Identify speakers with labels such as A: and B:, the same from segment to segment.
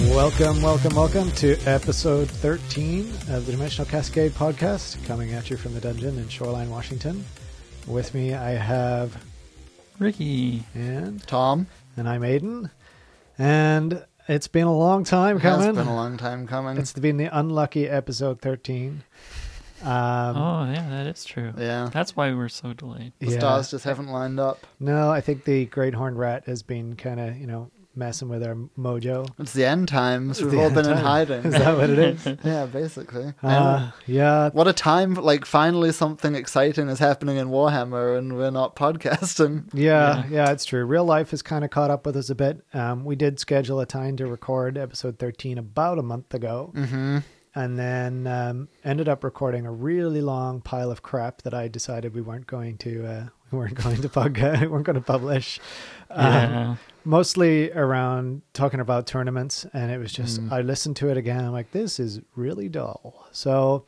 A: Welcome, welcome, welcome to episode 13 of the Dimensional Cascade podcast, coming at you from the dungeon in Shoreline, Washington. With me, I have
B: Ricky.
A: and
C: Tom.
A: and I'm Aiden, and it's been a long time
C: It's
A: coming.
C: been a long time coming.
A: it's been the unlucky episode 13. Um,
B: Oh yeah, that is true.
C: yeah.
B: That's why we're so delayed.
C: The
A: yeah.
C: stars just haven't lined up.
A: No, I think the Great Horned Rat has been kind of you know messing with our mojo.
C: It's the end times. We've
A: The
C: all
A: end
C: been
A: time.
C: in
A: Is
C: hiding.
A: that what it is?
C: yeah, basically. And
A: Uh, yeah,
C: what a time! Like finally, something exciting is happening in Warhammer, and we're not podcasting.
A: Yeah, yeah, it's true. Real life has kind of caught up with us a bit. Um, we did schedule a time to record episode 13 about a month ago,
C: Mm-hmm.
A: and then um, ended up recording a really long pile of crap that I decided we weren't going to uh, we weren't going to pub- we weren't going to publish. Um,
B: Yeah.
A: Mostly around talking about tournaments, and it was just I listened to it again. I'm like, this is really dull. So.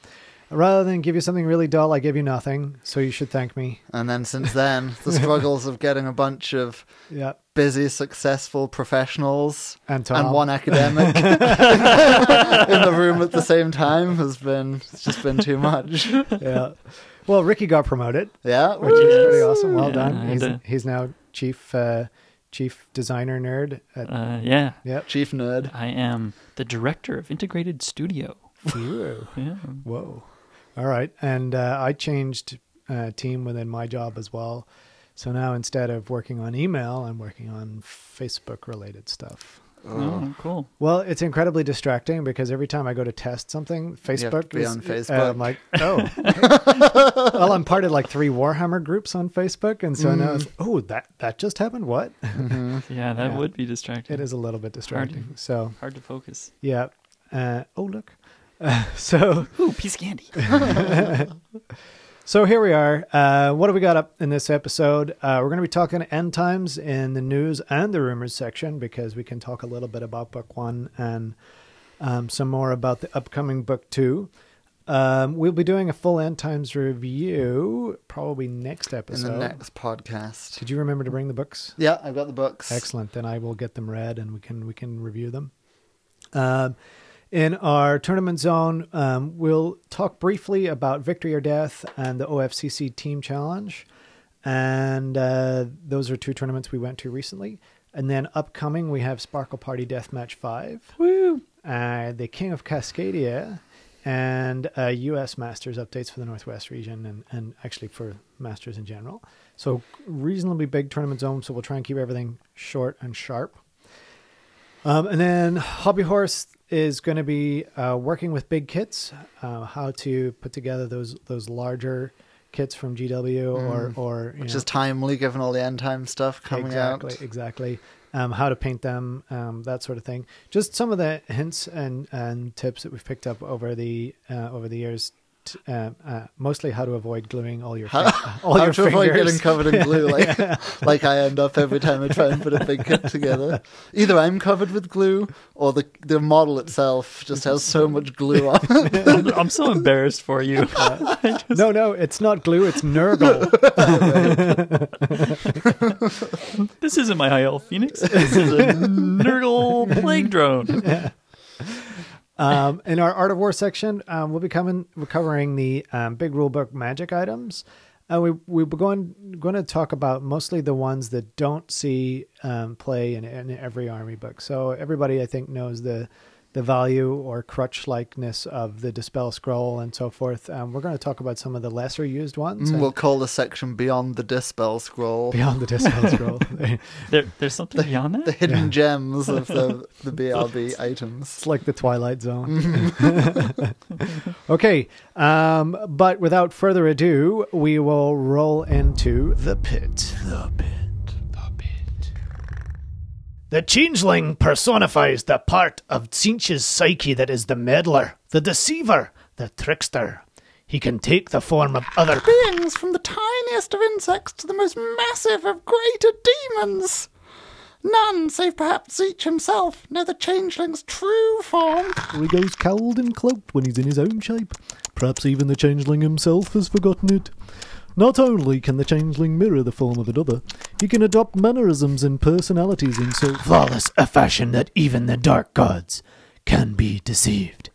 A: Rather than give you something really dull, I give you nothing. So you should thank me.
C: And then since then, the struggles of getting a bunch of
A: Yeah,
C: busy, successful professionals
A: and Tom.
C: and one academic in the room at the same time has been it's just been too much.
A: yeah. Well, Ricky got promoted,
C: Yeah,
A: which is pretty awesome. Well
B: Yeah,
A: done.
B: and,
A: He's,
B: uh,
A: he's now chief uh, chief designer nerd. At,
B: Uh, yeah.
A: yep.
C: chief nerd.
B: I am the director of Integrated Studio. Yeah.
A: Whoa. All right, and uh, I changed uh, team within my job as well. So now instead of working on email, I'm working on Facebook related stuff.
B: Oh, cool.
A: Well, it's incredibly distracting because every time I go to test something,
C: to
A: Facebook
C: be
A: is-
C: on
A: uh,
C: Facebook.
A: I'm like, oh. well, I'm part of like three Warhammer groups on Facebook, and so now it's
C: Mm.
A: oh that that just happened. What?
C: Mm-hmm.
B: Yeah, that
A: Yeah.
B: would be distracting.
A: it is a little bit distracting. So
B: hard to focus.
A: yeah. Uh, oh look. Uh, so
B: Ooh, piece of candy.
A: so here we are. Uh, what have we got up in this episode? Uh, we're going to be talking end times in the news and the rumors section because we can talk a little bit about book one and um, some more about the upcoming book two. Um, we'll be doing a full end times review probably next
C: in
A: episode.
C: the next podcast.
A: Did you remember to bring the books?
C: Yeah, I've got the books.
A: Excellent. Then I will get them read, and we can we can review them. Um, in our tournament zone, um, we'll talk briefly about victory or death and the OFCC team challenge, and uh, those are two tournaments we went to recently. And then upcoming, we have Sparkle Party Deathmatch Five,
B: Woo.
A: uh, the King of Cascadia, and uh, U.S. Masters updates for the Northwest region and, and actually for Masters in general. So reasonably big tournament zone. So we'll try and keep everything short and sharp. Um, and then Hobby Horse is going to be uh, working with big kits, uh, how to put together those those larger kits from GW or or you
C: Mm. Which
A: know,
C: is timely given all the end time stuff coming
A: exactly,
C: out.
A: Exactly, Um, how to paint them, um, that sort of thing. Just some of the hints and, and tips that we've picked up over the uh, over the years. T- uh, uh, mostly how to avoid gluing all your
C: How,
A: fin- all
C: how
A: your
C: to
A: fingers.
C: avoid getting covered in glue, like like I end up every time I try and put a big kit together. Either I'm covered with glue, or the the model itself just has so much glue on. it.
B: I'm, I'm so embarrassed for you.
A: no, no, it's not glue. It's Nurgle.
B: This isn't my high elf phoenix. This is a Nurgle plague drone.
A: um, in our art of war section, um, we'll be coming we're covering the um, big rule book magic items. Uh, we we're going going to talk about mostly the ones that don't see um, play in, in every army book. So everybody, I think, knows the the value or crutch likeness of the dispel scroll and so forth. Um, we're going to talk about some of the lesser used ones. and
C: Mm, we'll call the section beyond the dispel scroll.
A: Beyond the dispel scroll,
B: There, there's something beyond
C: The
B: that.
C: hidden gems of the, the BRB items.
A: It's like the Twilight Zone. okay, um, but without further ado, we will roll into the pit. The pit. The changeling personifies the part of Tsinch's psyche that is the meddler, the deceiver, the trickster. He can take the form of other.
C: beings from the tiniest of insects to the most massive of greater demons. None, save perhaps each himself, know the changeling's true form.
A: He goes cowled and cloaked when he's in his own shape. Perhaps even the changeling himself has forgotten it. Not only can the changeling mirror the form of another, he can adopt mannerisms and personalities in so flawless a fashion that even the dark gods
D: can be deceived.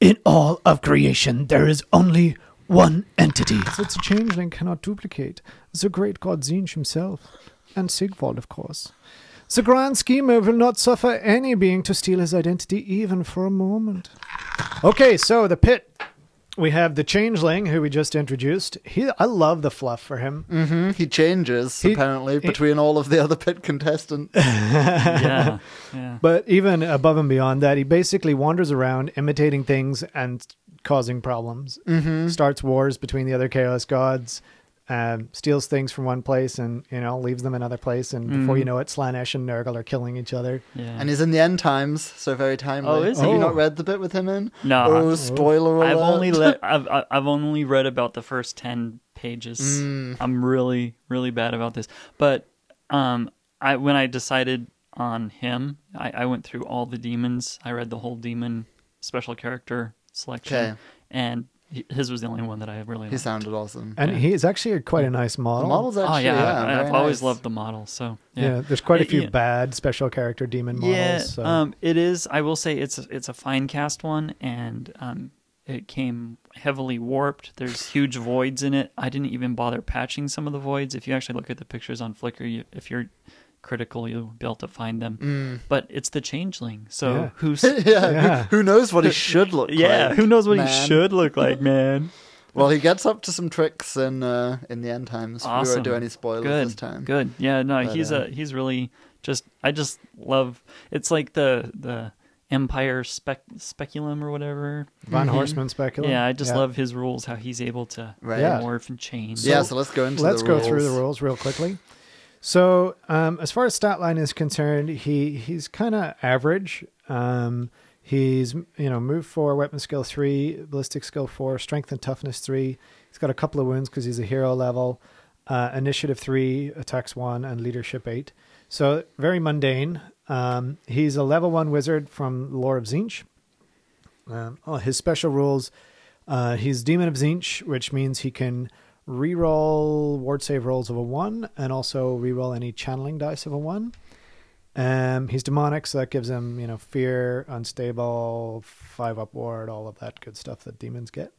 D: In all of creation, there is only one entity.
A: Since a changeling cannot duplicate the great god Zinj himself, and Sigvald, of course, the grand schemer will not suffer any being to steal his identity even for a moment. Okay, so the pit. We have the changeling who we just introduced. He, I love the fluff for him.
C: hmm He changes,
A: He-
C: apparently, between all of the other pit contestants.
B: yeah, yeah.
A: But even above and beyond that, he basically wanders around imitating things and causing problems. Mm-hmm. Starts wars between the other chaos gods, um, steals things from one place and you know leaves them another place, and before you know it, Slanesh and Nurgle are killing each other.
B: yeah.
C: And he's in the end times, so very timely.
B: Oh, is
C: Have
B: he?
C: you not read the bit with him in?
B: No.
C: Oh, spoiler alert.
B: I've only le- I've I- I've only read about the first ten pages.
C: Mm.
B: I'm really really bad about this, but um, I when I decided on him, I, I went through all the demons. I read the whole demon special character selection,
C: Okay.
B: and h- his was the only one that I really.
C: He
B: liked.
C: sounded awesome.
A: And he is actually quite a nice
C: The
A: model.
C: model's actually,
B: oh yeah, I-
C: very
B: I've always
C: nice.
B: loved the model. So
A: yeah. there's quite a
B: It-
A: few
B: yeah.
A: bad special character demon models.
B: Yeah,
A: so.
B: um, it is. I will say it's it's a fine cast one, and um, it came heavily warped. There's huge voids in it. I didn't even bother patching some of the voids. If you actually look at the pictures on Flickr, you, if you're critical, you'll be able to find them. But it's the changeling, so
A: Yeah.
B: who's
C: Hmm. yeah, who-
A: Yeah.
C: Who, knows what he should look
B: yeah,
C: like?
B: who knows what he
C: man.
B: should look like, man?
C: Well, he gets up to some tricks in uh, in the end times. We
B: Awesome.
C: won't do any spoilers
B: good,
C: this time.
B: Good. Yeah, no,
C: But,
B: he's
C: uh,
B: a he's really just I just love it's like the the Empire spec speculum or whatever.
A: Von Horseman speculum.
B: mm-hmm. Yeah, I just love his rules, how he's able to
C: Right.
A: Yeah.
B: morph and change.
C: yeah, so let's go into
A: Let's
C: the
A: go
C: rules.
A: through the rules real quickly. So, um, as far as stat line is concerned, he he's kind of average. Um, he's you know move four, weapon skill three, ballistic skill four, strength and toughness three. He's got a couple of wounds because he's a hero level. Uh, initiative three, attacks one, and leadership eight. So very mundane. Um, he's a level one wizard from Lore of Zinch. Um, oh, his special rules. Uh, he's Demon of Zinch, which means he can reroll ward save rolls of a one, and also reroll any channeling dice of a one. Um, he's demonic, so that gives him you know fear, unstable, five up ward, all of that good stuff that demons get.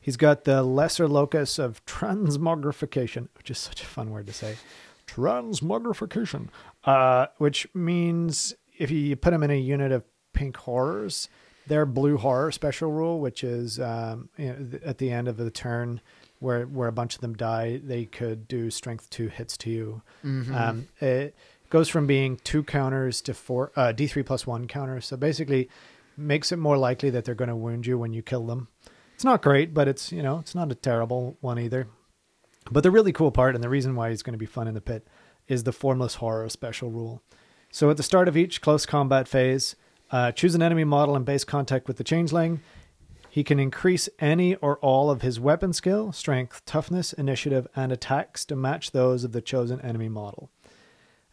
A: He's got the lesser locus of transmogrification, which is such a fun word to say. Transmogrification, uh, which means if you put him in a unit of pink horrors, their blue horror special rule, which is um, you know, th- at the end of the turn where where a bunch of them die, they could do strength two hits to you. Um, it goes from being two counters to four uh, D three plus one counters. So basically, makes it more likely that they're going to wound you when you kill them. It's not great, but it's you know it's not a terrible one either. But the really cool part, and the reason why he's going to be fun in the pit, is the formless horror special rule. So at the start of each close combat phase, uh, choose an enemy model in base contact with the changeling. He can increase any or all of his weapon skill, strength, toughness, initiative, and attacks to match those of the chosen enemy model.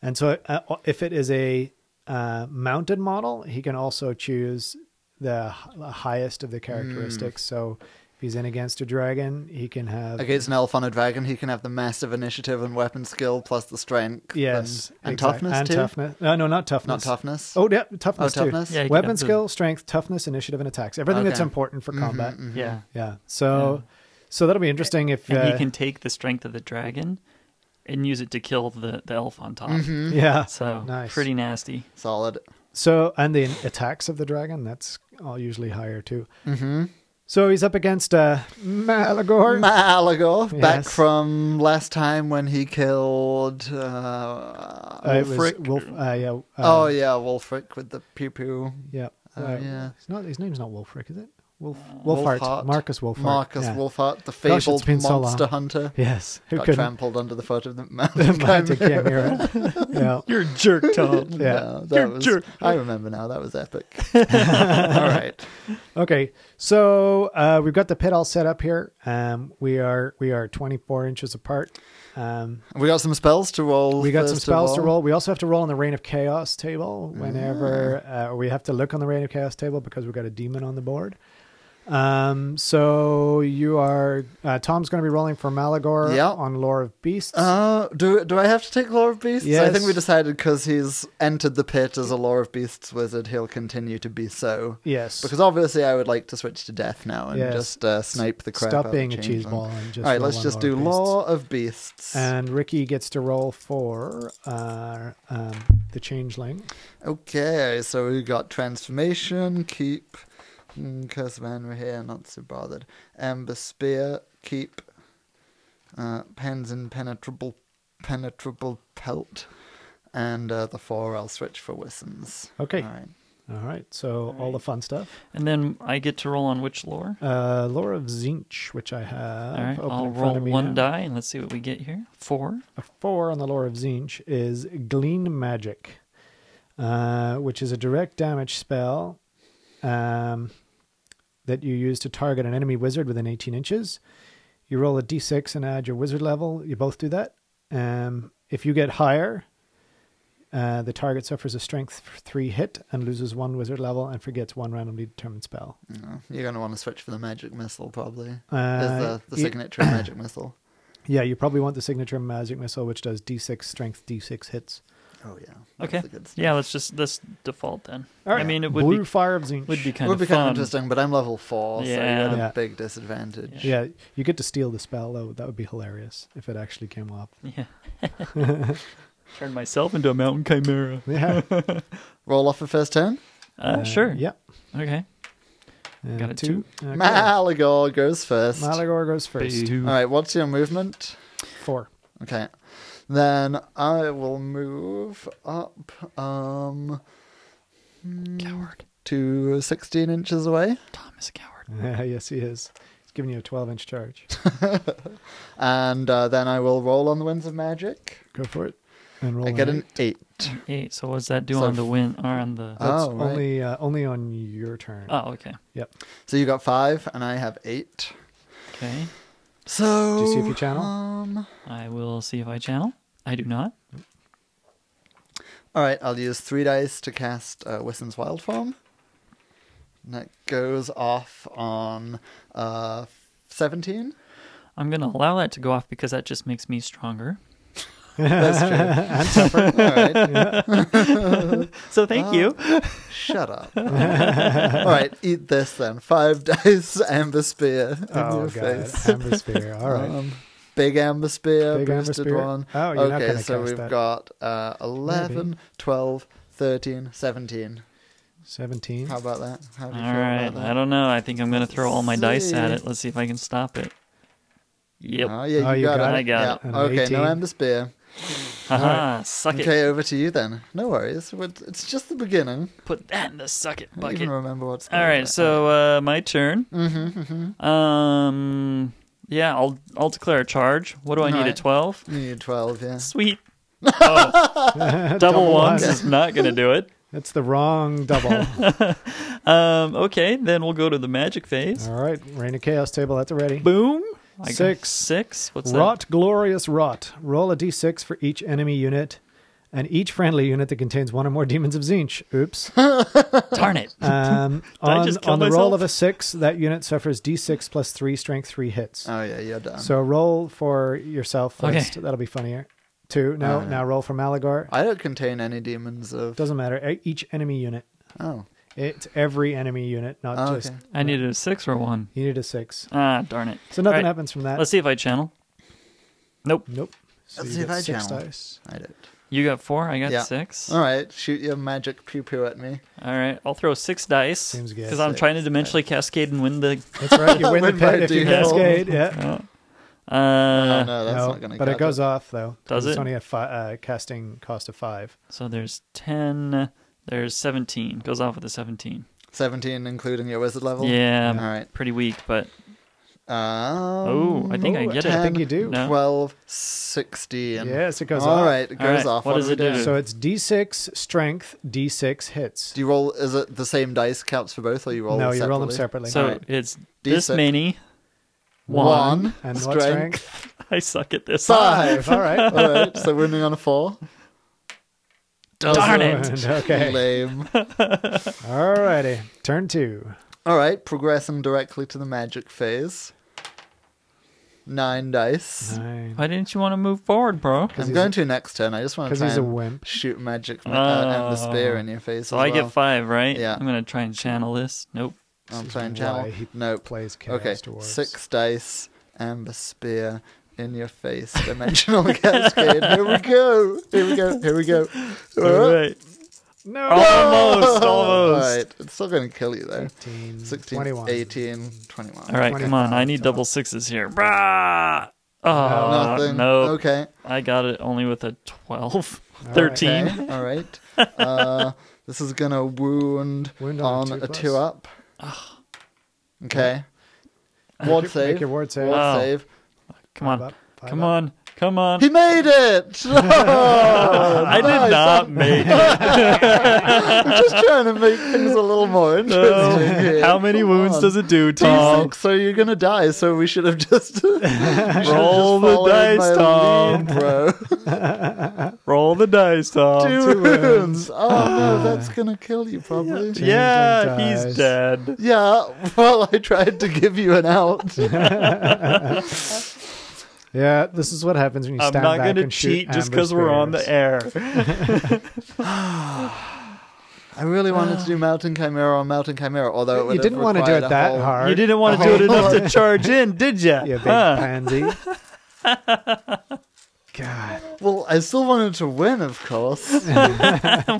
A: And so, uh, if it is a uh, mounted model, he can also choose the h- highest of the characteristics. So, if he's in against a dragon, he can have
C: Against an elf on a dragon, he can have the massive initiative and weapon skill plus the strength.
A: Yes,
C: And, and
A: exact-
C: toughness
A: and
C: too?
A: toughness. No, no, not toughness.
C: Not toughness.
A: Oh, yeah, toughness.
C: Oh,
A: too.
C: toughness? Yeah,
B: you can
A: Weapon
B: have the-
A: skill, strength, toughness, initiative, and attacks. Everything that's
C: Okay. Mm-hmm,
A: important for combat.
C: Mhm.
B: Yeah.
A: Yeah. So, so that'll be interesting if
B: And
A: uh,
B: he can take the strength of the dragon and use it to kill the, the elf on top.
C: Mm-hmm.
A: Yeah.
B: So
A: Nice.
B: pretty nasty.
C: Solid.
A: So and the attacks of the dragon. That's all usually higher too. Mm-hmm. So he's up against uh, Malagor.
C: Malagor, back
A: Yes.
C: from last time when he killed. Uh, uh,
A: Uh, it was Wolf. Uh, yeah. Uh,
C: oh, yeah, Wolfric with the pew pew.
A: yeah.
C: Oh,
A: Uh,
C: yeah. Uh,
A: It's not. His name's not Wolfric, is it? Wolf. Wolfhart.
C: Wolfhart.
A: Marcus Wolfhart.
C: Marcus
A: yeah.
C: Wolfhart, the
A: Gosh, it's
C: fabled
A: been so
C: monster
A: long.
C: hunter.
A: Yes. Who
C: Got
A: couldn't?
C: trampled under the foot of the mountain.
A: Magic Chimera. yeah.
B: You're a jerk, Tom.
A: Yeah.
C: No, that was,
B: jerk.
C: I remember now. That was epic. All right.
A: Okay, so uh, we've got the pit all set up here. Um, we are we are 24 inches apart. Um,
C: We got some spells to roll.
A: we got some
C: first of
A: spells to
C: all. Mm.
A: roll. We also have to roll on the Reign of Chaos table whenever, uh, or we have to look on the Reign of Chaos table because we've got a demon on the board. Um, so you are uh, Tom's going to be rolling for Malagor
C: Yeah.
A: on Lore of Beasts.
C: Uh, do do I have to take Lore of Beasts? I think
A: Yes.
C: we decided because he's entered the pit as a Lore of Beasts wizard, he'll continue to be so.
A: yes,
C: Because obviously, I would like to switch to death now and
A: Yes.
C: just uh, snipe the crap out
A: stop
C: of
A: being a cheese
C: Changeling.
A: ball and just
C: All right,
A: roll
C: let's
A: on
C: just
A: Lore
C: do
A: of Beasts.
C: Lore of Beasts.
A: And Ricky gets to roll for uh, um, the Changeling.
C: okay, so we got transformation, keep, mm, curse of Anne here, not so bothered. Amber spear, keep, uh, pens impenetrable, penetrable pelt, and uh, the four I'll switch for Wissens.
A: Okay.
C: All right.
A: All right, so all the fun stuff.
B: And then I get to roll on which lore.
A: Uh, Lore of Zinch, which I have.
B: All right,
A: Uh, open
B: I'll
A: in front
B: roll
A: of me
B: one
A: now.
B: die and let's see what we get here. Four.
A: a four on the lore of Zinch is Glean Magic, uh, which is a direct damage spell um, that you use to target an enemy wizard within 18 inches. You roll a d6 and add your wizard level. You both do that. Um, if you get higher, uh, the target suffers a strength three hit and loses one wizard level and forgets one randomly determined spell.
C: No, Mm, You're going to want to switch for the magic missile, probably.
A: Uh,
C: There's the, the
A: y-
C: signature of magic missile.
A: yeah, you probably want the signature magic missile, which does d6 strength, d6 hits.
C: Oh, yeah. That's
B: Okay.
C: the good stuff.
B: Yeah, let's just let's default then.
A: All
B: I
A: right.
B: mean, it would
A: Blue
B: be
A: fire of Zinch.
B: would be
C: It
B: kind
C: would
B: of
C: be
B: fun.
C: kind of interesting, but I'm level four, so you're at
A: Yeah.
C: a big disadvantage.
A: Yeah, you get to steal the spell though. That would be hilarious if it actually came up.
B: Yeah. Turn myself into a mountain chimera.
A: Yeah,
C: Roll off the first turn.
B: Uh, sure.
A: Yep.
B: Okay.
A: Uh,
B: Got a
A: Okay.
C: Malagor goes first.
A: Malagor goes first.
C: All right, what's your movement?
A: Four.
C: Okay. Then I will move up um
B: Coward.
C: to 16 inches away.
B: Tom is a coward.
A: yes, he is. He's giving you a twelve-inch charge.
C: And uh, then I will roll on the Winds of Magic.
A: Go for it. And roll.
C: I get
A: an
C: an
A: eight.
C: 8.
B: Eight. So what's that do
C: So
B: on the win or on the?
C: Uh,
A: That's
C: Oh, right.
A: only uh, only on your turn.
B: oh, okay.
C: So you got 5, and I have 8.
B: Okay.
C: So.
A: Do you see if you channel?
C: Um,
B: I will see if I channel. I do not.
C: All right, I'll use three dice to cast uh, Wissen's Wild Form. And that goes off on uh, 17.
B: I'm gonna allow that to go off because that just makes me stronger.
C: That's true.
A: and tougher.
C: All right,
B: So thank
C: Uh,
B: you.
C: shut up. All right, eat this then. Five dice, amber spear in
A: oh
C: your
A: god.
C: face.
A: Amber spear. All right.
C: Um, big amber spear,
A: Big amber
C: boosted
A: spear.
C: one.
A: Oh, you're not
C: okay,
A: gonna
C: so
A: cast
C: we've
A: that.
C: got uh, 11, 12, 13, 17.
A: Seventeen.
C: How about that? How
B: All
C: do you feel about
B: right.
C: that?
B: I don't know. I think I'm gonna throw all my dice at
C: see.
B: it. Let's see if I can stop it. Yep.
C: Oh,
A: Oh,
C: yeah, you, got, it.
B: I got
C: yeah.
A: it.
C: Okay, no
A: 18.
C: amber spear.
B: Haha. Suck it.
C: Okay, over to you then. No worries. What- It's just the beginning.
B: Put that in the suck it
C: I don't even
B: bucket.
C: remember what's
B: All right, so uh, my turn.
C: Mm-hmm, hmm
B: Um, yeah, I'll I'll declare a charge. What do I need? A
C: Alright.
B: twelve.
C: You need 12, yeah.
B: Sweet. Oh,
A: double,
B: double ones
A: one.
B: is not gonna do it.
A: That's the wrong double.
B: Um, okay, then we'll go to the magic phase.
A: All right. Reign of Chaos table at the ready.
B: Boom. I got
A: Six.
B: six. What's
A: rot, glorious rot. Roll a d6 for each enemy unit and each friendly unit that contains one or more demons of Zinch. Oops.
B: that? Darn it.
A: Um,
B: I
A: on,
B: just kill
A: on the roll
B: myself?
A: of a six, that unit suffers d6 plus three strength, three hits.
C: Oh, yeah, you're done.
A: So roll for yourself
B: Okay.
A: first. That'll be funnier. Two. No,
C: Alright.
A: now roll for Malagor.
C: I don't contain any demons of.
A: Doesn't matter. E- Each enemy unit.
C: Oh.
A: It's every enemy unit, not
C: Oh,
A: just.
C: okay.
B: I needed a six or a one.
A: You need a six.
B: Ah, darn it.
A: So nothing
B: Alright,
A: happens from that.
B: Let's see if I channel. Nope.
A: Nope. So
C: Let's
A: you
C: see if
A: get
C: I
A: six
C: channel.
A: dice.
C: I did.
B: You got four. I got
C: Yeah.
B: six.
C: All right, shoot your magic poo poo at me.
B: All right, I'll throw six dice
A: Seems good.
B: because I'm
C: Six
B: trying to dimensionally cascade and win the.
A: That's right. You win the
C: Win by
A: pit if you
C: default.
A: cascade. Yeah.
B: Uh,
C: oh, no, that's
A: No,
C: not going to
A: but it goes off though.
B: Does
A: It's
B: it?
A: only a fi- uh, casting cost of five.
B: So there's 10, there's 17. Goes off with a 17.
C: 17, including your wizard level?
B: Yeah,
C: All right.
B: pretty weak, but
C: Um,
B: oh, I think I
A: oh,
B: get
A: I
B: it.
A: think you do.
B: No.
C: 12, 16.
A: Yes, it goes off.
C: All right, it
B: All
C: goes
B: right,
C: off.
B: what
C: do
B: does
C: we
B: it do?
A: So it's D6 strength, D6 hits.
C: Do you roll? Is it the same dice counts for both, or you roll?
A: no,
C: them
A: you roll them
C: separately?
A: separately.
B: So
C: Alright.
B: it's this
C: D6.
B: many.
C: One,
A: and
C: strength,
A: what strength?
B: I suck at this.
C: five.
A: All right.
C: All right, so winning on a four.
B: Darn it.
A: Okay.
C: Lame.
A: All righty. Turn two.
C: All right, progressing directly to the magic phase. Nine dice.
A: Nine.
B: Why didn't you want to move forward, bro?
C: I'm
A: Uh, he's
C: going to next turn. I just want to
A: 'cause
C: try
A: he's a
C: and
A: wimp.
C: shoot magic ma- uh, and the spear
B: Oh.
C: in your face.
B: So
C: as
B: I
C: well.
B: get five, right?
C: Yeah.
B: I'm gonna try and channel this. Nope.
C: I'm
A: This is
C: playing
A: why
C: channel.
A: he
C: Nope.
A: Plays Chaos
C: Okay,
A: Dwarves.
C: six dice, amber spear in your face, dimensional cascade. Here we go. Here we go. Here we go.
A: Uh,
B: All right.
A: No.
B: Almost,
C: All
B: almost.
C: right, it's still going to kill you though.
A: 18,
C: 16,
A: 21.
C: 18, 21.
B: All right, come on. I need
A: 25.
B: double sixes here. Brah! Oh,
C: Nothing.
B: no.
C: Okay.
B: I got it only with a 12.
A: All
B: 13.
C: Okay. All right. Uh, this is going to wound,
A: Wound
C: on a 2
A: plus.
C: up. Okay.
A: Make
C: Ward
A: your-
C: save.
A: Make your ward save.
C: Ward
B: Wow.
C: save.
B: Come on.
A: Up, five
B: Come
A: up.
B: on. Come on. Uh,
C: He made it! Oh,
B: I did not make it.
C: Just trying to make things a little more interesting. here.
B: How many
C: Come
B: wounds
C: on.
B: does it do, Tom?
C: D6, so you're gonna die. So we should have just we should have
B: Roll the
C: just followed
B: dice,
C: my
B: Tom.
C: lead, bro.
B: Roll the dice, Tom.
C: Two wounds. Oh no, that's gonna kill you probably. Yeah.
B: Yeah,
A: Changeling
B: he's
A: dice.
B: dead.
C: well, I tried to give you an out.
A: Yeah, this is what happens when you
B: I'm
A: stand
B: not
A: back
B: going to
A: and shoot
B: cheat just
A: amber
B: because we're on the
A: spears.
B: air.
C: I really wanted to do Mountain Chimera on Mountain Chimera, although it would
A: You
C: have
A: didn't want to do it
C: required a
A: that
C: whole-
A: hard.
B: You didn't want to do it enough to charge in, did you?
A: You big pansy. God.
C: Well, I still wanted to win, of course.
A: Yeah.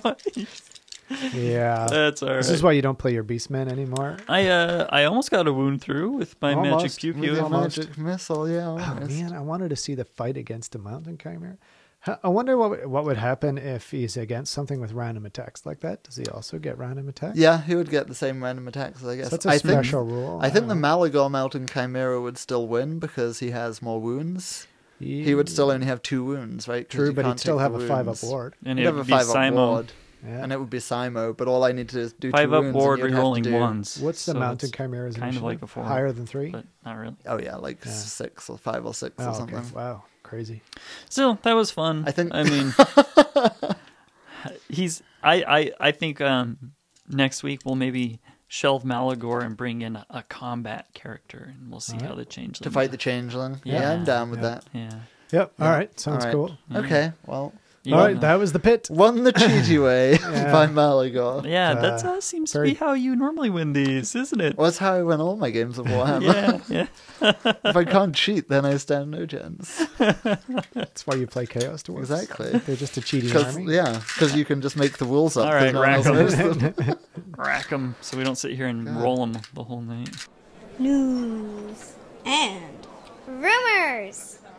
B: That's all right.
A: This is why you don't play your beastmen anymore.
B: I uh, I almost got a wound through with my magic
A: Almost.
B: pew
C: With
B: pew.
C: your
A: almost.
C: magic missile, yeah.
A: Oh
C: almost.
A: man, I wanted to see the fight against the mountain chimera. Huh, I wonder what would- what would happen if he's against something with random attacks like that. Does he also get random attacks?
C: Yeah, he would get the same random attacks, I guess.
A: so that's a
C: I think-
A: special rule. Uh,
C: I think the
A: don't
C: Malagor Mountain Chimera would still win because he has more wounds.
A: know.
C: He would still only have two wounds, right? 'Cause
A: true,
C: you
A: but he'd
C: can't
A: still
C: take
A: have
C: the
A: a five up
C: wounds.
A: ward.
B: And
C: He'd
B: it
C: have
B: would
C: a
B: be
C: five up
B: Simo.
C: ward,
A: Yeah.
C: and it would be Simo. But all I need to do is do
B: Five
C: two
B: up
C: wounds.
B: ward,
C: and you'd have to
B: rerolling
C: do-
B: ones.
A: What's the
B: so
A: mountain
B: it's-
A: chimera's
B: kind of
A: initiative?
B: like before,
A: Higher than three?
B: But not really.
C: Oh yeah, like
A: Yeah.
C: six or five or six
A: oh,
C: or something.
A: okay. Wow, crazy.
B: Still, that was fun.
C: I think-
B: I mean, he's. I I I think um, next week we'll maybe shelve Malagor and bring in a, a combat character, and we'll see
A: All right.
B: how the change
C: To fight the changeling. Yeah,
B: Yeah.
C: I'm down with
A: Yeah.
C: that.
B: Yeah.
A: Yep. All
C: Yeah.
A: right. Sounds
C: All right.
A: cool.
B: Yeah.
C: Okay, well,
B: You
A: All
B: wanna-
A: right. That was the pit.
C: won the cheaty way
A: Yeah.
C: by Malagor.
B: yeah,
A: uh,
B: that uh, seems to
A: very-
B: be how you normally win these, isn't it?
C: Well, that's how I win all my games of Warhammer.
B: yeah, yeah.
C: if I can't cheat, then I stand no chance.
A: That's why you play Chaos Dwarves.
C: Exactly.
A: They're just a cheating
C: Because
A: army.
C: yeah, because you can just make the rules up.
B: All
C: 'cause
B: right,
C: no one else
B: rack 'em.
C: knows them.
B: Rack them so we don't sit here and
C: God.
B: roll 'em roll them the whole night.
E: news, and rumors.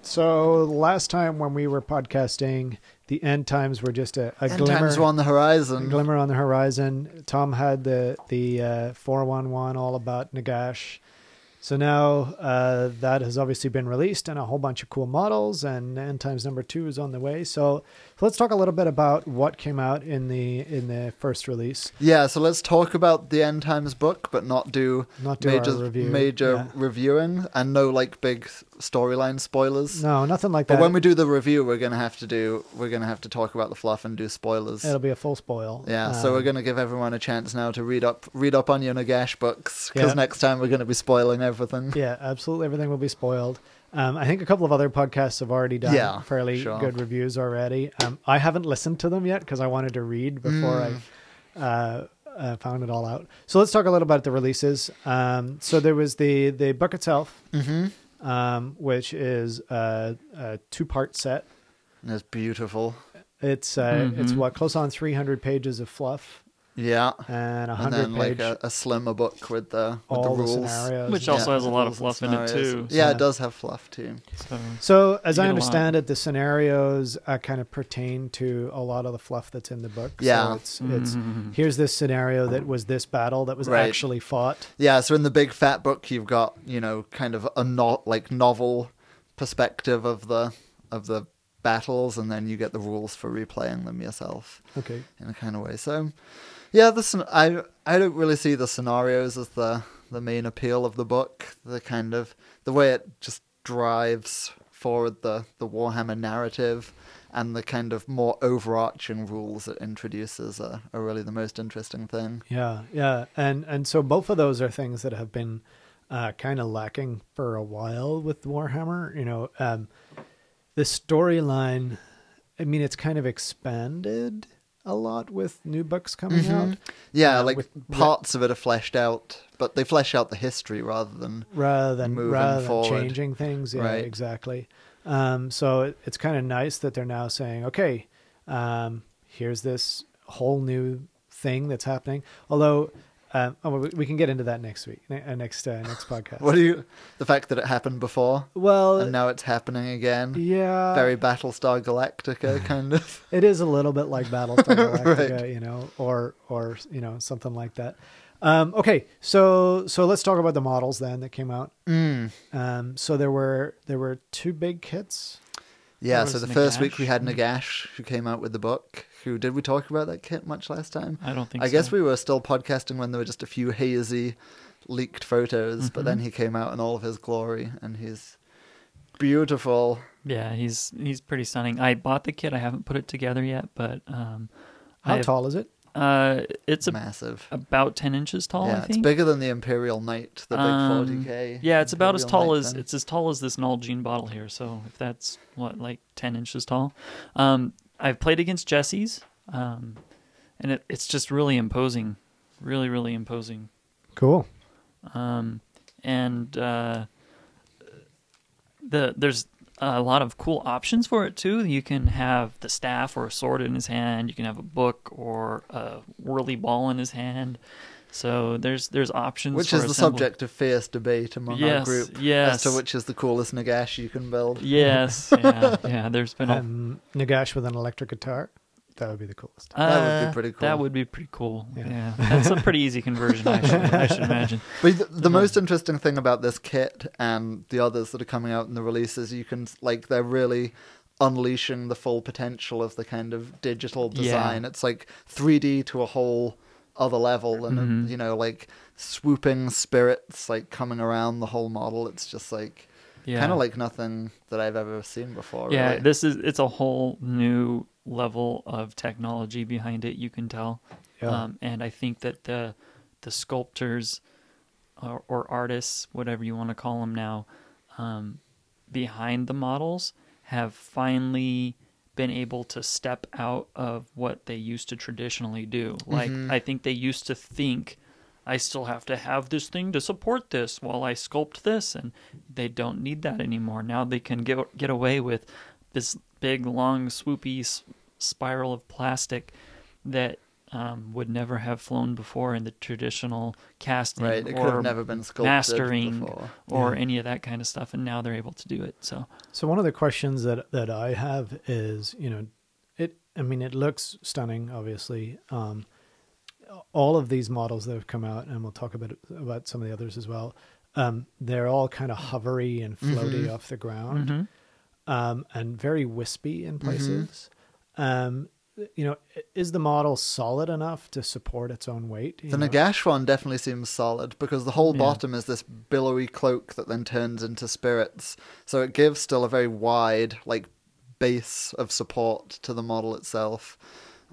A: So last time when we were podcasting, the end times were just a, a
C: End
A: glimmer,
C: times were on the
A: a
C: horizon.
A: glimmer on the horizon. Tom had the the uh, four one one all about Nagash. So now uh, that has obviously been released and a whole bunch of cool models, and End Times number two is on the way. So let's talk a little bit about what came out in the in the first release.
C: Yeah, so let's talk about the End Times book, but not do
A: Not do our
C: major
A: review,
C: major
A: yeah.
C: reviewing and no like big s- storyline spoilers.
A: No, nothing like that.
C: But when we do the review, we're gonna have to do we're gonna have to talk about the fluff and do spoilers.
A: It'll be a full spoil.
C: yeah, so
A: Um,
C: we're gonna give everyone a chance now to read up read up on your Nagash books because
A: Yeah.
C: next time we're gonna be spoiling everything.
A: Yeah, absolutely. Everything will be spoiled. Um, I think a couple of other podcasts have already done
C: Yeah,
A: fairly
C: sure.
A: good reviews already. Um, I haven't listened to them yet because I wanted to read before
C: Mm.
A: I uh, uh, found it all out. So let's talk a little about the releases. Um, so there was the the book itself,
C: Mm-hmm.
A: um, which is a, a two part set.
C: And it's beautiful.
A: It's uh,
C: Mm-hmm.
A: it's what close on three hundred pages of fluff
C: Yeah,
A: and a
C: and
A: hundred
C: then
A: page
C: like a, a slimmer book with the with
A: all
C: the
A: the,
C: rules.
A: scenarios,
B: Which
A: and
B: also has a lot of
C: Rules
B: fluff
C: and
B: in it,
C: scenarios.
B: too, so-
C: Yeah, it does have fluff too.
B: So
A: So, as I
B: You get a lot.
A: understand it, the scenarios uh, kind of pertain to a lot of the fluff that's in the book.
C: Yeah.
A: So it's,
B: Mm-hmm.
A: it's here's this scenario that was this battle that was
C: Right.
A: actually fought.
C: Yeah, so in the big fat book, you've got you know kind of a not like novel perspective of the of the battles, and then you get the rules for replaying them yourself
A: Okay.
C: in a kind of way. So yeah, this I I don't really see the scenarios as the the main appeal of the book. The kind of the way it just drives forward the, the Warhammer narrative and the kind of more overarching rules it introduces are, are really the most interesting thing.
A: Yeah, yeah, and and so both of those are things that have been uh, kind of lacking for a while with Warhammer. You know, um, the storyline. I mean, it's kind of expanded a lot with new books coming out.
C: Yeah,
A: Uh,
C: like
A: with-
C: parts of it are fleshed out, but they flesh out the history rather than
A: rather than
C: moving
A: rather than
C: forward.
A: changing things. Yeah,
C: Right.
A: exactly. Um, so it, it's kind of nice that they're now saying, okay, um, here's this whole new thing that's happening. Although, um, oh, we, we can get into that next week, ne- uh, next uh, next podcast.
C: what do you the fact that it happened before
A: well,
C: and now it's happening again.
A: yeah,
C: Very Battlestar Galactica kind of.
A: It is a little bit like Battlestar Galactica, you know, or or you know something like that. Um, okay, so so let's talk about the models then that came out. Um, so there were there were two big kits.
C: Yeah,
B: There
C: so
B: was
C: the first week
B: Nagash.
C: we had Nagash, who came out with the book. Who did we talk about that kit much last time?
B: I don't think
C: I guess
B: so.
C: we were still podcasting when there were just a few hazy, leaked photos, but
B: Mm-hmm.
C: then he came out in all of his glory, and he's beautiful.
B: Yeah, he's he's pretty stunning. I bought the kit. I haven't put it together yet, but um,
A: How
B: I've-
A: tall is it?
B: Uh, it's a,
C: Massive.
B: about ten inches tall. I
C: yeah,
B: think.
C: it's bigger than the Imperial Knight, the big
B: Um,
C: 40k.
B: Yeah, it's about as
C: Imperial
B: tall
C: Knight
B: as
C: thing.
B: it's as tall as this Nalgene bottle here. So if that's what like ten inches tall, um, I've played against Jesse's, um, and it, it's just really imposing, really really imposing.
A: Cool.
B: Um, and uh, the there's a lot of cool options for it too. You can have the staff or a sword in his hand. You can have a book or a whirly ball in his hand. So there's there's options.
C: Which
B: for
C: is the
B: assembly.
C: subject of fierce debate among our
B: Yes,
C: group as
B: yes.
C: to which is the coolest Nagash you can build.
B: Yes, yeah, yeah. There's been a,
A: Um, Nagash with an electric guitar. That would be the coolest.
C: that would be
B: Uh,
C: pretty cool.
B: That would be pretty cool.
A: Yeah.
B: Yeah, that's a pretty easy conversion. I should, I should imagine.
C: But the, the most interesting thing about this kit and the others that are coming out in the releases, you can like they're really unleashing the full potential of the kind of digital
B: Yeah.
C: design. It's like 3D to a whole other level, and
B: Mm-hmm.
C: you know, like swooping spirits like coming around the whole model. It's just like
B: Yeah,
C: kind of like nothing that I've ever seen before.
B: yeah.
C: really.
B: This is it's a whole new level of technology behind it. You can tell,
A: Yeah.
B: um, and I think that the the sculptors or, or artists, whatever you want to call them now, um, behind the models have finally been able to step out of what they used to traditionally do. Like I think they used to think I still have to have this thing to support this while I sculpt this and they don't need that anymore. Now they can get get away with this big long swoopy s- spiral of plastic that um, would never have flown before in the traditional casting
C: Right, it could
B: or
C: have never been sculpted
B: mastering
C: before.
B: or any of that kind of stuff and now they're able to do it so
A: So one of the questions that that I have is, you know, it. I mean, it looks stunning, obviously. Um, all of these models that have come out, and we'll talk about about some of the others as well. Um, they're all kind of hovery and floaty off the ground, um, and very wispy in places. Um, you know, i- is the model solid enough to support its own weight? you
C: The
A: know?
C: Nagash one definitely seems solid because the whole
B: Yeah.
C: bottom is this billowy cloak that then turns into spirits. So it gives still a very wide, like, base of support to the model itself.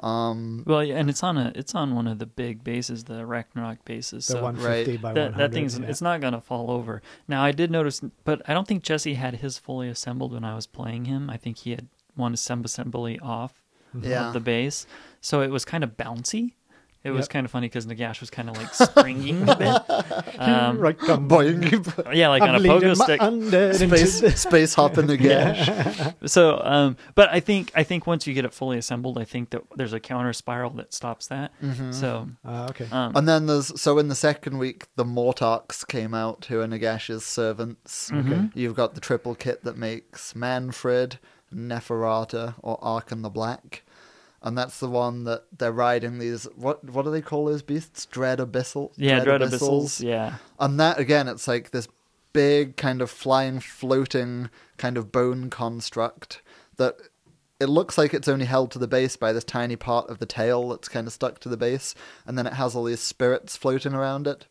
C: Um,
B: well yeah, and it's on a it's on one of the big bases the arachnorok bases
A: the
B: so
A: one fifty by one
B: that,
A: hundred.
B: that thing's it's not gonna fall over now i did notice but i don't think jesse had his fully assembled when i was playing him i think he had one assemb- assembly off
C: Yeah.
B: of the base so it was kind of bouncy it was
A: Yep.
B: kind of funny because Nagash was kind of like springing a bit. Um,
A: right. Come
C: boing,
B: Yeah, like on a pogo stick.
C: space, space hop in Nagash.
B: so um but i think i think once you get it fully assembled i think that there's a counter spiral that stops that so
A: Ah, okay.
B: um
C: And then there's so in the second week the Mortarks came out, who are Nagash's servants.
B: Mm-hmm.
C: You've got the triple kit that makes Manfred, Neferata, or Arkan the Black, and that's the one that they're riding these. What what do they call those beasts? Dread abyssal.
B: yeah dread
C: Dread
B: abyssals yeah
C: and that again, it's like this big kind of flying, floating kind of bone construct that it looks like it's only held to the base by this tiny part of the tail that's kind of stuck to the base, and then it has all these spirits floating around it.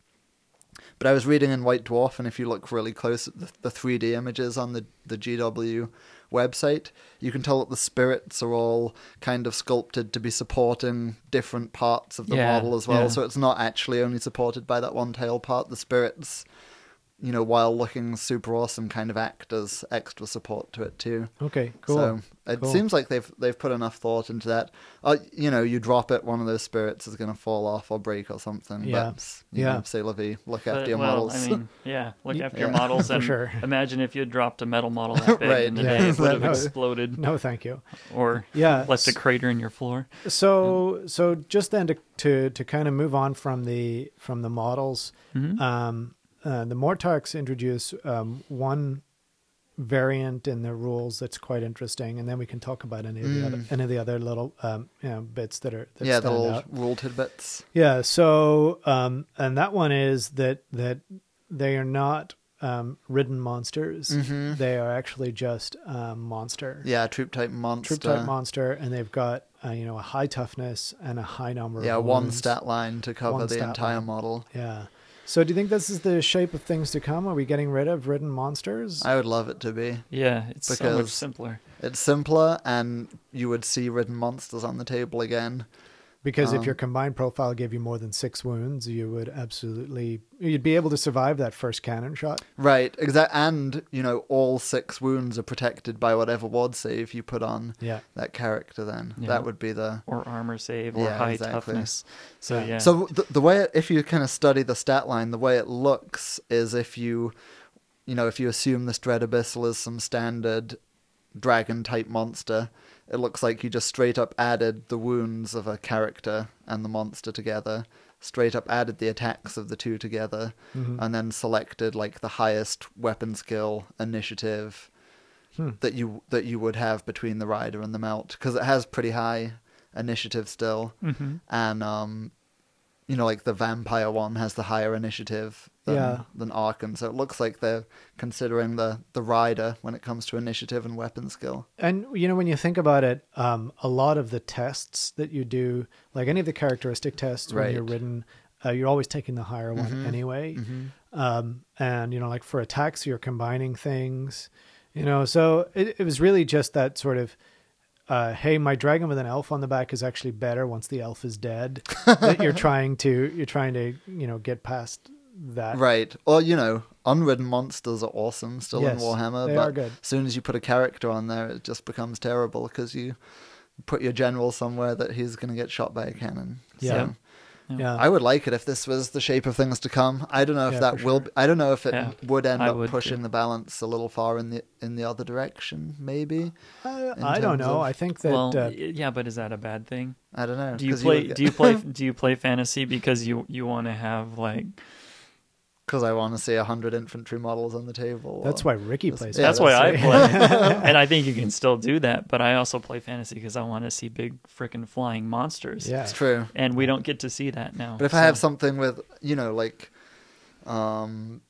C: But I was reading in White Dwarf, and if you look really close at the, the 3D images on the, the GW website, you can tell that the spirits are all kind of sculpted to be supporting different parts of the
B: Yeah,
C: model as well.
B: yeah.
C: So it's not actually only supported by that one tail part. The spirits, you know, while looking super awesome, kind of act as extra support to it too.
A: Okay, cool.
C: So it
A: Cool.
C: seems like they've they've put enough thought into that. Uh, you know, you drop it, one of those spirits is going to fall off or break or something.
A: Yeah.
C: But, you
A: Yeah.
C: Know, say, Levy, look
B: But,
C: after your
B: well,
C: models.
B: I mean, yeah, look after your
C: Yeah.
B: models. And
A: sure.
B: Imagine if you had dropped a metal model that big
C: Right,
B: in the
A: yeah.
B: day, it would have
A: No.
B: exploded
A: No, thank you.
B: or
A: Yeah.
B: left a crater in your floor.
A: So
B: mm-hmm.
A: so just then to to to kind of move on from the from the models,
B: Mm-hmm.
A: um, uh, the Mortarks introduce um, one variant in their rules that's quite interesting, and then we can talk about any of the
B: Mm.
A: other any of the other little um, you know, bits that are that
C: yeah, the
A: stand
C: little
A: out.
C: rule tidbits.
A: Yeah. So, um, and that one is that that they are not um, ridden monsters. They are actually just um, monster,
C: Mm-hmm. Yeah, troop type monster.
A: troop type monster, and they've got uh, you know a high toughness and a high number.
C: Yeah,
A: of
C: one
A: wounds.
C: stat line to cover
A: One
C: the
A: stat
C: entire
A: line.
C: model.
A: Yeah. So, do you think this is the shape of things to come? Are we getting rid of ridden monsters?
C: I would love it to be.
B: Yeah, it's so much
C: Because-
B: simpler.
C: It's simpler, and you would see ridden monsters on the table again.
A: Because
C: um,
A: if your combined profile gave you more than six wounds, you would absolutely you'd be able to survive that first cannon shot.
C: Right, exact, and you know all six wounds are protected by whatever ward save you put on
A: Yeah.
C: that character. Then
B: Yeah.
C: that would be the
B: Or armor save or
C: Yeah,
B: high
C: exactly.
B: toughness. So
A: Yeah.
B: yeah.
C: So the, the way it, if you kind of study the stat line, the way it looks is if you, you know, if you assume this Dread Abyssal is some standard dragon type monster, it looks like you just straight up added the wounds of a character and the monster together, straight up added the attacks of the two together, and then selected like the highest weapon skill initiative
A: Hmm.
C: that you that you would have between the rider and the mount because it has pretty high initiative still
A: Mm-hmm.
C: and um you know like the vampire one has the higher initiative than,
A: Yeah.
C: than Arkan. so it looks like they're considering the the rider when it comes to initiative and weapon skill
A: And you know, when you think about it, um, a lot of the tests that you do, like any of the characteristic tests when you're
C: Right. Mm-hmm.
A: ridden, uh, you're always taking the higher one anyway. Um, and you know, like for attacks, you're combining things. You know, so it, it was really just that sort of, uh, hey, my dragon with an elf on the back is actually better once the elf is dead. that you're trying to you're trying to you know get past that.
C: right or you know unridden monsters are awesome still in
A: Yes,
C: warhammer
A: they
C: but
A: are good.
C: as soon as you put a character on there it just becomes terrible because you put your general somewhere that he's going to get shot by a cannon
A: Yeah.
C: So-
A: Yeah.
C: I would like it if this was the shape of things to come. I don't know if
A: Yeah,
C: that
A: for
C: will. Be, I don't know if it
B: Yeah,
C: would end
B: I
C: up
B: would
C: pushing
B: too.
C: the balance a little far in the in the other direction. Maybe
A: Uh,
C: in
A: I don't
C: terms
A: know.
C: of-
A: I think that
B: well,
A: uh,
B: y- yeah, but is that a bad thing?
C: I don't know.
B: Do you play? do you play? Do you play fantasy because you you want to have like?
C: Because I want to see hundred infantry models on the table.
A: that's why
C: or-
A: Ricky
C: That's-
A: plays.
C: yeah,
B: that's why I
A: right.
B: play, and I think you can still do that. But I also play fantasy because I want to see big freaking flying monsters.
A: Yeah.
C: It's true.
B: and we don't get to see that now.
C: But if I
B: so-
C: have something with you know like, um,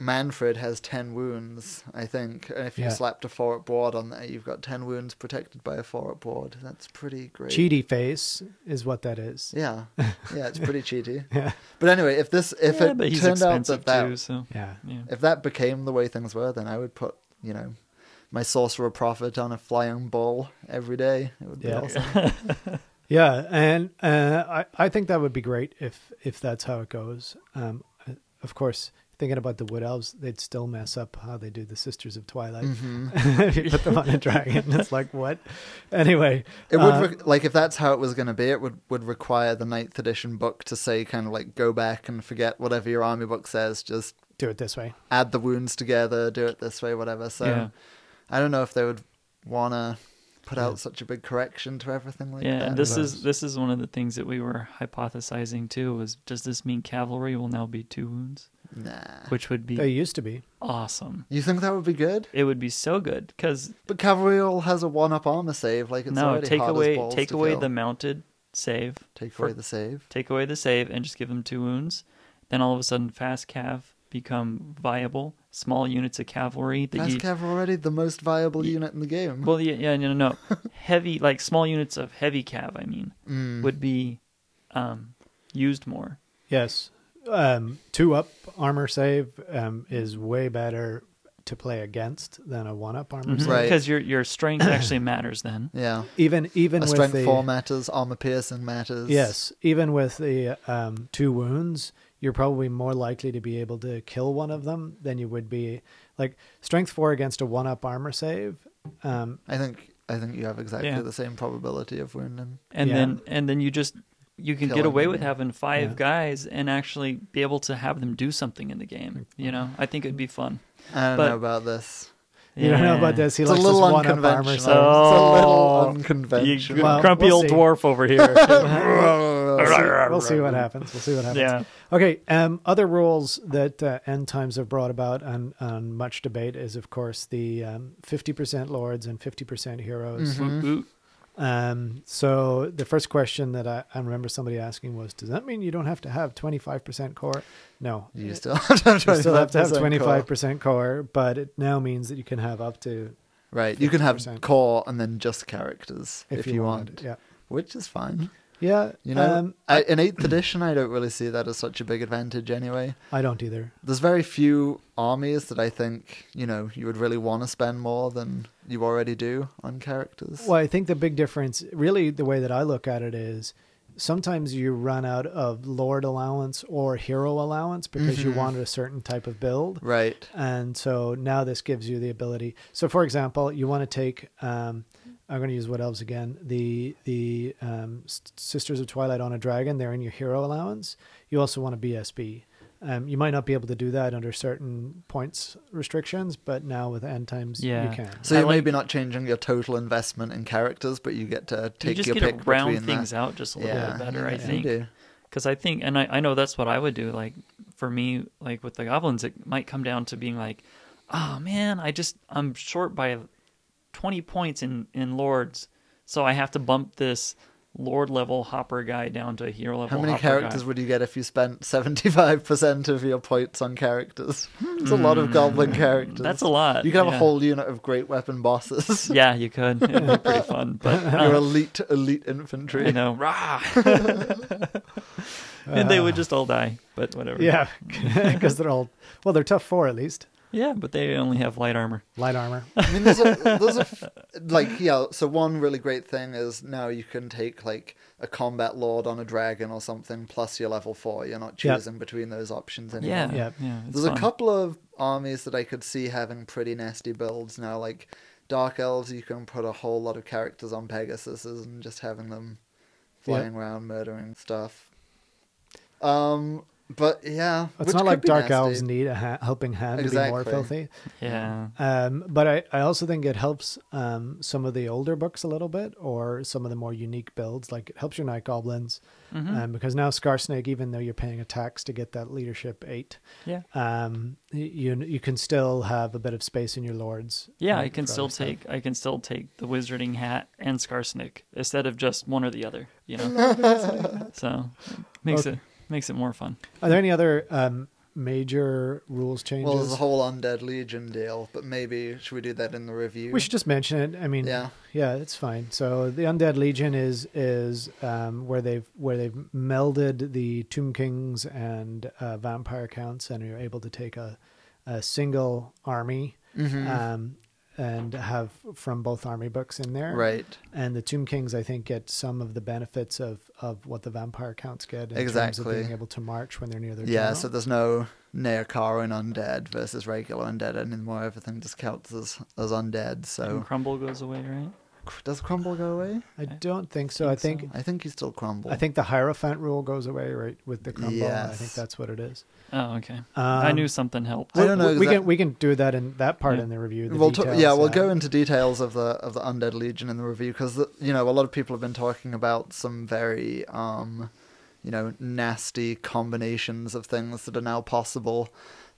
C: Manfred has ten wounds, I think, and if you
A: Yeah.
C: slapped a four up board on there, you've got ten wounds protected by a four up board. That's pretty great.
A: Cheaty face is what that is.
C: Yeah, yeah, it's pretty cheaty.
A: Yeah.
C: But anyway, if this if
B: yeah,
C: it
B: but he's
C: turned out
B: expensive
C: that that
B: too, so
A: Yeah.
B: yeah.
C: if that became the way things were, then I would put you know my sorcerer prophet on a flying ball every day. It would be
A: Yeah.
C: awesome.
A: Yeah, and uh, I I think that would be great if if that's how it goes. Um, uh, of course, thinking about the wood elves, they'd still mess up how they do the Sisters of Twilight.
C: Mm-hmm.
A: if you put them on a dragon, it's like what? Anyway,
C: It would
A: uh,
C: re- like if that's how it was going to be, it would would require the ninth edition book to say kind of like go back and forget whatever your army book says, just
A: do it this way.
C: add the wounds together, do it this way, whatever. So
B: Yeah.
C: I don't know if they would want to put out such a big correction to everything like
B: yeah,
C: that.
B: and this
A: but-
B: is this is one of the things that we were hypothesizing too. Was does this mean cavalry will now be two wounds,
C: nah.
B: which would be
A: They used to be.
B: awesome.
C: You think that would be good?
B: It would be so good because
C: But cavalry all has a one-up armor save. Like it's
B: no,
C: already
B: take
C: hard as
B: away
C: balls
B: take
C: to
B: away
C: kill.
B: the mounted save,
C: take
B: for-
C: away the save.
B: take away the save, and just give them two wounds. Then all of a sudden, fast cav become viable. Small units of cavalry that
C: Fast
B: you
C: Cav already the most viable unit in the game.
B: Well, yeah, yeah, no, no, no. heavy, like small units
C: Mm.
B: of heavy cav. I mean, would be um, used more.
A: Yes, um, two up armor save um, is way better to play against than a one up armor. save.
C: Mm-hmm. Right.
B: Because Mm-hmm. your your strength actually matters then.
C: Yeah.
A: Even even
C: A
A: with
C: strength
A: the
C: four matters, armor piercing matters.
A: yes, even with the um, two wounds, you're probably more likely to be able to kill one of them than you would be like strength four against a one up armor save. Um,
C: I think I think you have exactly
B: Yeah.
C: the same probability of wounding.
B: And
A: Yeah.
B: then and then you just you can
C: Killing
B: get away
C: them,
B: with
C: yeah.
B: having five
A: Yeah.
B: guys and actually be able to have them do something in the game. You know, I think it'd be fun.
C: I don't
B: But-
C: know about this.
A: you don't know about this. He
C: It's a
A: likes this
C: little
A: one up armor
C: unconventional.
A: save.
B: Oh.
C: It's a little
B: You
C: unconventional.
A: Well,
B: grumpy
A: we'll
B: old
A: see.
B: dwarf over here.
C: Oh.
A: We'll see- we'll see what happens. We'll see what happens.
B: yeah.
A: Okay. Um, other rules that uh, end times have brought about and, and much debate is, of course, the um, 50% lords and 50%
C: Mm-hmm.
A: heroes.
B: Woot woot.
A: Um, so the first question that I, I remember somebody asking was, does that mean you don't have to have 25% core? No.
C: You still have to have
A: You still have to have
C: 25% core.
A: 25% core, but it now means that you can have up to
C: Right, you can have
A: 50%.
C: core and then just characters
A: if, you, want. Yeah.
C: which is fine.
A: Yeah.
C: You know,
A: um,
C: I, in eighth edition, I don't really see that as such a big advantage anyway.
A: I don't either.
C: There's very few armies that I think you know you would really want to spend more than you already do on characters.
A: Well, I think the big difference, really, the way that I look at it is sometimes you run out of lord allowance or hero allowance because
C: Mm-hmm.
A: you wanted a certain type of build.
C: Right,
A: And so now this gives you the ability. So, for example, you want to take. Um, I'm going to use what elves again. The the um, S- Sisters of Twilight on a Dragon. They're in your hero allowance. You also want a BSB. Um, you might not be able to do that under certain points restrictions, but now with end times,
B: Yeah.
A: you can.
C: so
B: I
C: you're
B: like-
C: maybe not changing your total investment in characters, but you get to
B: You
C: take
B: just
C: your
B: get
C: pick
B: to round
C: between
B: things
C: that.
B: out just a little
C: yeah,
B: bit better, I
C: you
B: think.
C: do.
B: because I think, and I, I know that's what I would do. Like for me, like with the goblins, it might come down to being like, oh man, I just I'm short by twenty points in in lords, so I have to bump this lord level hopper guy down to hero level.
C: How many
B: hopper
C: characters
B: Guy.
C: would you get if you spent seventy-five percent of your points on characters? It's a lot of goblin characters.
B: Hmm, That's a lot.
C: You could have
B: yeah.
C: a whole unit of great weapon bosses.
B: Yeah, you could. It'd be pretty fun, but uh,
C: Your elite, elite infantry.
B: you know, rah. and they
C: Ah.
B: would just all die. But whatever.
A: Yeah, because they're all well, they're tough four at least.
B: yeah, but they only have light armor.
A: Light armor.
C: I mean, there's a, there's a, f- like, yeah, so one really great thing is now you can take, like, a combat lord on a dragon or something, plus your level four. You're not
A: Yep.
C: choosing between those options anymore.
B: Yeah, yeah.
A: Yep.
B: it's
C: There's
B: fun.
C: a couple of armies that I could see having pretty nasty builds now, like Dark Elves. You can put a whole lot of characters on Pegasuses and just having them flying around murdering stuff. Um, but yeah,
A: It's
C: which
A: not
C: could
A: like
C: be
A: dark
C: nasty.
A: elves need a ha- helping hand to be more
C: Exactly.
A: filthy.
B: Yeah.
A: Um, but I, I also think it helps um, some of the older books a little bit, or some of the more unique builds. Like it helps your night goblins,
B: Mm-hmm.
A: um, because now Scar Snake, even though you're paying a tax to get that leadership eight,
B: Yeah.
A: um, y- you you can still have a bit of space in your lords.
B: Yeah, I
A: um,
B: can
A: for
B: still
A: other stuff.
B: take I can still take the wizarding hat and Scarsnick instead of just one or the other, you know. so makes
A: Okay.
B: it makes it more fun.
A: Are there any other um, major rules changes?
C: Well, there's a whole undead legion deal, but maybe should we do that in the review?
A: We should just mention it. I mean,
C: Yeah.
A: yeah, it's fine. So the undead legion is is um, where they've where they've melded the tomb kings and uh, vampire counts, and you're able to take a a single army
C: Mm-hmm.
A: um, and have from both army books in there,
C: Right.
A: And the tomb kings, I think, get some of the benefits of of what the vampire counts get in terms of
C: Exactly.
A: being able to march when they're near their
C: Yeah,
A: general.
C: so there's no Neokar and undead versus regular undead anymore. Everything just counts as, as undead.
B: And
C: So
B: Crumble goes away, right?
C: does Crumble go away?
A: I don't think so. I think.
C: I think he's still Crumble.
A: I think the Hierophant rule goes away, right, with the crumble. I think
C: Yes.
A: that's what it is.
B: Oh, okay. I
A: Um,
B: knew something helped.
C: I don't know
A: We- We can
C: exact-
A: we can do that in that part
B: Yeah.
A: in the review. The
C: We'll t-
A: details,
C: yeah, we'll
A: uh,
C: go into details of the of the undead legion in the review because you know a lot of people have been talking about some very um, you know nasty combinations of things that are now possible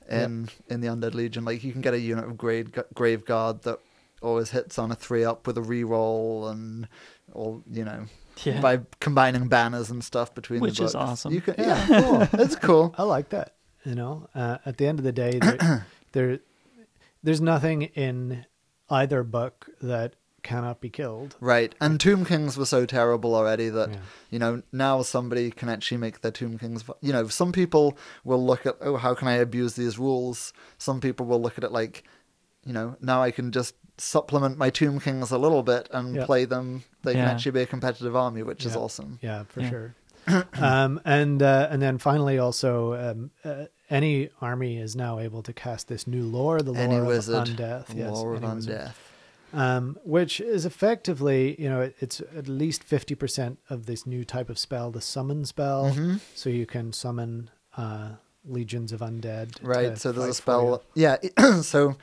C: in in the undead legion. Like you can get a unit of grade grave guard that always hits on a three up with a reroll and all you know
B: Yeah.
C: by combining banners and stuff between
B: Which
C: the
B: is
C: books.
B: awesome.
C: You can, yeah, cool. It's cool.
A: I like that. You know, uh, at the end of the day, there, there there's nothing in either book that cannot be killed.
C: Right. And Tomb Kings were so terrible already that,
A: Yeah.
C: you know, now somebody can actually make their Tomb Kings. You know, some people will look at, oh, how can I abuse these rules? Some people will look at it like, you know, now I can just supplement my Tomb Kings a little bit and
A: Yeah.
C: play them. They can
B: Yeah.
C: actually be a competitive army, which is
A: Yeah.
C: awesome.
A: Yeah, for
B: Yeah.
A: sure. um, and uh, and then finally, also um, uh, any army is now able to cast this new lore, the lore
C: Any
A: of
C: wizard.
A: undeath, yes,
C: Lore of
A: any wizard.
C: Undeath.
A: um, which is effectively, you know, it, it's at least fifty percent of this new type of spell, the summon spell.
C: Mm-hmm.
A: So you can summon uh, legions of undead.
C: Right,
A: to
C: so there's a
A: fight for you.
C: spell. Yeah, so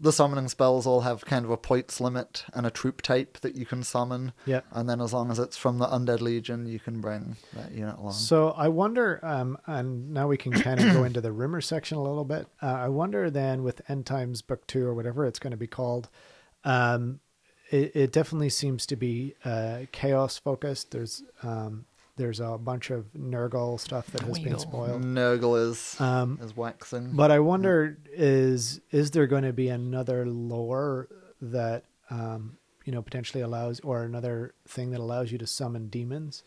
C: the summoning spells all have kind of a points limit and a troop type that you can summon.
A: Yeah.
C: And then as long as it's from the Undead Legion, you can bring that unit along.
A: So I wonder, um, and now we can kind of go into the rumor section a little bit. Uh, I wonder then with End Times Book Two or whatever it's going to be called, um, it, it definitely seems to be uh, chaos focused. There's um, there's a bunch of Nurgle stuff that has been
B: Nurgle.
C: Mm.
A: spoiled.
C: Nurgle is,
A: Um,
C: is waxing.
A: But I wonder is is there going to be another lore that um, you know potentially allows or another thing that allows you to summon demons?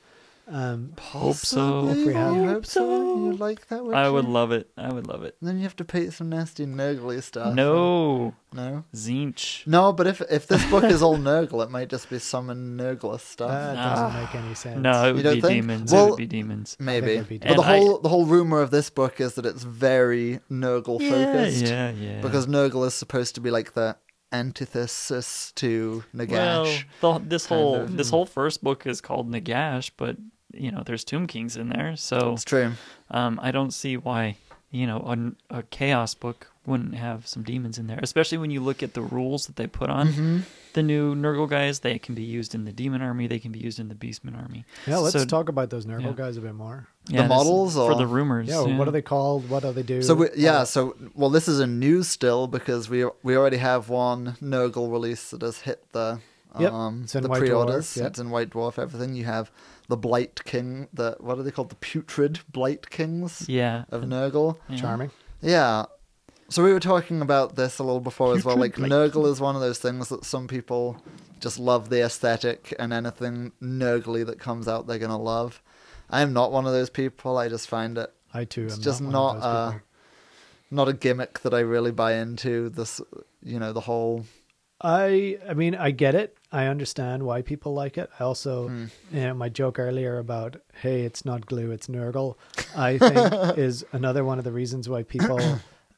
A: Um,
B: Hope so.
C: Possibly,
A: If we have-
C: you hope so. You like that? Would
B: I
C: you?
B: would love it. I would love it.
C: Then you have to pay some nasty Nurgly stuff. uh,
B: No,
C: No?
B: Zinch.
C: No, but if if this book is all Nurgle, it might just be summon Nurgle stuff.
A: that doesn't make any sense.
B: No, it
C: You
B: would
C: don't
B: be
C: think?
B: demons. it
C: Well-
B: would be demons.
A: I
C: Maybe.
A: think it'd be
C: But the
B: And I-
C: whole the whole rumor of this book is that it's very Nurgle
B: Yeah,
C: focused.
B: yeah, yeah.
C: Because Nurgle is supposed to be like the antithesis to Nagash.
B: Well, the, this
C: kind
B: whole
C: of.
B: this whole first book is called Nagash, but you know there's Tomb Kings in there, so
C: it's true.
B: um, I don't see why you know a, a chaos book wouldn't have some demons in there, especially when you look at the rules that they put on
A: Mm-hmm.
B: the new Nurgle guys. They can be used in the demon army. They can be used in the beastman army.
A: Yeah, let's
B: So-
A: talk about those Nurgle
B: yeah.
A: guys a bit more.
B: Yeah, this-
C: models
B: for
C: or-
B: the rumors.
A: Yeah, what are they called? What do they do? Uh,
C: So we, yeah, so well, this is a news still because we we already have one Nurgle release that has hit the
A: Yep,
C: um
A: it's in
C: the
A: White Dwarf,
C: pre-orders.
A: yep.
C: It's in White Dwarf. Everything you have the Blight King. The what are they called? The Putrid Blight Kings
B: Yeah,
C: of Nurgle.
B: yeah.
A: charming.
C: Yeah. So we were talking about this a little before as well. Like
B: Putrid
C: Nurgle is one of those things that some people just love the aesthetic and anything Nurgly that comes out they're gonna love. I am not one of those people. I just find it
A: I too.
C: it's
A: am
C: just
A: not.
C: not,
A: one of
C: uh,
A: those people.
C: not a gimmick that I really buy into. This, you know, the whole
A: I I mean I get it. I understand why people like it. I also,
C: Hmm.
A: you know, my joke earlier about hey, it's not glue, it's Nurgle. I think is another one of the reasons why people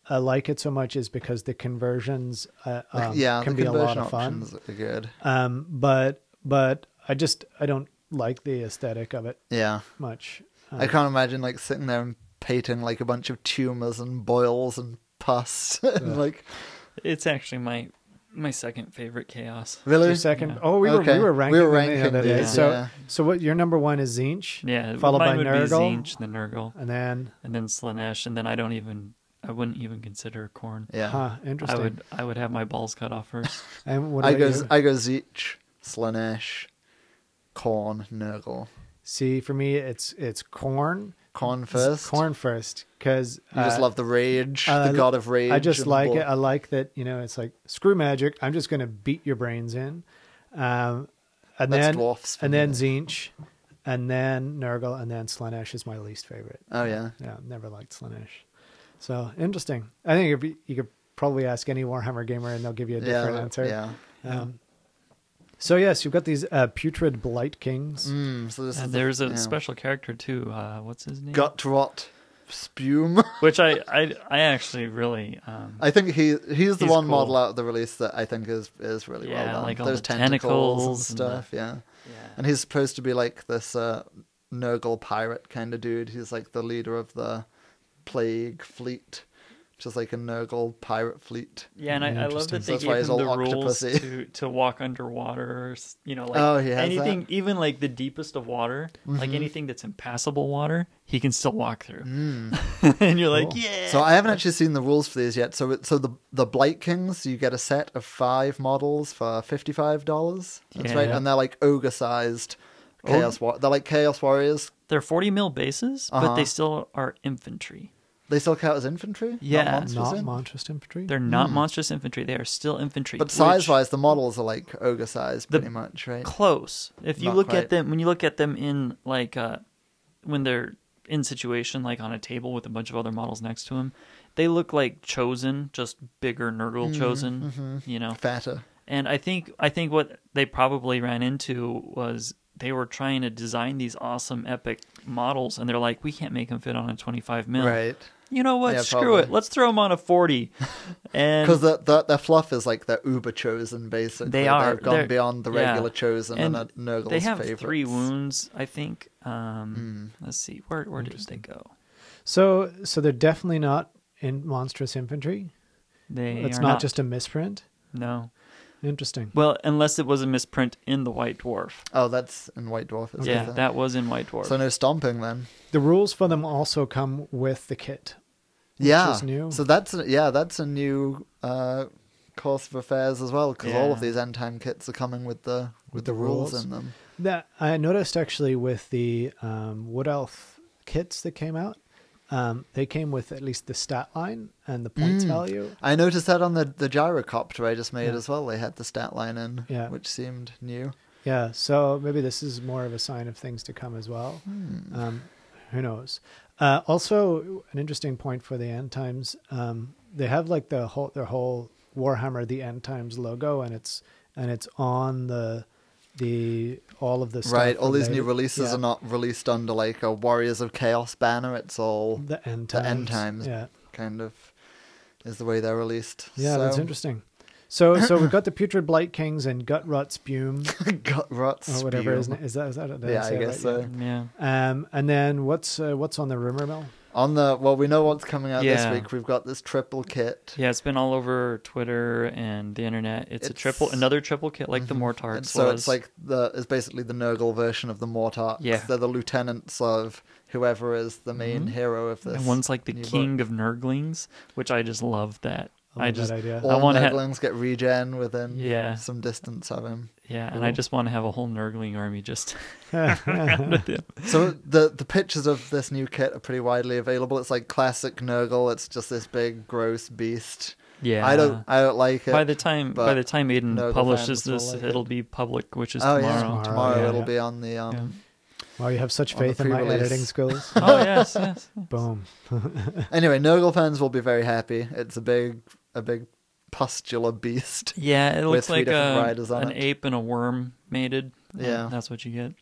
A: uh, like it so much is because the conversions uh,
C: like,
A: um,
C: yeah,
A: can
C: the
A: be a lot
C: conversion
A: of fun.
C: options are good.
A: Um, but but I just I don't like the aesthetic of it
C: Yeah,
A: much. Uh,
C: I can't imagine like sitting there and painting like a bunch of tumors and boils and pus and like
B: It's actually my my second favorite chaos.
C: really
A: Your second.
B: Yeah.
A: Oh, we were
C: Okay.
A: we were ranking,
C: We were
A: them the other
C: ranking
A: day.
C: these,
A: So
C: yeah.
A: so what your number one is Zinch.
B: Yeah,
A: Followed
B: mine
A: by
B: would
A: Nurgle.
B: be Zinch, then Nurgle,
A: And then
B: and then Slanesh, and then I don't even I wouldn't even consider corn.
C: yeah.
A: huh,
B: I
A: interesting.
B: would I would have my balls cut off first.
A: and what
C: I
A: about
C: go
A: you?
C: I go Zeech, Slanesh, Corn, Nurgle,
A: See, for me it's it's corn.
C: Corn
A: It's
C: first.
A: Corn first because
C: You just love the rage,
A: I-
C: the god of rage.
A: I just
C: and
A: like
C: bull-
A: it. uh, I like that you know it's like screw magic. I'm just going to beat your brains in. Um, and
C: That's
A: then
C: dwarfs for
A: and
C: me.
A: then Zinch, and then Nurgle, and then Slanesh is my least favorite.
C: Oh yeah,
A: Yeah, never liked Slanesh. So interesting. I think it'd be, you could probably ask any Warhammer gamer and they'll give you a different
C: yeah,
A: answer.
C: yeah.
A: Um, so yes, you've got these uh, putrid blight kings.
C: Mm, so this is
B: and
C: the-
B: there's a
C: yeah.
B: special character too. Uh, what's his name?
C: gut rot spume.
B: Which I, I I actually really um,
C: I think he he's the
B: He's cool.
C: one model out of the release that I think is is really well
B: Yeah,
C: done.
B: like all
C: Those
B: the
C: tentacles,
B: tentacles
C: and
B: and
C: stuff, yeah.
B: yeah.
C: And he's supposed to be like this uh, Nurgle pirate kind of dude. He's like the leader of the plague fleet, just like a Nurgle pirate fleet.
B: Yeah, and I, I love
A: Interesting.
B: that they
C: That's why
B: gave him
C: he's
B: the
C: all
B: rules
C: octopusy.
B: to, to walk underwater. or s- You know, like
C: Oh, he has that? Mm-hmm.
B: anything, even like the deepest of water, like anything that's impassable water, he can still walk through.
C: Mm.
B: and you're like,
A: Cool.
B: yeah.
C: So I haven't actually seen the rules for these yet. So it, so the the Blight Kings, you get a set of five models for fifty five dollars. That's
B: Yeah. Oh.
C: right, and they're like ogre sized chaos. War- they're like chaos warriors.
B: They're 40 mil bases,
C: Uh-huh.
B: but they still are infantry.
C: They still count as infantry?
B: Yeah.
C: Not monsters eh?
A: Not
C: in?
A: monstrous infantry.
B: They're not monstrous infantry. They are still infantry.
C: Mm. But
B: which-
C: size wise, the models are like ogre size,
B: The-
C: pretty much, right?
B: close. If you
C: Not
B: look
C: quite.
B: at them, when you look at them in like uh, when they're in situation, like on a table with a bunch of other models next to them, they look like chosen, just bigger Nurgle
C: Mm-hmm,
B: chosen, you know.
C: Fatter.
B: And I think I think what they probably ran into was they were trying to design these awesome epic models, and they're like, we can't make them fit on a twenty-five mil.
C: Right.
B: You know what?
C: Yeah,
B: Screw
C: probably.
B: it. Let's throw them on a forty. And
C: Because the, the, their fluff is like they're uber chosen, basically.
B: They are.
C: They've gone
B: They're-
C: beyond the
B: yeah.
C: regular chosen and, are Nurgle's
B: They have
C: favorites. Mm.
B: three wounds, I think. Um, Let's see, where where did they go?
A: So so they're definitely not in monstrous infantry.
B: They
A: It's
B: are
A: not, just a misprint.
B: no.
A: Interesting.
B: Well, unless it was a misprint in the White Dwarf.
C: Oh, that's in White Dwarf. Is
B: Yeah, that was in White Dwarf.
C: So no stomping then.
A: The rules for them also come with the kit.
C: yeah.
A: is new.
C: So that's a, yeah, that's a new uh, course of affairs as well because all of
B: Yeah.
C: these end time kits are coming with the with,
A: With
C: the,
A: the
C: rules.
A: rules.
C: in them.
A: That I noticed actually with the um, Wood Elf kits that came out, um, they came with at least the stat line and the
B: Mm.
A: points value.
C: I noticed that on the the gyrocopter I just made
A: Yeah.
C: as well. They had the stat line in,
A: Yeah.
C: which seemed new.
A: Yeah, so maybe this is more of a sign of things to come as well.
C: Hmm.
A: Um, who knows? Uh, also, an interesting point for the end times. Um, they have like the whole their whole Warhammer the End Times logo, and it's and it's on the the all of the stuff
C: right, all these new
A: related-
C: releases
A: yeah,
C: are not released under like a Warriors of Chaos banner. It's all
A: the end
C: the
A: times.
C: end times.
A: Yeah,
C: kind of is the way they're released.
A: yeah, that's
C: So-
A: interesting. So so we've got the Putrid Blight Kings and Gut Rot Spume
C: Gut rot
A: or whatever
C: spew.
A: is is that is that did
C: Yeah, I
A: say it
C: guess
A: right?
C: so.
B: yeah.
A: Um, and then what's uh, what's on the rumor mill?
C: On the well, we know what's coming out
B: Yeah.
C: this week. We've got this triple kit.
B: Yeah, it's been all over Twitter and the internet. It's, a
C: It's- Mm-hmm.
B: triple another triple kit like the Mortards
C: And so
B: was.
C: it's like the it's basically the Nurgle version of the Mortarks.
B: Yeah.
C: They're the lieutenants of whoever is the main
A: Mm-hmm.
C: hero of this.
B: and one's like the
C: new book.
B: king of Nurglings, which I just love that.
A: I Oh, love
B: I, just
A: that idea.
B: I
C: All
B: want to have
C: Nurglings get regen within
B: Yeah.
C: some distance of him.
B: yeah, and I just want to have a whole Nurgling army just
C: So the the pictures of this new kit are pretty widely available. It's like classic Nurgle. It's just this big gross beast.
B: yeah.
C: I don't I don't like it.
B: by the time by
C: but
B: the time Aiden
C: Nurgle
B: publishes
C: fans will
B: this,
C: like it.
B: it'll be public, which is
C: oh
B: tomorrow.
C: yeah, tomorrow,
A: Tomorrow,
C: it'll
A: yeah.
C: be on the um,
B: Yeah.
A: Wow, you have such
C: on the
A: faith in my
C: pre-release.
A: editing skills.
B: oh yes, yes.
A: Boom.
C: Anyway, Nurgle fans will be very happy. It's a big, a big pustular beast.
B: Yeah, it looks
C: three
B: like
C: different
B: a,
C: riders on
B: an
C: it.
B: ape and a worm mated. Uh,
C: Yeah.
B: that's what you get.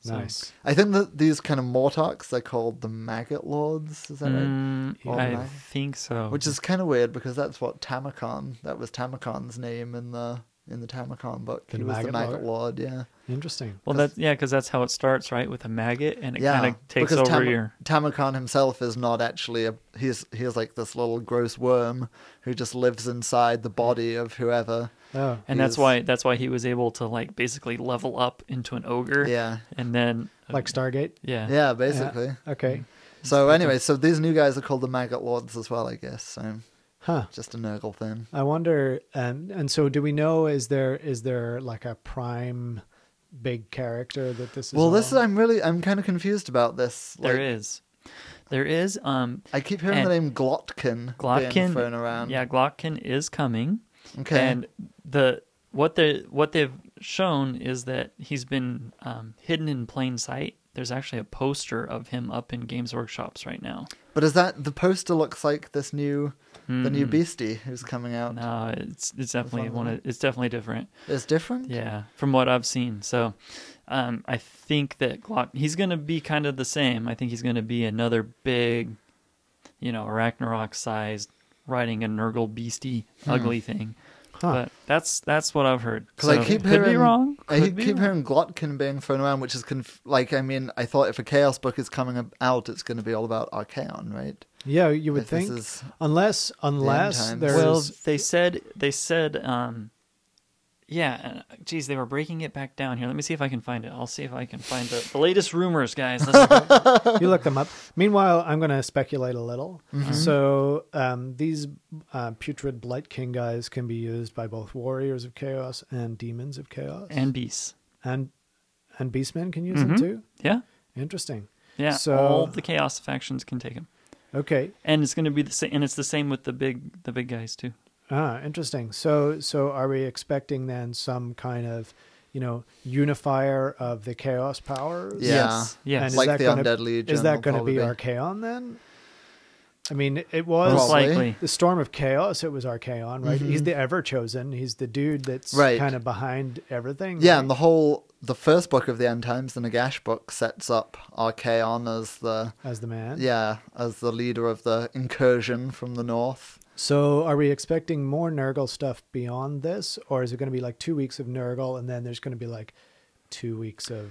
B: So-
A: Nice.
C: I think that these kind of Mortarks, they're called the Maggot Lords, is that right?
B: Mm,
C: Or
B: I
C: mag-
B: think so.
C: Which is kind of weird because that's what Tamakon, that was Tamakon's name in the in the Tamakon book.
A: The
C: he was the
A: Maggot
C: Maggot Lord, yeah.
A: Interesting.
B: well,
C: 'cause-
B: that's yeah, because that's how it starts, right, with a maggot, and it
C: yeah,
B: kind of takes
C: because
B: over
C: Tam-
B: your.
C: Tamakon himself is not actually a he's he's like this little gross worm who just lives inside the body of whoever.
A: Oh,
B: And that's
C: is-
B: why that's why he was able to like basically level up into an ogre.
C: Yeah.
B: and then uh,
A: like Stargate.
B: yeah,
C: Yeah, basically.
A: Yeah. Okay.
C: So anyway, so these new guys are called the Maggot Lords as well, I guess. So
A: Huh.
C: just a Nurgle thing.
A: I wonder. Um, and so, do we know? Is there is there like a prime big character that this is?
C: Well, this is
A: all-
C: I'm really I'm kind of confused about this. Like,
B: there is, there is. Um,
C: I keep hearing the
B: and-
C: name Glotkin, being
B: Glotkin
C: thrown around.
B: Yeah, Glotkin is coming.
C: Okay.
B: And the what they what they've shown is that he's been um, hidden in plain sight. There's actually a poster of him up in Games Workshops right now.
C: But is that the poster looks like this new the new beastie who's coming out?
B: Hmm. No, it's it's definitely
C: one of
B: one. Of, it's definitely different.
C: It's different.
B: Yeah, from what I've seen. So, um, I think that Glock he's going to be kind of the same. I think he's going to be another big, you know, Arachnorock sized riding a Nurgle beastie
C: Hmm.
B: ugly thing.
A: Huh.
B: But that's that's what I've heard.
C: Because I
B: So,
C: keep
B: could
C: hearing,
B: be wrong.
C: I
B: could be
C: keep
B: wrong.
C: hearing Glotkin being thrown around, which is conf- like, I mean, I thought if a Chaos book is coming out, it's going to be all about Archaon, right?
A: yeah, you would
C: If this
A: think,
C: is-
A: unless unless
C: times.
A: there is
B: Well, they said they said um yeah, uh, geez, they were breaking it back down here. Let me see if I can find it. I'll see if I can find the, the latest rumors, guys. Let's-
A: you look them up. Meanwhile, I'm going to speculate a little.
C: Mm-hmm.
A: So um, these uh, putrid blight king guys can be used by both warriors of chaos and demons of chaos,
B: and beasts.
A: and and
B: Mm-hmm.
A: beastmen can use them too.
B: Yeah.
A: Interesting.
B: Yeah.
A: So-
B: All the chaos factions can take him.
A: Okay.
B: and it's going to be the same. And it's the same with the big the big guys too.
A: Ah, interesting. So, so are we expecting then some kind of, you know, unifier of the chaos powers?
C: Yeah.
B: Yes. Yes.
A: And is
C: Like
A: that
C: the
A: gonna,
C: Undead Legion
A: Is that
C: will
A: going to be
C: probably be.
A: Archaon then? I mean, it was
B: Most
C: Probably.
B: likely.
A: the Storm of Chaos. It was Archaon, right? He's the Ever Chosen. He's the dude that's
C: Mm-hmm. Right.
A: kind of behind everything.
C: Yeah,
A: right?
C: and the whole the first book of the End Times, the Nagash book, sets up Archaon as the
A: as the man.
C: yeah as the leader of the incursion from the north.
A: So, are we expecting more Nurgle stuff beyond this, or is it going to be like two weeks of Nurgle and then there's going to be like two weeks of?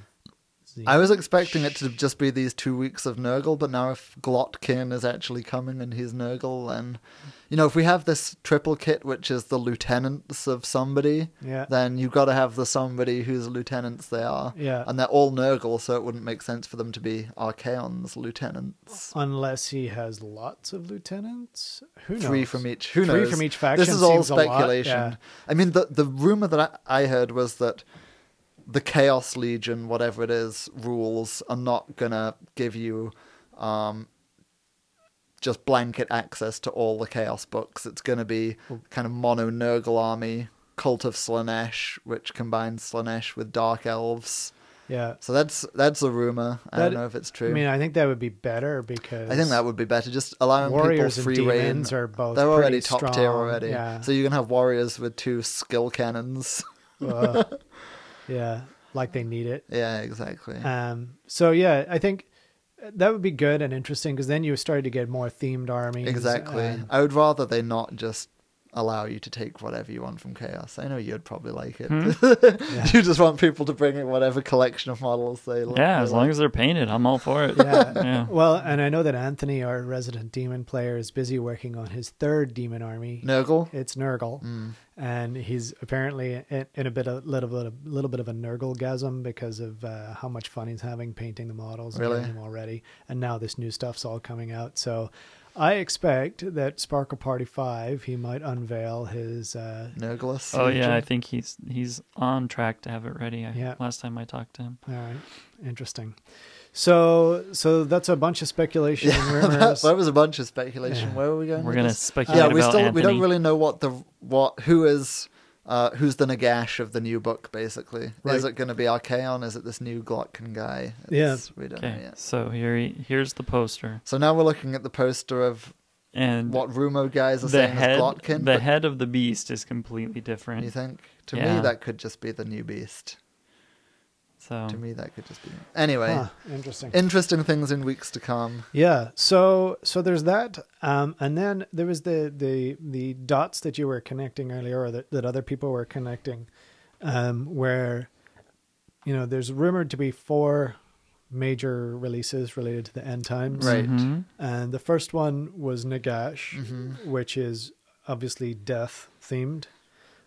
A: Xen-
C: I was expecting it to just be these two weeks of Nurgle, but now if Glotkin is actually coming and he's Nurgle, then you know if we have this triple kit, which is the lieutenants of somebody,
A: Yeah.
C: then you've got to have the somebody whose lieutenants they are,
A: Yeah.
C: and they're all Nurgle, so it wouldn't make sense for them to be Archaon's lieutenants.
A: unless he has lots of lieutenants. Who knows?
C: Three from each. Who
A: Three
C: knows?
A: from each faction
C: This is all
A: seems a lot,
C: speculation.
A: yeah.
C: I mean, the the rumor that I, I heard was that the Chaos Legion, whatever it is, rules are not gonna give you um, just blanket access to all the Chaos books. It's gonna be kind of mono Nurgle army, Cult of Slanesh, which combines Slanesh with Dark Elves.
A: Yeah.
C: So that's that's a rumor. I don't
A: That-
C: know if it's
A: I
C: true.
A: mean, I think that would be better because
C: I think that would be better. Just allowing
A: Warriors
C: people
A: and
C: free
A: demons
C: reign.
A: are both
C: They're already
A: pretty
C: top tier
A: strong,
C: already.
A: yeah.
C: So you can have warriors with two skill cannons.
A: uh, yeah, like they need it.
C: yeah, exactly.
A: Um, so yeah, I think that would be good and interesting because then you started to get more themed armies. um,
C: exactly.
A: and-
C: I would rather they not just allow you to take whatever you want from chaos. I know you'd probably like it.
B: Hmm?
C: you just want people to bring in whatever collection of models they like.
B: Yeah, as long as they're painted, I'm all for it.
A: yeah.
B: Yeah.
A: Well, and I know that Anthony, our resident demon player, is busy working on his third demon army.
C: Nurgle.
A: It's Nurgle,
C: Mm.
A: and he's apparently in, in a bit a little bit a little bit of a Nurglegasm because of uh, how much fun he's having painting the models and
C: Really?
A: getting them already, and now this new stuff's all coming out. So, I expect that Sparkle Party Five he might unveil his uh,
C: Nurglus.
B: Oh yeah, I
C: Legion.
B: think he's he's on track to have it ready. I,
A: Yeah.
B: Last time I talked to him.
A: All right, interesting. So, so that's a bunch of speculation and rumors.
C: That was a bunch of speculation.
A: Yeah.
C: Where were we going?
B: We're
C: with
B: gonna
C: this?
B: speculate
C: yeah, we
B: about
C: still we don't
B: Anthony.
C: really know what the what who is uh, who's the Nagash of the new book basically.
A: Right.
C: Is it going to be Archaon? Is it this new Glotkin guy?
A: Yeah.
C: It's- we don't know
B: Okay,
C: yet.
B: so here he, here's the poster
C: So now we're looking at the poster of
B: and
C: what Rumo guys are
B: the
C: saying
B: head
C: is Glotkin.
B: the
C: but
B: head of the beast is completely
C: You
B: different.
C: think? To me,
B: Yeah.
C: that could just be the new beast.
B: So
C: To me, that could just be. Anyway,
A: Huh, interesting.
C: interesting things in weeks to come.
A: Yeah. So so there's that, um, and then there was the the the dots that you were connecting earlier, or that, that other people were connecting, um, where you know there's rumored to be four major releases related to the end times,
C: Right.
B: Mhm.
A: And the first one was Nagash,
C: Mm-hmm.
A: which is obviously death themed,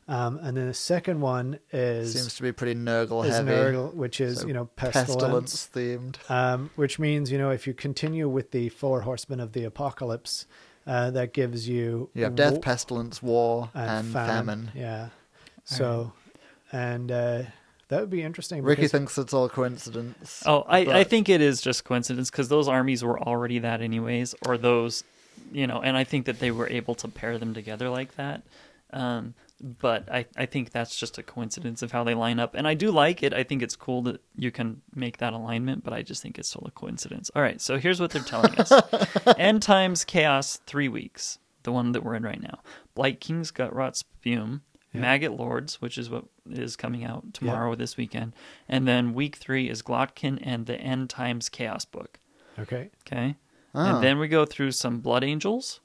A: um, and then the second one is
C: Seems to be pretty Nurgle
A: is
C: heavy.
A: Nurgle, which is
C: So
A: you know pestilence
C: pestilence themed.
A: um, which means you know if you continue with the four horsemen of the apocalypse, uh, that gives you
C: You have death,
A: wo-
C: pestilence, war, and, famine.
A: Yeah, so and uh, that would be interesting.
C: Ricky
A: because-
C: thinks it's all coincidence.
B: Oh, I, I
C: but-
B: think it is just coincidence because those armies were already that anyways, or those, you know, and I think that they were able to pair them together like that. Um, but I, I think that's just a coincidence of how they line up, and I do like it. I think it's cool that you can make that alignment, but I just think it's still a coincidence. All right, so here's what they're telling us: End times chaos, three weeks, the one that we're in right now. Blight King's gut rot spume, maggot lords, which is what is coming out tomorrow this weekend, and then week three is Glotkin and the End Times Chaos book.
A: okay,
B: Okay,
C: Ah.
B: and then we go through some blood angels.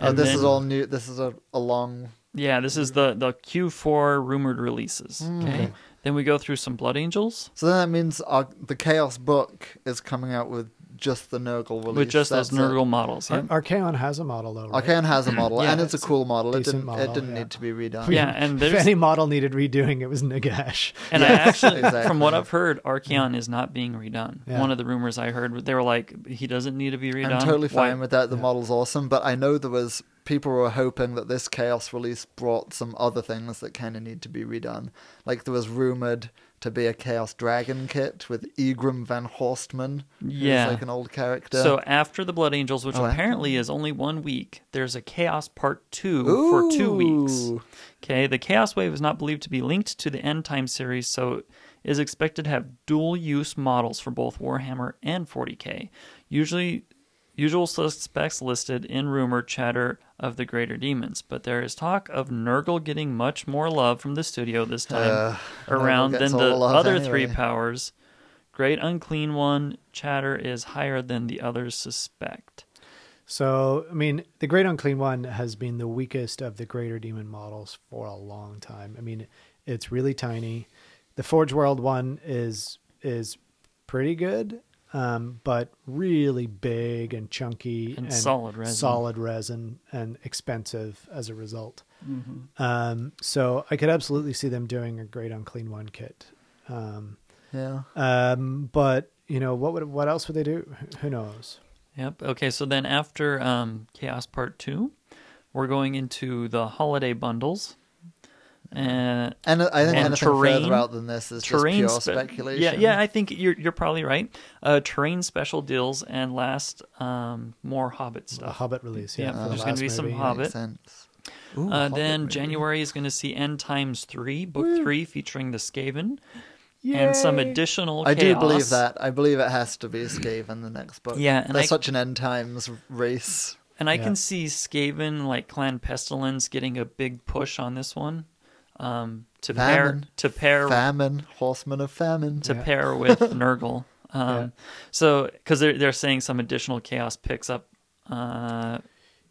C: Oh,
B: and
C: this
B: then-
C: is all new. This is a, a long.
B: Yeah, this is the the Q4 rumored releases.
C: Hmm.
B: Okay, then we go through some blood angels.
C: So then that means our, the Chaos book is coming out with just the Nurgle release.
B: With just those
C: That's
B: Nurgle
C: It.
B: models, yeah.
A: Ar- Archaon has a model though. Right?
C: Arcane has a model,
B: Yeah,
C: and it's a
B: it's
C: cool model. It
A: decent
C: didn't.
A: model,
C: it didn't
A: yeah.
C: need to be redone.
B: yeah, and
A: If
B: there's
A: any model needed redoing, it was Nagash.
B: And I actually,
C: exactly. Hmm.
B: from what I've heard, Archeon is not being redone.
A: Yeah.
B: One of the rumors I heard, they were like, he doesn't need to be redone.
C: I'm totally
B: Why-
C: fine with that. The model's awesome, but I know there was people were hoping that this chaos release brought some other things that kind of need to be redone. Like there was rumored to be a chaos dragon kit with Egrim Van Horstman, who's
B: Yeah.
C: like an old character.
B: So after the Blood Angels, which
C: Oh, after-
B: apparently is only one week, there's a Chaos Part Two for two
C: Ooh.
B: weeks. Okay, the Chaos Wave is not believed to be linked to the End Time series, so is expected to have dual use models for both Warhammer and 40k. Usually, usual suspects listed in rumor chatter of the Greater Demons, but there is talk of Nurgle getting much more love from the studio this time
C: Nurgle
B: around than
C: gets all
B: the
C: the love
B: other
C: anyway.
B: three powers. Great unclean one chatter is higher than the others suspect.
A: So, I mean, the Great Unclean One has been the weakest of the Greater Demon models for a long time. I mean, it's really tiny. The Forge World one is is pretty good, um, but really big and chunky
B: And solid resin.
A: solid resin, and expensive as a result.
B: Mm-hmm.
A: Um, so, I could absolutely see them doing a Great Unclean One kit. Um,
C: yeah.
A: um, but you know, what would what else would they do? Who- Who knows?
B: Yep. Okay. So then after um, Chaos Part 2, we're going into the holiday bundles. And
C: And I think
B: And
C: anything
B: terrain-
C: further out than this is just
B: terrain
C: pure
B: spe-
C: speculation.
B: Yeah, yeah, I think you're you're probably right. Uh, terrain special deals and last um, more Hobbit
A: A
B: stuff.
A: Hobbit release, yeah.
B: Yeah,
A: for the
B: there's gonna
A: last
B: be some
A: movie.
B: Hobbit.
C: Makes sense. Ooh,
B: Uh,
C: Hobbit
B: then
C: movie.
B: January is going to see End Times three, book three, featuring the Skaven, and some additional.
C: I do
B: chaos.
C: believe that. I believe it has to be Skaven the next book.
B: Yeah, and
C: they're
B: I-
C: such an end times race.
B: And I
A: Yeah.
B: can see Skaven, like Clan Pestilence, getting a big push on this one. Um, to pair
C: Famine.
B: to pair
C: Famine, horsemen of famine.
B: Er, to
A: Yeah.
B: pair with Nurgle. Um, So, because they're they're saying some additional chaos picks up. Uh,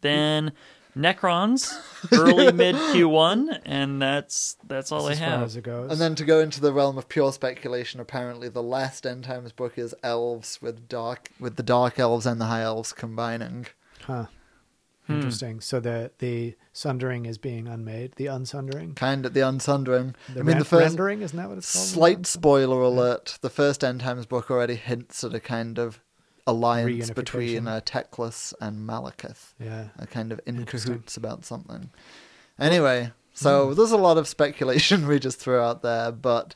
B: then Necrons early mid Q1, and that's that's all
A: That's
B: I
A: as far
B: have.
A: as it goes.
C: And then to go into the realm of pure speculation, apparently the last end times book is elves with dark with the dark elves and the high elves combining.
A: huh. Interesting. So the the sundering is being unmade. The unsundering.
C: Kind of the unsundering.
A: The
C: I mean,
A: ren-
C: the first
A: rendering isn't that what it's called?
C: slight spoiler alert: the first end times book already hints at a kind of alliance
A: Reunification.
C: between uh, Teclis and Malekith.
A: Yeah.
C: are kind of in
A: Interesting. Hmm.
C: cahoots about something. Anyway, so there's a lot of speculation we just threw out there, but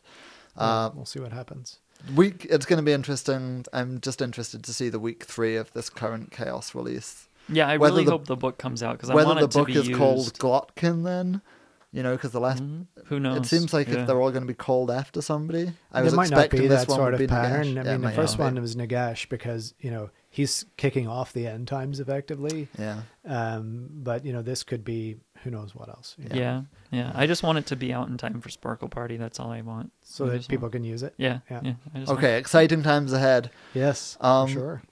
C: uh,
A: we'll see what happens.
C: week it's going to be interesting. I'm just interested to see the week three of this current chaos release.
B: Yeah, I
C: Whether
B: really
C: the-
B: hope the book comes out because I
C: Whether
B: want
C: the
B: it to
C: book
B: be
C: is
B: used. Mm-hmm.
C: called Glotkin, then you know, because the last
A: Mm-hmm.
B: Who knows?
C: it seems like
B: Yeah.
C: if they're all going to be called after somebody, I
A: there
C: was
A: might not
C: expecting
A: be
C: this
A: that
C: one
A: sort
C: would
A: of
C: be Nagash.
A: pattern.
C: Yeah,
A: I mean,
C: it
A: the
C: might
A: first
C: not
A: one
C: be.
A: was Nagash because you know he's kicking off the end times effectively.
C: yeah,
A: Um, but you know this could be who knows what else. you know,
B: yeah. yeah, I just want it to be out in time for Sparkle Party. That's all I want.
A: So
B: I
A: that
B: just
A: people
B: want-
A: can use it.
B: Yeah,
A: Yeah.
B: yeah. I just want-
C: okay, exciting times ahead.
A: Yes.
C: Um,
A: for sure.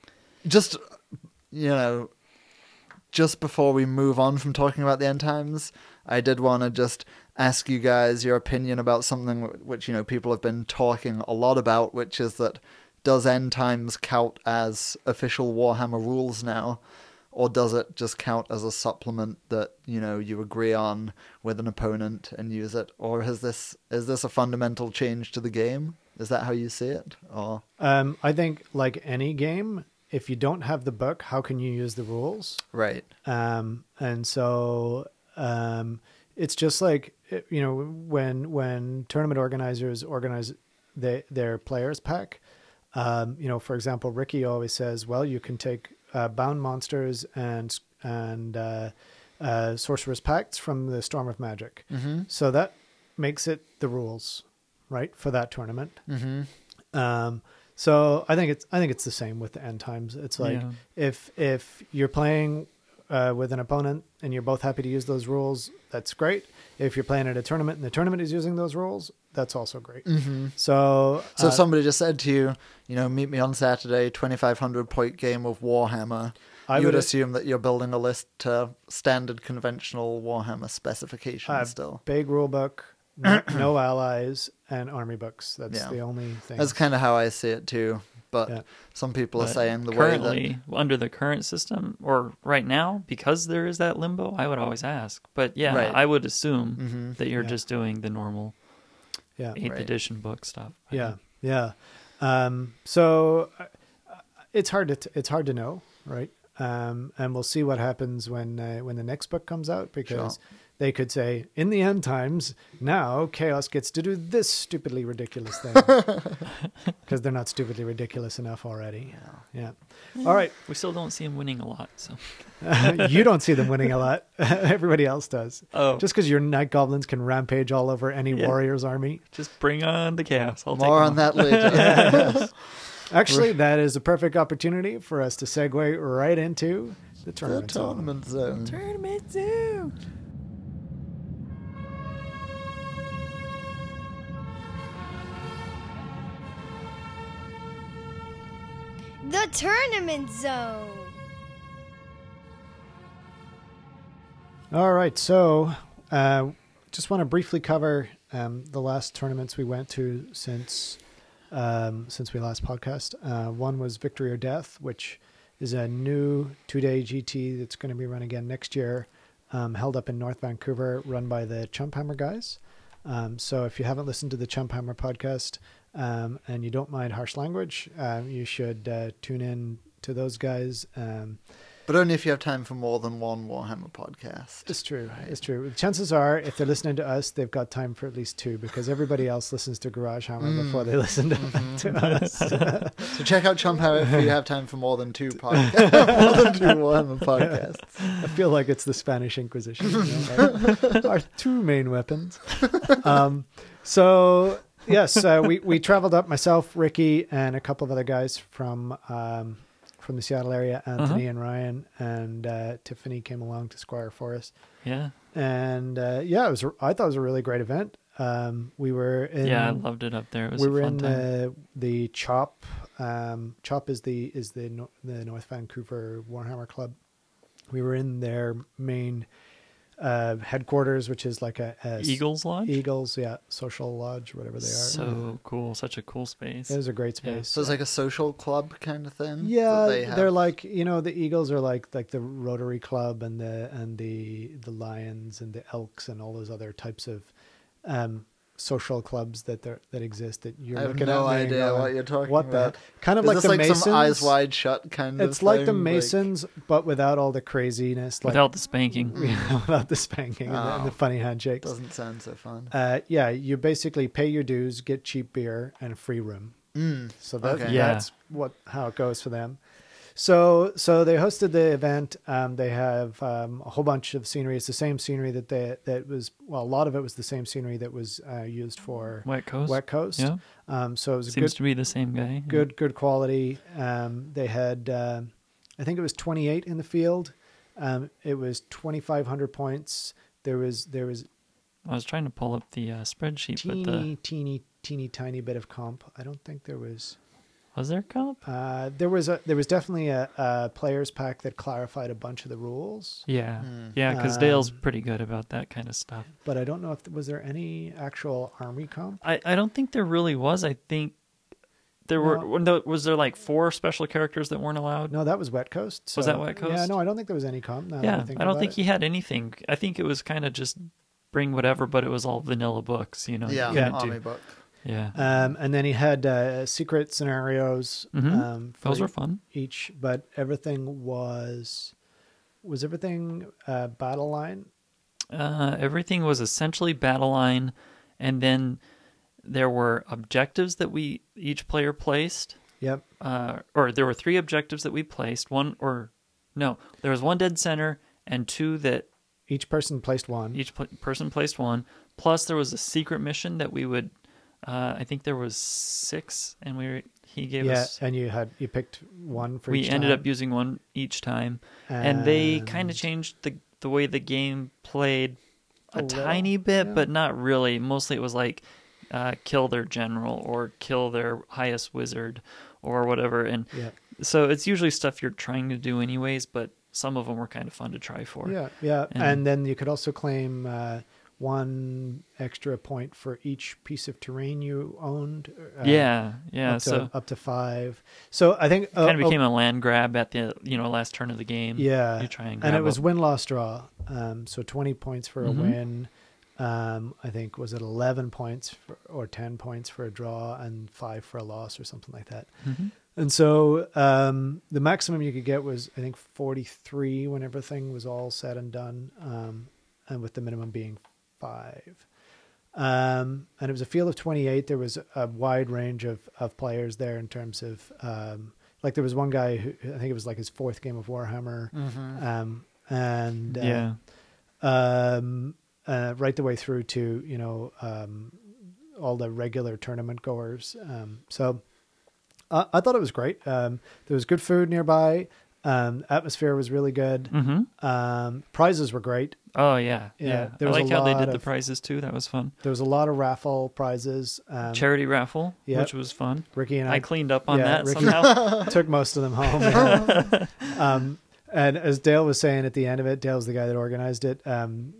C: just you know just before we move on from talking about the end times i did want to just ask you guys your opinion about something wh- which you know people have been talking a lot about which is that does end times count as official warhammer rules now or does it just count as a supplement that you know you agree on with an opponent and use it or is this is this a fundamental change to the game is that how you see it or
A: Um, I think like any game, if you don't have the book, how can you use the rules?
C: right
A: um, and so um, it's just like it- you know when when tournament organizers organize they, their players pack um, you know for example ricky always says well you can take uh, bound monsters and and uh, uh, sorcerer's pacts from the storm of magic so that makes it the rules right for that tournament um, so I think it's I think it's the same with the end times. It's like
B: Yeah.
A: if if you're playing uh, with an opponent and you're both happy to use those rules, that's great. If you're playing at a tournament and the tournament is using those rules, that's also great. So
C: Mm-hmm. So
A: uh,
C: if somebody just said to you, you know, meet me on Saturday, 2500 point game of Warhammer.
A: I
C: you would
A: would-
C: assume that you're building a list to standard conventional Warhammer specifications
A: uh,
C: still.
A: big rule book, no, no allies, and army books. That's
C: Yeah.
A: the only thing.
C: That's kind of how I see it too. But
A: Yeah.
C: some people are
B: But
C: saying the way
B: currently
C: that
B: under the current system or right now because there is that limbo i would always ask but yeah
C: Right.
B: i would assume
C: Mhm.
B: that you're
A: Yeah.
B: just doing the normal
A: yeah.
B: 8th
C: Right.
B: edition book stuff I
A: yeah
B: think.
A: yeah um so uh, it's hard to t- it's hard to know right um, and we'll see what happens when uh, when the next book comes out because they could say in the end times now chaos gets to do this stupidly ridiculous thing because they're not stupidly ridiculous enough already. Yeah. All right,
B: We still don't see him winning a lot. So
A: you don't see them winning a lot. Everybody else does.
B: oh, just
A: Just because your night goblins can rampage all over any
B: Yeah.
A: warrior's army.
B: just bring on the chaos. I'll
C: More
B: take
C: on that later.
A: Actually, that is a perfect opportunity for us to segue right into the
C: the
A: tournament. zone.
C: tournament zone.
B: Tournament zoo.
E: The Tournament Zone.
A: All right, so uh, just want to briefly cover um, the last tournaments we went to since um, since we last podcast. Uh, one was Victory or Death, which is a new two-day GT that's going to be run again next year, um, held up in North Vancouver, run by the Chumphammer guys. Um, so if you haven't listened to the Chumphammer podcast um, and you don't mind harsh language, um, you should uh, tune in to those guys. Um,
C: But only if you have time for more than one Warhammer podcast.
A: it's true. It's true. Chances are, if they're listening to us, they've got time for at least two because everybody else listens to Garage Hammer before they listen to, to us.
C: So check out Chump Hammer if you have time for more than two podcasts. more than two Warhammer podcasts.
A: I feel like it's the Spanish Inquisition. you know, like, our two main weapons. Um, so yes, uh, we we traveled up. Myself, Ricky, and a couple of other guys from um, from the Seattle area. Anthony and Ryan and uh, Tiffany came along to Squire for us.
B: Yeah,
A: And uh, yeah, it was. I thought it was a really great event. Um, we were in
B: yeah, I loved it up there. It was
A: we
B: a
A: were
B: fun
A: in
B: time.
A: the the chop um chop is the is the no, the north vancouver warhammer club we were in their main uh headquarters which is like a, a s-
B: Eagles Lodge.
A: eagles yeah social lodge whatever they are
B: So cool, such a cool space.
A: it was a great
B: Yeah.
A: space
C: So it's like a social club kind of thing. Mm-hmm. that
A: yeah
C: they
A: they are
C: have.
A: like you know the eagles are like like the rotary club and the and the the lions and the elks and all those other types of um social clubs that there that exist that you're
C: I have
A: looking
C: no
A: at me and
C: idea
A: going,
C: what you're talking
A: what
C: about.
A: the kind of
C: Is
A: like
C: this
A: the
C: like
A: masons
C: some eyes wide shut kind of
A: it's like the
C: thing?
A: Masons, but without all the craziness, like
B: Without the spanking,
A: without the spanking and, the, and the
C: Oh.
A: funny handshakes.
C: doesn't sound so fun.
A: Uh, yeah, you basically pay your dues, get cheap beer, and a free room.
C: Mm.
A: So that,
C: Okay.
B: Yeah.
A: that's what how it goes for them. So so they hosted the event. Um, they have um, a whole bunch of scenery. It's the same scenery that they that was well, a lot of it was the same scenery that was uh, used for
B: wet coast.
A: Wet Coast.
B: Yeah,
A: Um, so it was a
B: seems
A: good
B: to be the same guy.
A: good good quality. Um, they had uh, I think it was 28 in the field. Um, it was 2,500 points. There was there was
B: I was trying to pull up the uh, spreadsheet,
A: teeny
B: but the
A: teeny teeny tiny bit of comp. I don't think there was
B: was there comp?
A: uh, there was a there was definitely a, a players pack that clarified a bunch of the rules,
B: Yeah,
C: Hmm.
B: yeah, because Dale's
A: Um,
B: pretty good about that kind of stuff.
A: but I don't know if was there any actual army comp.
B: I, I don't think there really was. I think there were
A: No.
B: when the, was there like four special characters that weren't allowed.
A: No, that was Wet Coast.
B: Was
A: so-
B: that Wet
A: Yeah,
B: Coast?
A: no, I don't think there was any comp. Now
B: yeah,
A: that I, think
B: I don't
A: about
B: think
A: it.
B: he had anything. I think it was kind of just bring whatever, but it was all vanilla books, you know. you
C: Yeah,
A: Yeah.
B: couldn't
C: army
B: do-
C: book.
B: yeah.
A: Um, and then he had uh, secret scenarios.
B: Mhm.
A: Um, for
B: Those were fun.
A: each, but everything was was everything uh, battle line.
B: Uh, everything was essentially battle line, and then there were objectives that we each player placed.
A: Yep.
B: uh, or there were three objectives that we placed. One, or no, there was one dead center and two that
A: Each person placed one.
B: each pl- person placed one. Plus, there was a secret mission that we would. Uh, I think there was six, and we were, he gave
A: yeah,
B: us.
A: and you had you picked one for.
B: We
A: each
B: ended
A: time.
B: up using one each time, and, they kind
A: And-
B: of changed the the way the game played a,
A: A little,
B: tiny bit,
A: yeah.
B: but not really. Mostly, it was like uh, kill their general or kill their highest wizard or whatever, and
A: Yeah,
B: so it's usually stuff you're trying to do anyways, but some of them were kind of fun to try for.
A: yeah, yeah,
B: And-
A: and, then you could also claim uh, one extra point for each piece of terrain you owned. uh,
B: yeah,
A: up
B: yeah.
A: to,
B: So
A: up to five. So I think uh,
B: kind of
A: uh,
B: became a land grab at the you know last turn of the game.
A: Yeah,
B: you try and grab
A: and it was
B: a-
A: win loss draw. Um, so twenty points for
B: Mhm.
A: a win. Um, I think was it eleven points for, or ten points for a draw and five for a loss or something like that.
B: Mhm.
A: And so um, the maximum you could get was, I think, 43 when everything was all said and done, um, and with the minimum being five. Um, and it was a field of 28. There was a wide range of, of players there in terms of, um, like, there was one guy who I think it was like his fourth game of Warhammer. Um, and uh,
B: yeah.
A: um, uh, right the way through to you know um, all the regular tournament goers. Um, so I, I thought it was great. Um, there was good food nearby. Um, atmosphere was really good.
B: Mm-hmm.
A: Um, prizes were great.
B: Oh yeah.
A: Yeah,
B: Yeah.
A: there was
B: I
A: a
B: like how they
A: lot
B: did the
A: of-
B: prizes too. That was fun.
A: There was a lot of raffle prizes. Um,
B: Charity raffle,
A: yeah.
B: which was fun.
A: Ricky and I,
B: I cleaned up on
A: yeah,
B: that
A: Ricky-
B: somehow.
A: took most of them home. yeah. um, and as Dale was saying at the end of it, Dale's the guy that organized it. Um,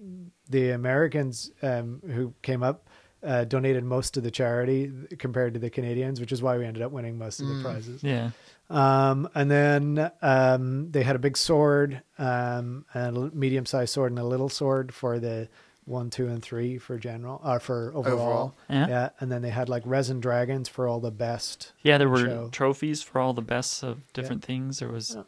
A: the Americans um, who came up uh, donated most to the charity compared to the Canadians, which is why we ended up winning most of the prizes.
B: yeah.
A: Um, and then um, they had a big sword, um, and a medium sized sword, and a little sword for the one, two, and three for general, or for overall.
C: Overall.
B: Yeah.
A: And then they had like resin dragons for all the best.
B: Yeah, there were
A: show.
B: trophies for all the bests of different things. There was
A: Yeah.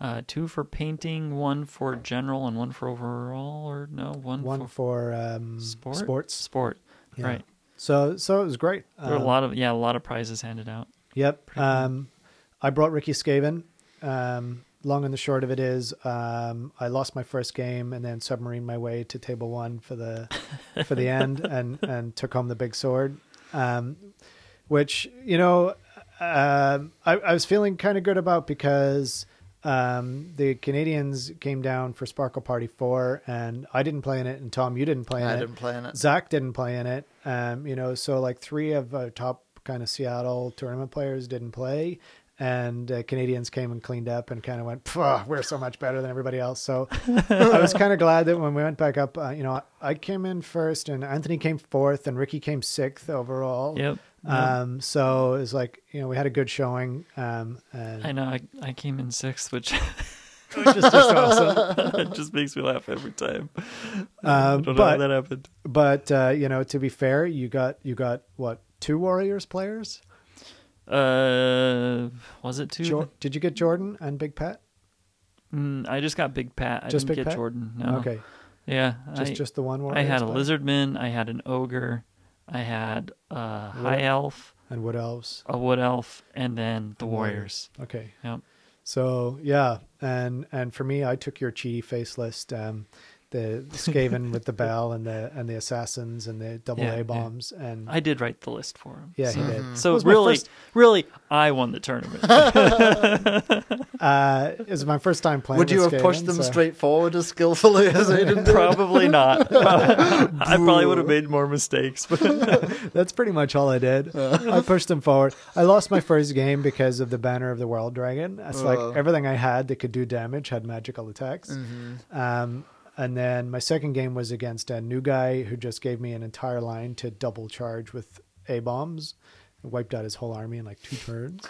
B: uh, two for painting, one for general, and one for overall, or no, one,
A: one
B: for
A: for um,
B: sport?
A: sports.
B: Sport,
A: Yeah.
B: right?
A: So so it was great.
B: There were
A: Um,
B: a lot of yeah, a lot of prizes handed out.
A: Yep. Um, I brought Ricky Skaven. Um, long and the short of it is, um, I lost my first game and then submarined my way to table one for the for the end and and took home the big sword, um, which you know um, I, I was feeling kind of good about because. Um, the Canadians came down for Sparkle Party Four, and I didn't play in it, and Tom, you didn't play in
C: I
A: it.
C: didn't play in it.
A: Zach didn't play in it. Um, you know, so like three of our top kind of Seattle tournament players didn't play, and uh, Canadians came and cleaned up and kind of went, "Pfft, "We're so much better than everybody else." So I was kind of glad that when we went back up, uh, you know, I, I came in first, and Anthony came fourth, and Ricky came sixth overall.
B: Yep.
A: Um, so it's like you know we had a good showing. Um, and
B: I know. I, I came in sixth, which
A: which is just awesome.
B: it just makes me laugh every time. I
A: Um,
B: don't know
A: but
B: how that happened.
A: but uh, you know to be fair, you got you got what two Warriors players?
B: Uh, was it two?
A: Jor- did you get Jordan and Big Pat?
B: Mm, I just got Big Pat. I
A: Just
B: didn't
A: Big
B: get
A: Pat?
B: Jordan. No.
A: Okay,
B: Yeah.
A: just
B: I,
A: just the one.
B: I
A: Warriors
B: had a
A: player?
B: lizardman. I had an ogre. I had a high elf,
A: and wood elves.
B: a wood elf, and then the warriors.
A: Okay,
B: Yep.
A: so yeah, and and for me, I took your chi face list, um, the Skaven with the bell and the and the assassins and the double
B: Yeah,
A: A
B: yeah.
A: bombs and
B: I did write the list for him.
A: yeah,
B: so,
A: he did.
B: so
A: was my
B: really,
A: first-
B: really, I won the tournament.
A: Uh, it was my first time playing.
C: Would you
A: with
C: have pushed
A: Skaven,
C: them
A: so-
C: straight forward as skillfully as they did?
B: probably not. I probably would have made more mistakes. But
A: That's pretty much all I did. I pushed them forward. I lost my first game because of the banner of the world dragon. It's
C: Oh.
A: like everything I had that could do damage had magical attacks. Um, and then my second game was against a new guy who just gave me an entire line to double charge with a bombs, wiped out his whole army in like two turns.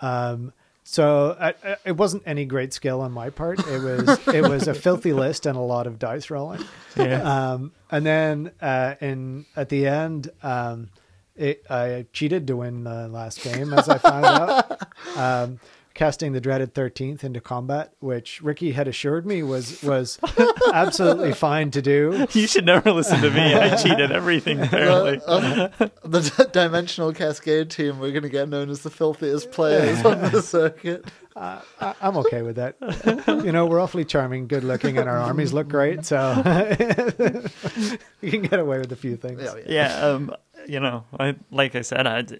A: Um, so I, I, it wasn't any great skill on my part. It was it was a filthy list and a lot of dice rolling
B: yeah.
A: um, and then uh, in at the end, um, it, I cheated to win the last game, as I found out, um, casting the dreaded thirteenth into combat, which Ricky had assured me was was absolutely fine to do.
B: You should never listen to me. I cheated everything, apparently.
A: Uh,
C: the d- Dimensional Cascade team were going to get known as the filthiest players on the circuit.
A: I, I'm okay with that. You know, we're awfully charming, good looking, and our armies look great, so you can get away with a few things.
C: Yeah, yeah.
B: yeah, um, you know, I like I said, I, d-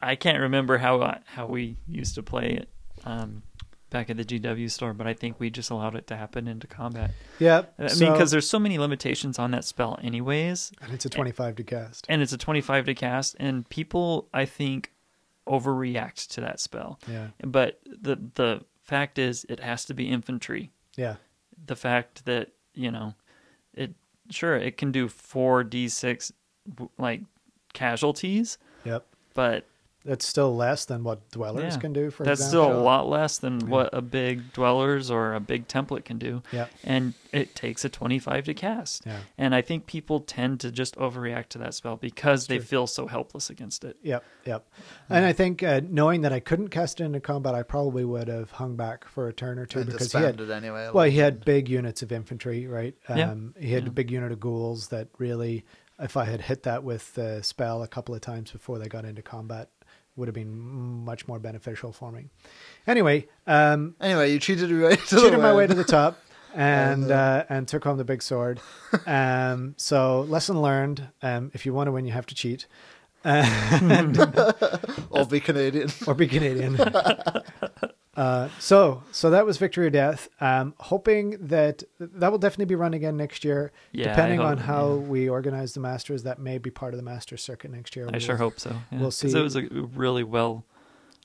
B: I can't remember how I, how we used to play it um, back at the GW store, but I think we just allowed it to happen into combat.
A: Yep.
B: I mean,
A: so-
B: because there's so many limitations on that spell, anyways,
A: and it's a 25 to cast.
B: and it's a 25 to cast, and people I think overreact to that spell.
A: Yeah.
B: But the the fact is, it has to be infantry.
A: Yeah.
B: The fact that you know, it sure it can do four d6 like casualties,
A: Yep.
B: but
A: That's still less than what dwellers
B: Yeah.
A: can do. For
B: That's
A: example.
B: still a lot less than what a big dwellers or a big template can do.
A: Yeah.
B: And it takes a 25 to cast.
A: Yeah.
B: And I think people tend to just overreact to that spell because they feel so helpless against it.
A: Yep, yep. And I think uh, knowing that I couldn't cast it into combat, I probably would have hung back for a turn or two
C: They
A: because he had
C: disbanded anyway.
A: well, he had big units of infantry, right?
B: Yeah.
A: Um, he had a big unit of ghouls that really, if I had hit that with the spell a couple of times before they got into combat, would have been much more beneficial for me. Anyway, um,
C: Anyway, you cheated your way to the
A: cheated my
C: win.
A: way to the top and uh, and took home the big sword. Um, so lesson learned: um, if you want to win, you have to cheat.
C: Or be Canadian.
A: or be Canadian. uh, so, so that was victory or death. Um, hoping that that will definitely be run again next year.
B: Yeah, I
A: depending
B: hope-
A: on how we organize the Masters, that may be part of the Masters circuit next year.
B: I sure hope so. Yeah.
A: we'll
B: 'Cause
A: see.
B: It was a really well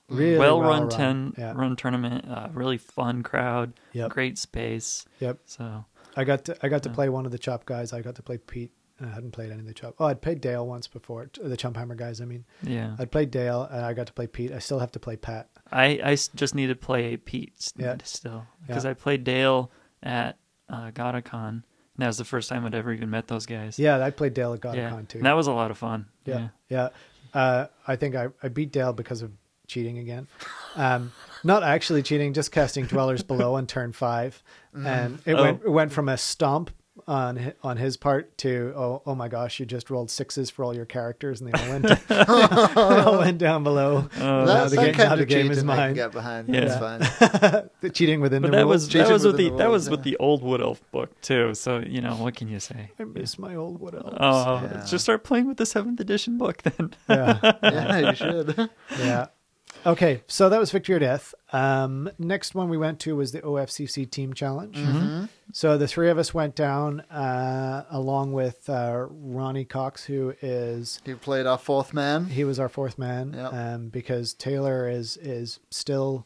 A: Really
B: well run,
A: well-run,
B: 10
A: yeah.
B: run tournament, uh, really fun crowd,
A: Yep.
B: great space.
A: Yep,
B: So
A: I got to, I got to play one of the Chop guys. I got to play Pete. And I hadn't played any of the Chop. Oh, I'd played Dale once before. t- The Chumphammer guys. I mean,
B: yeah,
A: I'd played Dale. And I got to play Pete. I still have to play Pat.
B: I, I s- just need to play a Pete s-
A: Yeah.
B: still because
A: Yeah.
B: I played Dale at uh, GottaCon. And that was the first time I'd ever even met those guys.
A: Yeah, I played Dale at GodCon
B: yeah.
A: too.
B: And that was a lot of fun.
A: Yeah, yeah. Uh, I think I, I beat Dale because of cheating again. Um, not actually cheating, just casting Dwellers Below on turn five, and it
B: Oh.
A: went it went from a stomp on hi- on his part to oh oh my gosh, you just rolled sixes for all your characters and they all went they all went down below.
B: Oh,
A: now
C: That's
A: the
C: that
A: game,
C: kind
A: now
C: of
A: the game
C: cheating
A: is
C: I can
A: mine.
C: Get behind.
B: Yeah.
C: That's fine.
A: The cheating within
B: Uh. But
A: the
B: that
A: rules.
B: was that
C: Cheating
B: was with the
C: within the
B: that was
C: rules,
B: with the old Wood Elf book too. So you know what can you say?
A: I miss my old what else?
B: Oh,
C: Yeah.
B: just start playing with the seventh edition book then.
A: Yeah,
C: yeah, you should.
A: yeah. Okay, so that was victory or death. Um, next one we went to was the OFCC Team Challenge.
C: Mm-hmm.
A: Mm-hmm. So the three of us went down uh, along with uh, Ronnie Cox, who is
C: You played our fourth man.
A: he was our fourth man
C: Yep.
A: um, because Taylor is is still.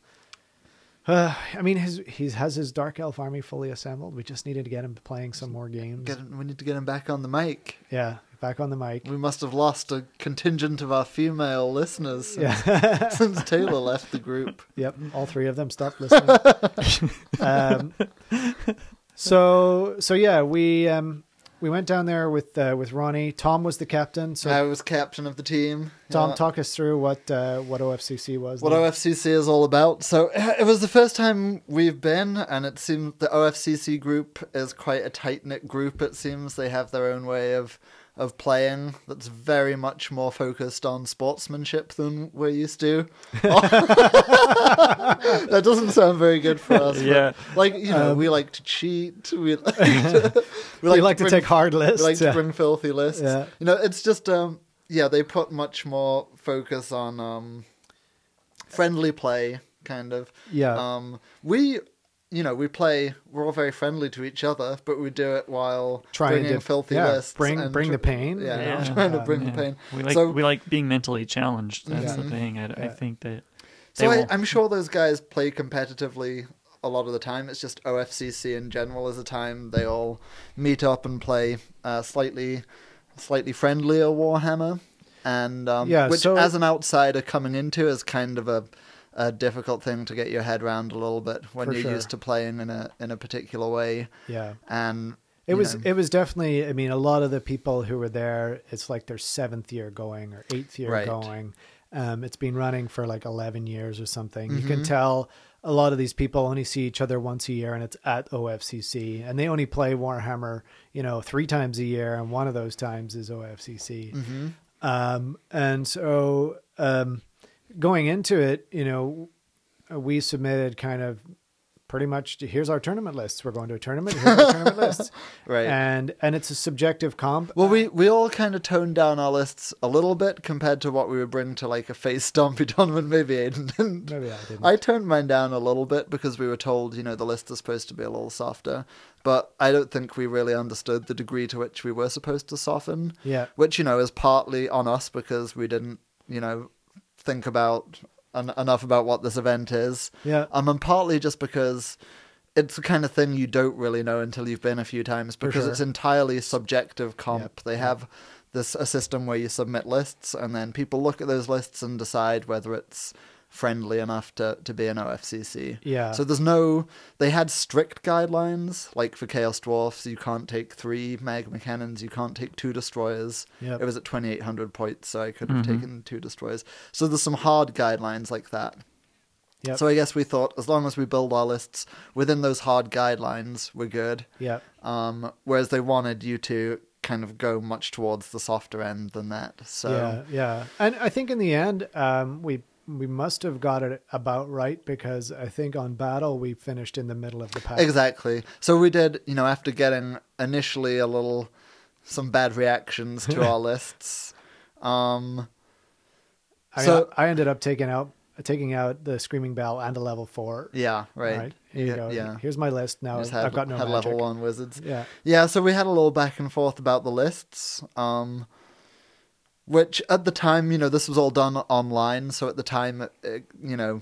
A: Uh, I mean, his he has his Dark Elf army fully assembled. We just needed to get him playing some more games.
C: Get him, we need to get him back on the mic.
A: Yeah, back on the mic.
C: We must have lost a contingent of our female listeners since,
A: Yeah.
C: since Taylor left the group.
A: Yep, all three of them stopped listening. um, so so yeah, we um, we went down there with uh, with Ronnie. Tom was the captain. So
C: I was captain of the team.
A: Tom,
C: Yeah.
A: talk us through what uh, what OFCC was.
C: uh, what
A: then.
C: OFCC is all about. So uh, it was the first time we've been, and it seems the OFCC group is quite a tight knit group. It seems they have their own way of of playing that's very much more focused on sportsmanship than we're used to. that doesn't sound very good for us. but,
B: Yeah.
C: like you know, we like to cheat. We like to,
A: Um, we like, to
C: bring
A: take hard lists.
C: we like
A: yeah.
C: to bring filthy lists.
A: Yeah.
C: You know, it's just um yeah, they put much more focus on um friendly play kind of.
A: Yeah.
C: Um we you know, we play we're all very friendly to each other, but we do it while
A: Trying
C: bringing
A: to-
C: filthy
A: yeah,
C: lists.
A: bring-
C: and
A: bring the pain.
C: Yeah,
B: Yeah.
C: trying to bring the
B: Yeah.
C: pain.
B: We like
C: So-
B: we like being mentally challenged. That's
A: Yeah.
B: the thing. I, I
A: Yeah.
B: think that they
C: So I,
B: won't-
C: I'm sure those guys play competitively a lot of the time. It's just OFCC in general is a time they all meet up and play uh, slightly, slightly friendlier Warhammer, and um,
A: Yeah,
C: which
A: so-
C: as an outsider coming into is kind of a, a difficult thing to get your head around a little bit when
A: For
C: you're
A: sure.
C: used to playing in a in a particular way.
A: yeah.
C: And
A: It
C: you
A: was
C: know,
A: it was definitely. I mean, a lot of the people who were there, it's like their seventh year going or eighth year
C: Right.
A: going. Um, it's been running for like eleven years or something. You
C: Mm-hmm.
A: can tell a lot of these people only see each other once a year, and it's at OFCC, and they only play Warhammer, you know, three times a year, and one of those times is OFCC.
C: Mm-hmm.
A: Um, and so um, going into it, you know, we submitted kind of pretty much here's our tournament lists. We're going to a tournament. Here's our tournament lists.
C: Right.
A: And and it's a subjective comp.
C: Well, we, we all kind of toned down our lists a little bit compared to what we would bring to like a face stompy tournament. Maybe Aiden didn't.
A: Maybe I didn't.
C: I toned mine down a little bit because we were told, you know, the list is supposed to be a little softer, but I don't think we really understood the degree to which we were supposed to soften.
A: Yeah.
C: Which, you know, is partly on us because we didn't, you know, think about en- enough about what this event is.
A: Yeah.
C: Um, and partly just because it's the kind of thing you don't really know until you've been a few times because
A: sure.
C: it's entirely subjective comp.
A: Yep,
C: They have this a system where you submit lists and then people look at those lists and decide whether it's friendly enough to, to be an OFCC.
A: Yeah.
C: So there's no. They had strict guidelines, like for Chaos Dwarfs, you can't take three Magma Cannons, you can't take two Destroyers.
A: Yep.
C: It was at 2,800 points, so I could have taken two Destroyers. So there's some hard guidelines like that.
A: Yep.
C: So I guess we thought as long as we build our lists within those hard guidelines, we're good.
A: yeah.
C: Um, whereas they wanted you to kind of go much towards the softer end than that. So
A: yeah, yeah, and I think in the end, um, we we must have got it about right because I think on battle we finished in the middle of the pack.
C: Exactly. So we did, you know, after getting initially a little some bad reactions to our lists. Um
A: I, mean,
C: So-
A: I ended up taking out taking out the screaming bell and a level four.
C: yeah, right.
A: Here you
C: yeah,
A: go.
C: yeah.
A: Here's my list. Now
C: Just had,
A: I've got no
C: had
A: magic.
C: level 1 wizards.
A: Yeah.
C: Yeah, so we had a little back and forth about the lists. Um which at the time, you know, this was all done online, so at the time, it, it- you know,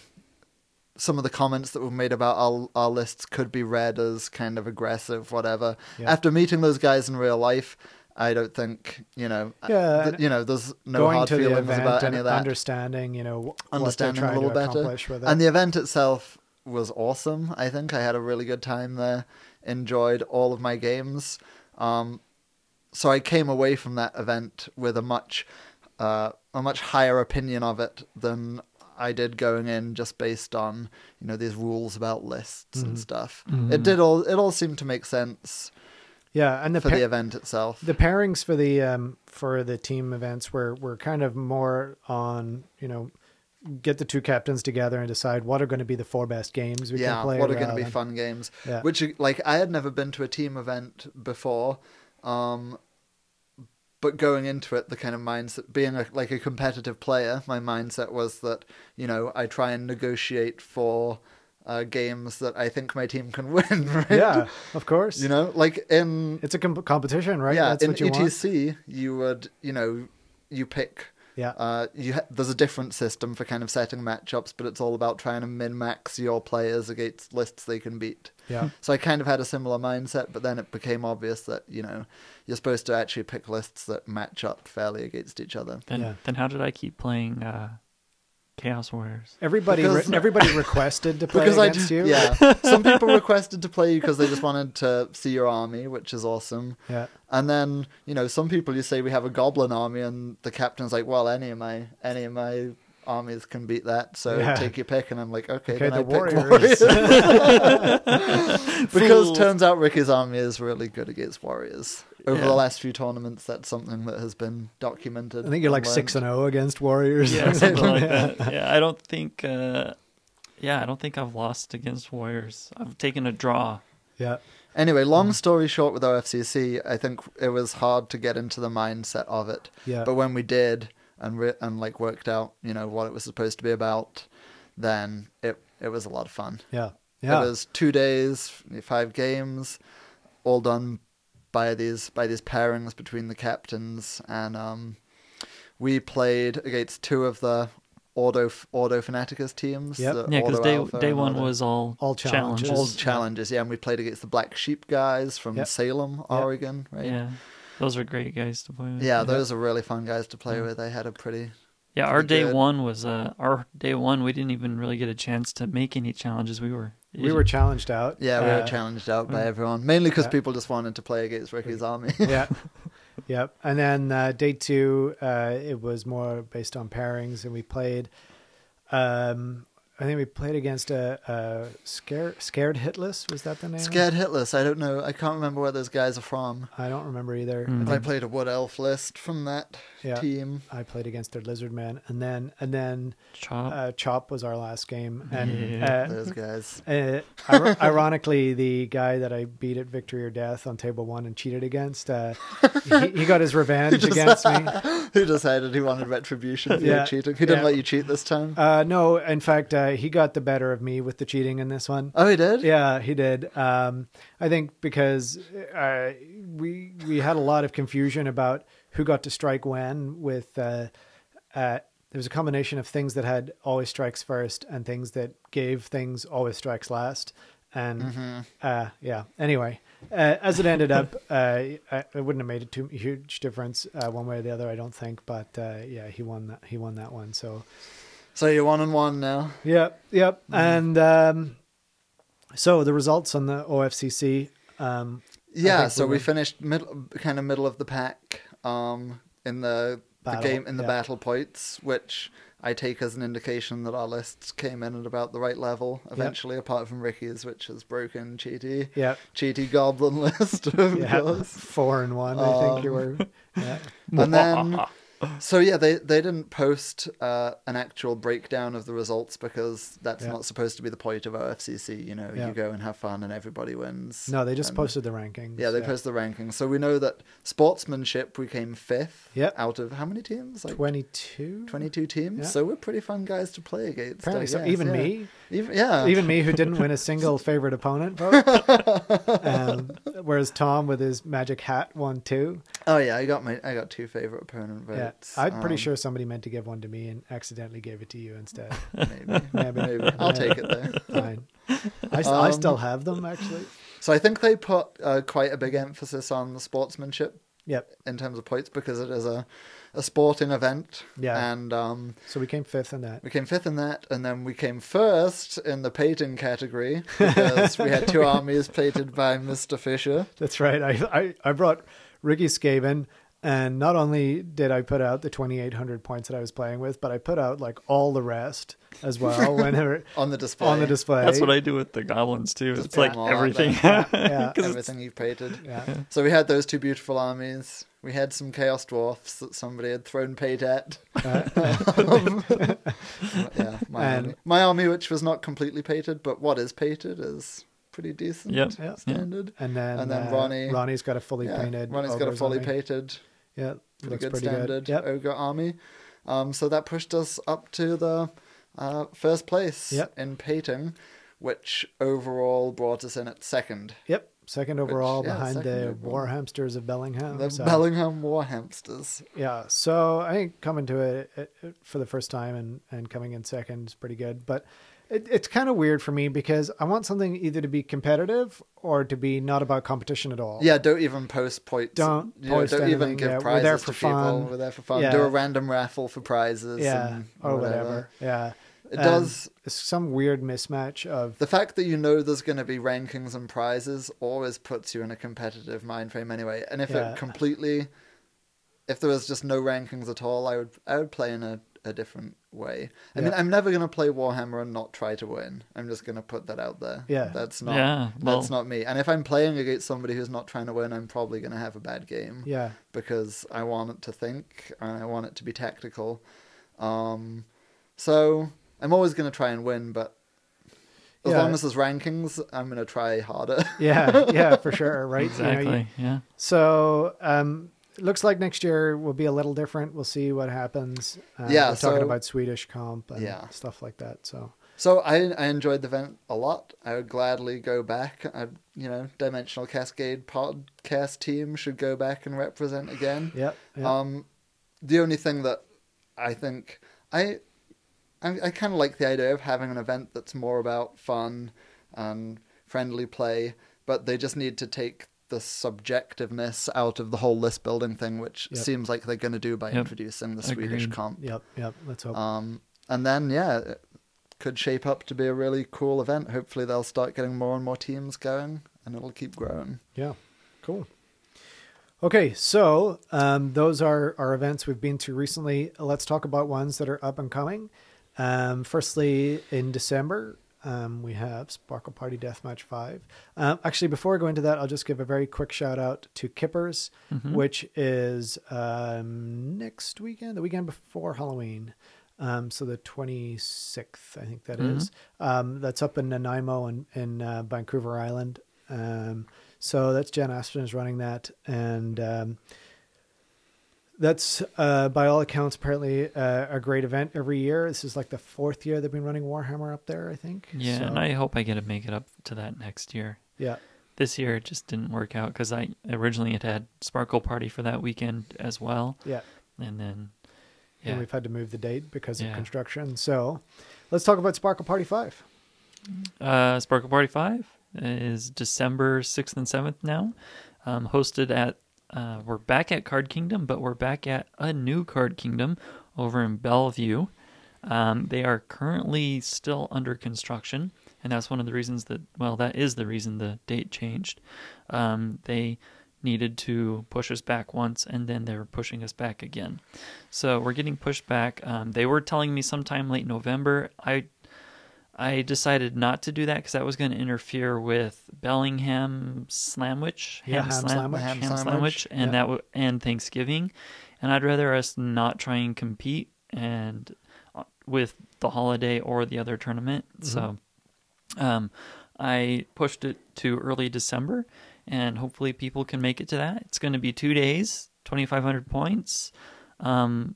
C: some of the comments that were made about our, our lists could be read as kind of aggressive, whatever.
A: Yeah.
C: After meeting those guys in real life, I don't think you know.
A: Yeah,
C: th-
A: and
C: you know, there's no
A: Going
C: hard
A: to the
C: feelings
A: event
C: about
A: and
C: any of that.
A: understanding, you know, wh-
C: Understanding
A: what
C: a
A: they're
C: little
A: trying to
C: better,
A: accomplish with it.
C: and the event itself was awesome. I think I had a really good time there. Enjoyed all of my games. Um, so I came away from that event with a much uh, a much higher opinion of it than I did going in just based on you know these rules about lists
A: Mm-hmm.
C: and stuff. It did all it all seemed to make sense
A: yeah, and the
C: for
A: pa-
C: the event itself.
A: the pairings for the um for the team events were were kind of more on you know get the two captains together and decide what are going to be the four best games we
C: yeah,
A: can play
C: what are going to
A: around.
C: be fun games?
A: Yeah.
C: Which like I had never been to a team event before, um, but going into it, the kind of mindset being a, like a competitive player, my mindset was that you know I try and negotiate for uh, games that I think my team can win. Right?
A: yeah of course
C: You know, like in
A: it's a comp- competition right
C: yeah,
A: that's
C: in
A: what you want
C: ETC, you would you know you pick.
A: Yeah.
C: Uh, you ha- there's a different system for kind of setting matchups, but it's all about trying to min max your players against lists they can beat.
A: yeah
C: So I kind of had a similar mindset, but then it became obvious that you know you're supposed to actually pick lists that match up fairly against each other.
B: Then,
A: Yeah.
B: then how did I keep playing uh, Chaos Warriors?
A: everybody re-
C: Because-
A: everybody requested to play
C: because I
A: against
C: ju-
A: you
C: yeah, some people requested to play you because they just wanted to see your army, which is awesome.
A: yeah
C: And then you know some people you say we have a goblin army, and the captain's like, well, any of my any of my armies can beat that, so
A: Yeah.
C: take your pick. And I'm like, okay,
A: okay
C: then I
A: the
C: pick
A: warriors
C: warriors. because
B: Fool.
C: turns out Ricky's army is really good against warriors. Over
B: Yeah.
C: the last few tournaments, that's something that has been documented.
A: i think you're like 6 and 0 against warriors
B: Yeah, something like that. Yeah, I don't think. Uh, yeah, I don't think I've lost against Warriors. I've taken a draw.
A: yeah
C: Anyway,
A: Mm.
C: long story short, with OFCC, E, I think it was hard to get into the mindset of it.
A: Yeah.
C: But when we did and re- and like worked out, you know, what it was supposed to be about, then it it was a lot of fun.
A: yeah yeah
C: It was two days, five games, all done by these by these pairings between the captains, and um, we played against two of the auto auto fanaticus teams.
A: Yep.
C: the
B: Yeah, because
C: Auto
B: day
C: Alpha
B: day
C: and
B: one
C: Auto-
B: was all
A: All challenges.
C: all
A: Just-
C: challenges. Yeah, and we played against the black sheep guys from
A: Yep.
C: Salem, Oregon. Right.
B: Yeah, those are great guys to play with.
C: Yeah, those are really fun guys to play with. They had a pretty
B: yeah. Our
C: pretty
B: day
C: good.
B: one was uh, our day one. We didn't even really get a chance to make any challenges. We were
A: we were challenged out
C: yeah, we
A: Uh,
C: were challenged out by everyone mainly because
A: yeah.
C: people just wanted to play against Ricky's army.
A: yeah yep and then uh, day two uh, it was more based on pairings and we played um i think we played against a, a scare, scared hitless was that the name
C: Scared Hitless. I don't know. I can't remember where those guys are from.
A: i don't remember either
B: Mm.
C: But I played a wood elf list from that
A: Mm-hmm. Yeah.
C: team.
A: i played against their lizard man and then and then
B: chop.
A: uh, chop was our last game and
B: Oh. Yeah.
A: uh,
C: Those guys.
A: uh, ir- ironically, the guy that I beat at Victory or Death on table one and cheated against, uh, he, he got his revenge against me.
C: Who decided he wanted retribution for
A: Yeah.
C: your cheating? He didn't
A: Yeah.
C: let you cheat this time.
A: Uh, no, in fact, uh, he got the better of me with the cheating in this one.
C: oh, he did.
A: Yeah, he did. Um, I think because uh, we we had a lot of confusion about who got to strike when. With uh, uh, there was a combination of things that had always strikes first and things that gave things always strikes last, and uh, yeah. Anyway, uh, as it ended up, uh, I, it wouldn't have made a too huge difference uh, one way or the other, I don't think. But uh, yeah, he won that. He won that one. So
C: So you're one and one now.
A: Yep, yep.
C: Mm-hmm.
A: And um, so the results on the OFCC. Um,
C: Yeah,
A: think
C: so
A: we
C: we,
A: win.
C: finished middle, kind of middle of the pack um, in the,
A: Battle,
C: the game in the
A: yeah.
C: battle points, which I take as an indication that our lists came in at about the right level. Eventually, apart from Ricky's, which has broken Cheaty,
A: Yep.
C: Cheaty Goblin list, of
A: yeah,
C: course.
A: four and one. I think you were.
C: Um,
A: Yeah.
C: and then so yeah they they didn't post uh, an actual breakdown of the results because that's
A: Yeah.
C: not supposed to be the point of OFCC you know
A: Yeah.
C: you go and have fun and everybody wins
A: No, they just
C: And-
A: posted the rankings.
C: yeah they post the rankings so we know that sportsmanship we came fifth
A: Yep.
C: out of how many teams like
A: twenty-two.
C: 22 teams
A: Yeah.
C: so we're pretty fun guys to play against I
A: Apparently, so
C: guess,
A: even
C: yeah. Uh,
A: me,
C: even yeah
A: even me, who didn't win a single favorite opponent vote. um, whereas Tom, with his magic hat, won two.
C: oh yeah I got my I got two favorite opponent
A: yeah,
C: votes
A: I'm pretty
C: Um,
A: sure somebody meant to give one to me and accidentally gave it to you instead.
C: maybe
A: Maybe.
C: maybe I'll
A: Yeah.
C: take it there
A: Fine. I, s- I
C: Um,
A: still have them actually.
C: So I think they put uh, quite a big emphasis on the sportsmanship
A: Yep.
C: in terms of points because it is a, a sporting event.
A: Yeah.
C: And um,
A: So we came fifth in that.
C: we came fifth in that, and then we came first in the painting category because we had two armies painted by Mr. Fisher.
A: That's right. I, I, I brought Ricky Skaven, and not only did I put out the 2,800 points that I was playing with, but I put out like all the rest as well whenever
C: On the display.
A: on the display.
B: That's what I do with the goblins too. It's
C: put
B: like
C: them all on
B: everything.
A: Yeah.
B: 'Cause it's-
C: Everything you've painted.
A: Yeah.
C: So we had those two beautiful armies. We had some Chaos Dwarfs that somebody had thrown paint at. yeah, my,
A: Uh. And-
C: army. my army, which was not completely painted, but what is painted is pretty decent.
B: Yep.
A: Yeah.
C: Standard.
A: And then,
C: And then
A: uh,
C: Ronnie-
A: Ronnie's got a fully
C: Yeah,
A: painted.
C: Ronnie's got a
A: ogre's
C: fully
A: army.
C: painted,
A: Yeah.
C: pretty
A: looks
C: good
A: pretty
C: standard Oh.
A: good. Yep.
C: ogre army. Um, so that pushed us up to the uh, first place
A: Yep.
C: in painting, which overall brought us in at second.
A: Yep. Second overall
C: yeah,
A: behind
C: second
A: the
C: overall.
A: War Hamsters of Bellingham.
C: The
A: so-
C: Bellingham War Hamsters.
A: Yeah, so I think coming to it, it, it for the first time and, and coming in second is pretty good, but it, it's kind of weird for me because I want something either to be competitive or to be not about competition at all.
C: Yeah, don't even post points.
A: Don't
C: you know,
A: post
C: don't even
A: anything,
C: give
A: yeah, we're
C: prizes
A: there for
C: to people.
A: fun.
C: We're there for fun.
A: Yeah.
C: Do a random raffle for prizes.
A: yeah,
C: and
A: or whatever. Yeah,
C: It
A: Um,
C: does.
A: it's some weird mismatch of
C: The fact that you know there's going to be rankings and prizes always puts you in a competitive mind frame anyway. And if
A: Yeah.
C: it completely, if there was just no rankings at all, I would I would play in a, a different way. I mean,
A: Yeah.
C: I'm never going to play Warhammer and not try to win. I'm just going to put that out there.
A: Yeah.
C: that's not
B: Yeah,
C: that's
B: well-
C: not me. And if I'm playing against somebody who's not trying to win, I'm probably going to have a bad game
A: yeah,
C: because I want it to think and I want it to be tactical. Um, so I'm always going to try and win, but as
A: Yeah.
C: long as there's rankings, I'm going to try harder.
A: yeah, yeah, for sure, right? You know, you-
B: Exactly. yeah.
A: so, um, it looks like next year will be a little different. We'll see what happens. Uh,
C: Yeah,
A: we're talking
C: so-
A: about Swedish comp and
C: Yeah.
A: stuff like that. So,
C: so I I enjoyed the event a lot. I would gladly go back. I you know Dimensional Cascade podcast team should go back and represent again.
A: yeah, yeah.
C: Um, the only thing that I think I I, I kind of like the idea of having an event that's more about fun and friendly play, but they just need to take the subjectiveness out of the whole list building thing, which
A: Yep.
C: seems like they're going to do by
B: Yep.
C: introducing the Swedish
B: Agreed.
C: comp.
A: yep, yep. Let's hope.
C: Um, and then yeah, it could shape up to be a really cool event. Hopefully, they'll start getting more and more teams going, and it'll keep growing.
A: Yeah, cool. Okay, so um, those are our events we've been to recently. Let's talk about ones that are up and coming. Um, firstly, in December, um, we have Sparkle Party Deathmatch 5. Um, actually, before I go into that, I'll just give a very quick shout out to Kippers, which is um, next weekend, the weekend before Halloween. Um, so the 26th, I think that is. Um, that's up in Nanaimo in, in uh, Vancouver Island. Um, so that's Jen Aspen is running that, and um, that's uh, by all accounts apparently uh, a great event every year. This is like the fourth year they've been running Warhammer up there, I think.
B: Yeah,
A: So,
B: and I hope I get to make it up to that next year.
A: yeah,
B: This year it just didn't work out because I originally had had Sparkle Party for that weekend as well,
A: yeah.
B: and then
A: And
B: yeah,
A: we've had to move the date because of
B: Yeah.
A: construction. So let's talk about Sparkle Party Five.
B: uh, Sparkle Party Five is December 6th and 7th now. Um, hosted at, uh, we're back at Card Kingdom, but we're back at a new Card Kingdom over in Bellevue. Um, they are currently still under construction, and that's one of the reasons that, well, that is the reason the date changed. Um, they needed to push us back once, and then they were pushing us back again. So we're getting pushed back. Um, they were telling me sometime late November. I I decided not to do that because that was going to interfere with Bellingham Slamwich,
A: Yeah, Ham
B: Slam-
A: Slamwich.
C: Ham
B: Ham
C: Slamwich,
B: Slamwich, and
A: yeah.
B: that w- and Thanksgiving, and I'd rather us not try and compete and uh, with the holiday or the other tournament. So, um, I pushed it to early December, and hopefully people can make it to that. It's going to be two days, twenty five hundred points. Um,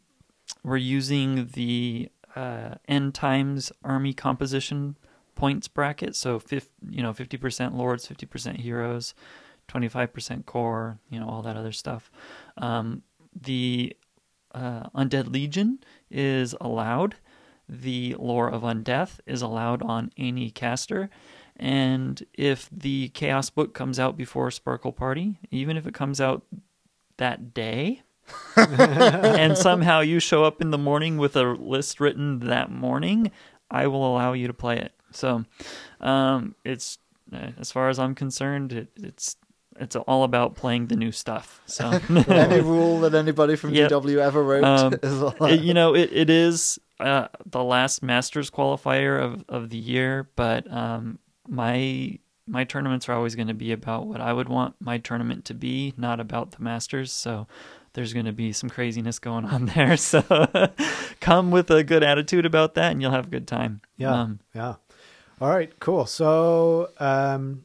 B: we're using the uh, end times army composition points bracket so fif- you know 50% lords 50% heroes 25% core you know all that other stuff um, the uh, undead legion is allowed the lore of undeath is allowed on any caster and if the chaos book comes out before sparkle party even if it comes out that day and somehow you show up in the morning with a list written that morning, I will allow you to play it. So, um, it's uh, as far as I'm concerned, it, it's it's all about playing the new stuff. So,
C: Any rule that anybody from
B: Yep.
C: DW ever wrote
B: Um,
C: is all
B: it- you know, it, it is uh, the last Masters qualifier of, of the year, but um, my my tournaments are always going to be about what I would want my tournament to be, not about the Masters. So there's going to be some craziness going on there. So come with a good attitude about that, and you'll have a good time.
A: Yeah.
B: Um,
A: yeah. All right. Cool. So um,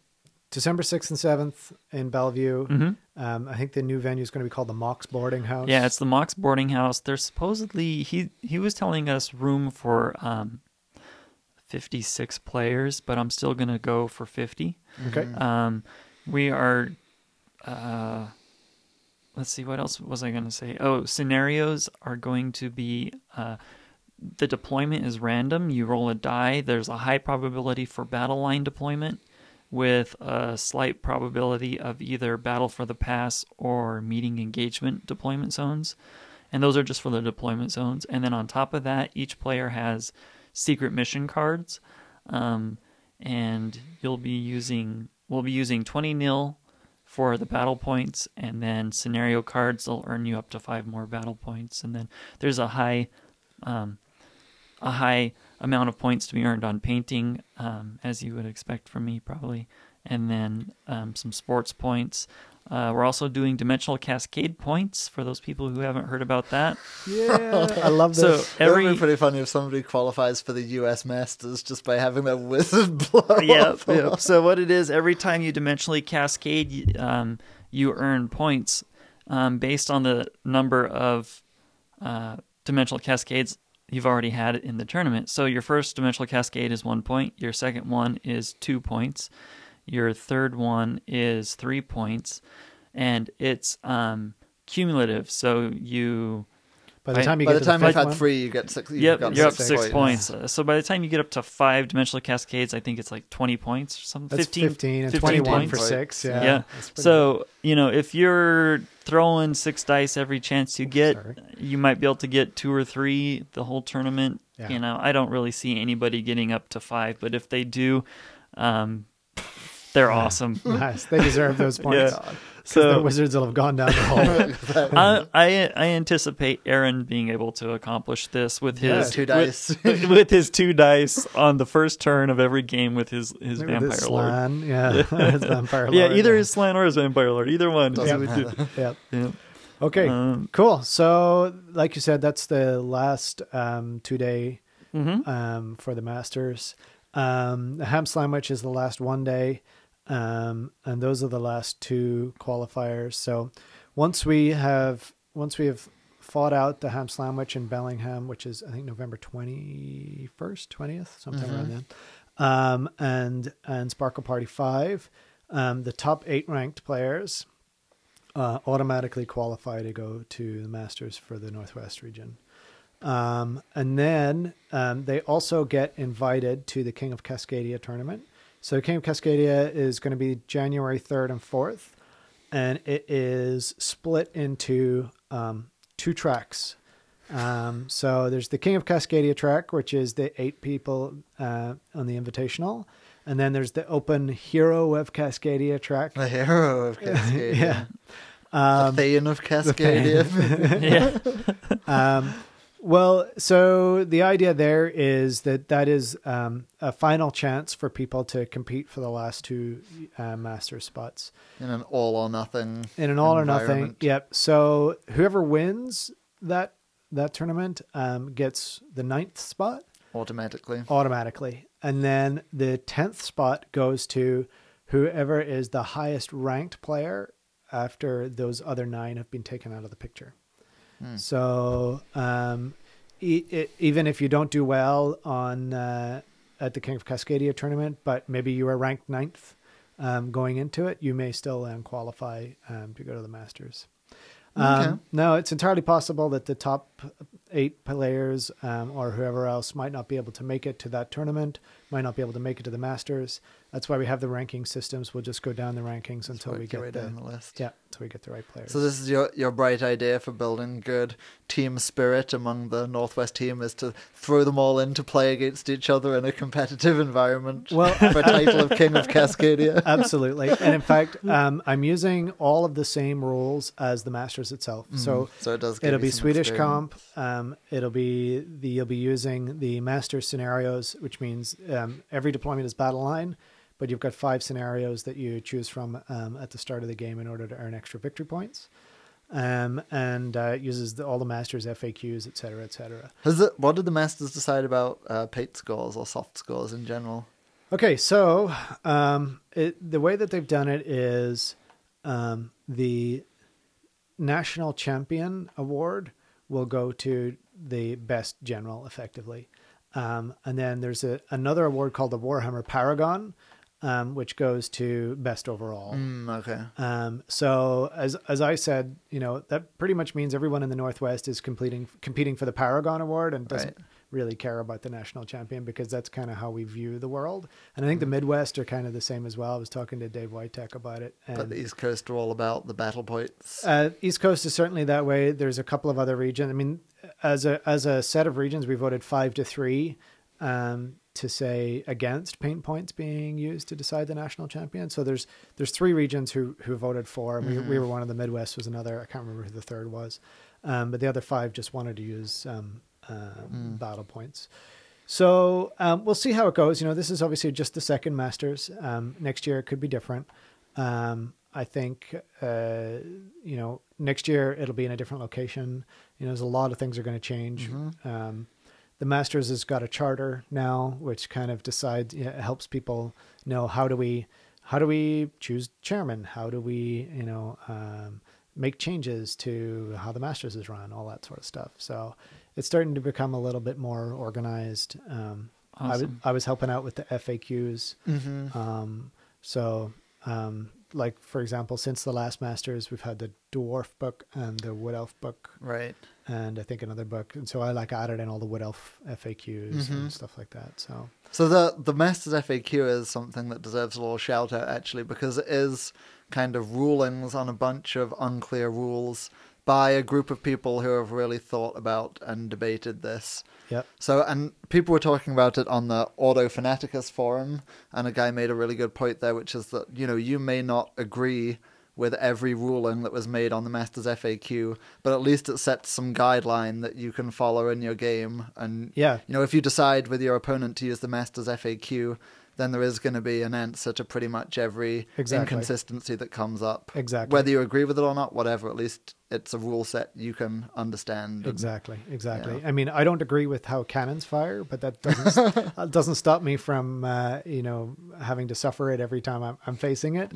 A: December 6th and 7th in Bellevue.
B: mhm.
A: Um, I think the new venue is going to be called the Mox Boarding House.
B: Yeah, it's the Mox boarding house. They're supposedly he he was telling us room for um, 56 players, but I'm still going to go for 50.
A: okay.
B: Um, we are. Uh, let's see. What else was I going to say? Oh, scenarios are going to be. Uh, the deployment is random. You roll a die. There's a high probability for battle line deployment, with a slight probability of either battle for the pass or meeting engagement deployment zones. And those are just for the deployment zones. And then on top of that, each player has secret mission cards um, and you'll be using we'll be using 20 nil for the battle points and then scenario cards will earn you up to five more battle points and then there's a high um, a high amount of points to be earned on painting um, as you would expect from me probably and then um, some sports points uh, we're also doing dimensional cascade points for those people who haven't heard about that
A: Yeah. I love
B: so
A: this.
C: It would
B: every
C: be pretty funny if somebody qualifies for the US Masters just by having their wizard blow
B: yep,
C: up.
B: yep. So what it is, every time you dimensionally cascade, y- um, you earn points um, based on the number of uh, dimensional cascades you've already had in the tournament. So your first dimensional cascade is one point. Your second one is two points. Your third one is three points, and it's um, cumulative. So you
A: by the
B: I-
A: time you
C: By
A: get
C: the time
A: to the
C: you've
A: fifth
C: had
A: one-
C: three, you get six. You've
B: yep,
C: got
B: you're
A: six
B: up six
A: points.
B: points. Uh, So by the time you get up to five dimensional cascades, I think it's like twenty points or something.
A: That's 15, and 21
B: points.
A: for
C: points.
A: six. Yeah.
B: Yeah.
A: That's pretty
B: So, you know, if you're throwing six dice every chance you get,
A: sorry.
B: you might be able to get two or three the whole tournament.
A: Yeah.
B: You know, I don't really see anybody getting up to five, but if they do, um, they're awesome.
A: nice. They deserve those points.
B: Yeah.
A: 'Cause the
B: So
A: Wizards will have gone down the hole.
B: I, I I anticipate Aaron being able to accomplish this with
A: Yeah,
B: his
C: two
B: with-
C: dice.
B: with, his two dice on the first turn of every game with his his
A: Maybe
B: vampire
A: this
B: lord.
A: Slan. Yeah. His vampire
B: yeah,
A: lord.
B: either his slan or his vampire lord. Either one.
C: Doesn't
B: Yeah.
A: Yeah.
B: Yeah.
A: Okay.
B: Um,
A: cool. So, like you said, that's the last um, two day
B: Mm-hmm.
A: um, for the Masters. Um, the Ham Sandwich is the last one day, um, and those are the last two qualifiers. So, once we have once we have fought out the Ham Sandwich in Bellingham, which is I think November twenty first, twentieth, sometime around then, um, and and Sparkle Party Five, um, the top eight ranked players uh, automatically qualify to go to the Masters for the Northwest region. Um, and then um, they also get invited to the King of Cascadia tournament. So King of Cascadia is going to be January 3rd and 4th, and it is split into um, two tracks. Um, so there's the King of Cascadia track, which is the eight people uh, on the Invitational, and then there's the Open Hero of Cascadia track.
C: The hero of Cascadia.
A: Yeah. Um,
C: the Thane of Cascadia.
B: yeah.
A: Well, so the idea there is that that is um, a final chance for people to compete for the last two uh, master spots
C: in an all or nothing.
A: in an all or nothing.
C: environment.
A: Yep. So whoever wins that that tournament um, gets the ninth spot
C: Automatically.
A: automatically, and then the tenth spot goes to whoever is the highest ranked player after those other nine have been taken out of the picture. So um, e- e- even if you don't do well on uh, at the King of Cascadia tournament, but maybe you were ranked ninth um, going into it, you may still um, qualify um, to go to the Masters. Um,
C: Okay.
A: No, it's entirely possible that the top eight players um, or whoever else might not be able to make it to that tournament, might not be able to make it to the Masters. That's why we have the ranking systems. We'll just go down the rankings until
C: work
A: we
C: your way
A: get the,
C: down the list.
A: yeah, until we get the right players.
C: So this is your your bright idea for building good team spirit among the Northwest team is to throw them all in to play against each other in a competitive environment
A: Well-
C: for title of King of Cascadia.
A: Absolutely. And in fact, um, I'm using all of the same rules as the Masters itself. So
C: So it does. Give
A: it'll
C: you
A: be
C: some
A: Swedish
C: experience.
A: comp. Um, it'll be the you'll be using the master scenarios, which means um, every deployment is battle line, but you've got five scenarios that you choose from um, at the start of the game in order to earn extra victory points. Um, and uh, it uses the, all the masters FAQs, et cetera, et cetera.
C: Has it, what did the Masters decide about uh, paid scores or soft scores in general?
A: Okay, so um, it, the way that they've done it is um, the national champion award will go to the best general, effectively, um, and then there's a, another award called the Warhammer Paragon, um, which goes to best overall.
C: Mm, okay.
A: Um, so as as I said, you know that pretty much means everyone in the Northwest is completing competing for the Paragon Award and doesn't
C: Right.
A: really care about the national champion because that's kind of how we view the world. And I think the
C: Mm-hmm.
A: Midwest are kind of the same as well. I was talking to Dave Whiteck about it. And,
C: But the East Coast are all about the battle points.
A: uh, East Coast is certainly that way. There's a couple of other regions. I mean, as a as a set of regions, we voted five to three um, to say against paint points being used to decide the national champion. So there's there's three regions who who voted for. and We, we were one of the Midwest was another. I can't remember who the third was, um, but the other five just wanted to use um, uh, battle points. So um, we'll see how it goes. You know, this is obviously just the second Masters. Um, next year it could be different. Um, I think uh, you know next year it'll be in a different location. You know, there's a lot of things are going to change. Um, the Masters has got a charter now, which kind of decides you know, helps people know how do we how do we choose chairman, how do we you know um, make changes to how the Masters is run, all that sort of stuff. So it's starting to become a little bit more organized. Um, I was-
B: Awesome.
A: I was helping out with the FAQs. Um, so, um, like for example, since the last Masters, we've had the Dwarf book and the Wood Elf book,
C: Right.
A: and I think another book. And so I like added in all the Wood Elf FAQs and stuff like that. So
C: So the the Masters FAQ is something that deserves a little shout out actually because it is kind of rulings on a bunch of unclear rules by a group of people who have really thought about and debated this.
A: yep,
C: So, and people were talking about it on the Auto Fanaticus forum, and a guy made a really good point there, which is that, you know, you may not agree with every ruling that was made on the Masters FAQ, but at least it sets some guideline that you can follow in your game. And,
A: Yeah.
C: you know, if you decide with your opponent to use the Masters FAQ, then there is going to be an answer to pretty much every
A: Exactly.
C: inconsistency that comes up.
A: Exactly.
C: Whether you agree with it or not, whatever, at least it's a rule set you can understand. and-
A: exactly, exactly. I mean, I don't agree with how cannons fire, but that doesn't that doesn't stop me from uh, you know having to suffer it every time I'm, I'm facing it.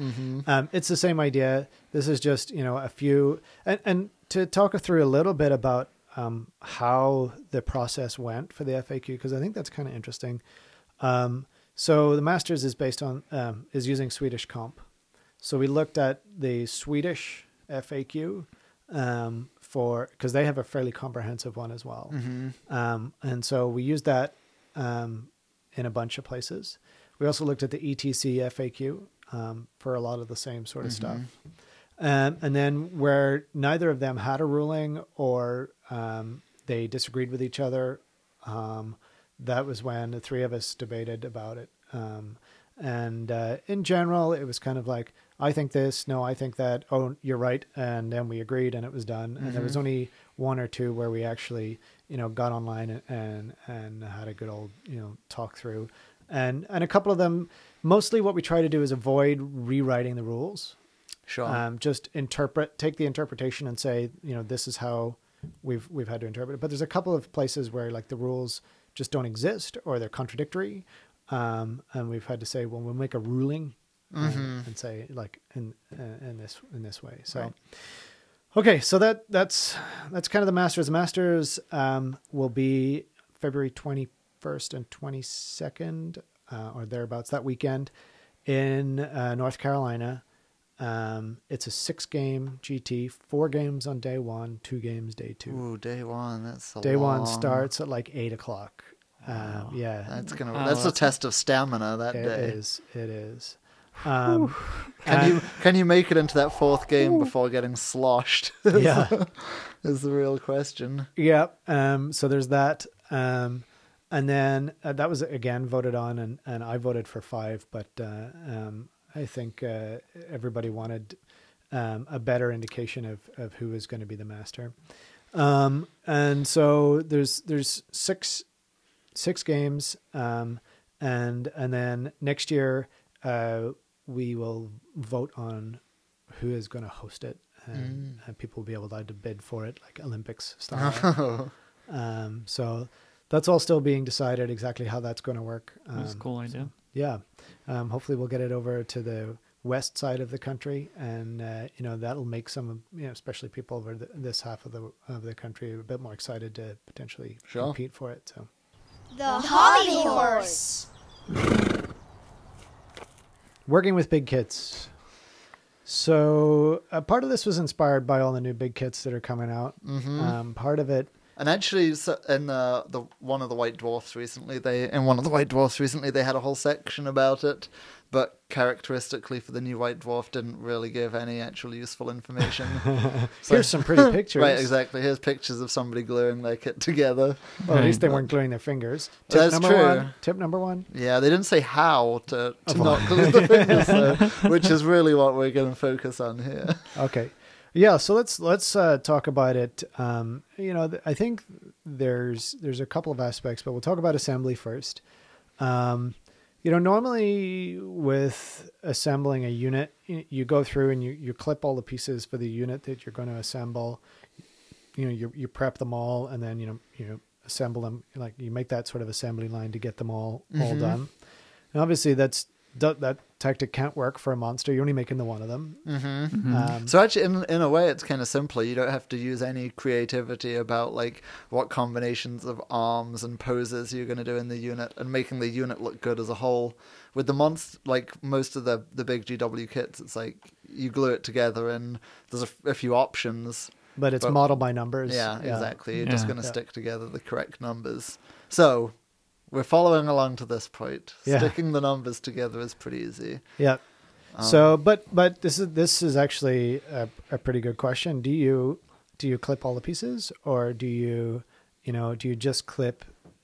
A: Um, it's the same idea. This is just you know a few and and to talk through a little bit about um, how the process went for the FAQ because I think that's kind of interesting. Um, so the masters is based on um, is using Swedish comp. So we looked at the Swedish FAQ um, for because they have a fairly comprehensive one as well, um, and so we used that um, in a bunch of places. We also looked at the ETC FAQ um, for a lot of the same sort of stuff. Um, and then where neither of them had a ruling or um, they disagreed with each other, um, that was when the three of us debated about it. Um, and uh, in general, it was kind of like, I think this, no, I think that, oh, you're right. And then we agreed and it was done. And there was only one or two where we actually, you know, got online and, and had a good old, you know, talk through. And, and a couple of them, mostly what we try to do is avoid rewriting the rules
C: Sure.
A: um, just interpret take the interpretation and say you know this is how we've we've had to interpret it but there's a couple of places where like the rules just don't exist or they're contradictory um, and we've had to say well we'll make a ruling uh, and say like in uh, in this in this way so
C: Mm-hmm. Right.
A: okay so that that's that's kind of the masters the masters um, will be february 21st and 22nd uh, or thereabouts that weekend in uh, north carolina um, it's a six game GT, four games on day one, two games day two.
C: Ooh, day one. That's a
A: day one
C: long-
A: starts at like eight o'clock. Um, yeah,
C: That's gonna.
B: Oh,
C: that's a
B: that's-
C: test of stamina that
A: it
C: day.
A: is. It is. Um,
C: Can
A: and-
C: you can you make it into that fourth game before getting sloshed?
A: yeah,
C: is the real question.
A: yeah. Um, so there's that. Um, and then uh, that was again voted on, and, and I voted for five, but uh, um, I think uh, everybody wanted um, a better indication of, of who is going to be the master. Um, and so there's there's six six games, um, and and then next year uh, we will vote on who is going to host it, and, and people will be allowed to bid for it like Olympics style. um, so that's all still being decided exactly how that's going to work. Um,
B: That's a cool idea.
A: yeah. Um, hopefully, we'll get it over to the west side of the country, and uh, you know that'll make some, you know, especially people over the, this half of the of the country a bit more excited to potentially
C: Sure.
A: compete for it. So,
E: The Holly Horse.
A: working with big kits. So, uh, part of this was inspired by all the new big kits that are coming out.
C: Mm-hmm.
A: Um, part of it,
C: And actually, so in the the one of the White Dwarfs recently, they in one of the White Dwarfs recently, they had a whole section about it. But characteristically, for the new White Dwarf, didn't really give any actual useful information. So-
A: here's some pretty pictures.
C: Right, exactly. Here's pictures of somebody gluing their kit together.
A: Well, at least they weren't gluing their fingers. Tip
C: That's
A: number
C: true.
A: one. Tip number one.
C: Yeah, they didn't say how to, to not glue the fingers, though, which is really what we're going to focus on here.
A: okay yeah so let's let's uh, talk about it um, you know th- i think there's there's a couple of aspects but we'll talk about assembly first um, you know normally with assembling a unit y- you go through and you, you clip all the pieces for the unit that you're going to assemble you know you, you prep them all and then you know you know, assemble them like you make that sort of assembly line to get them all all done and obviously that's that, that tactic can't work for a monster you're only making the one of them um,
C: So actually, in in a way, it's kind of simpler. You don't have to use any creativity about like what combinations of arms and poses you're going to do in the unit, and making the unit look good as a whole. With the monster, like most of the the big GW kits, it's like you glue it together, and there's a, f- a few options.
A: but it's
C: But-
A: model by numbers.
C: Yeah, exactly. You're just
B: Yeah.
C: going to
A: Yeah.
C: stick together the correct numbers. So. We're following along to this point.
A: Yeah.
C: Sticking the numbers together is pretty easy.
A: Yeah.
C: Um,
A: so, but but this is this is actually a, a pretty good question. Do you do you clip all the pieces, or do you you know do you just clip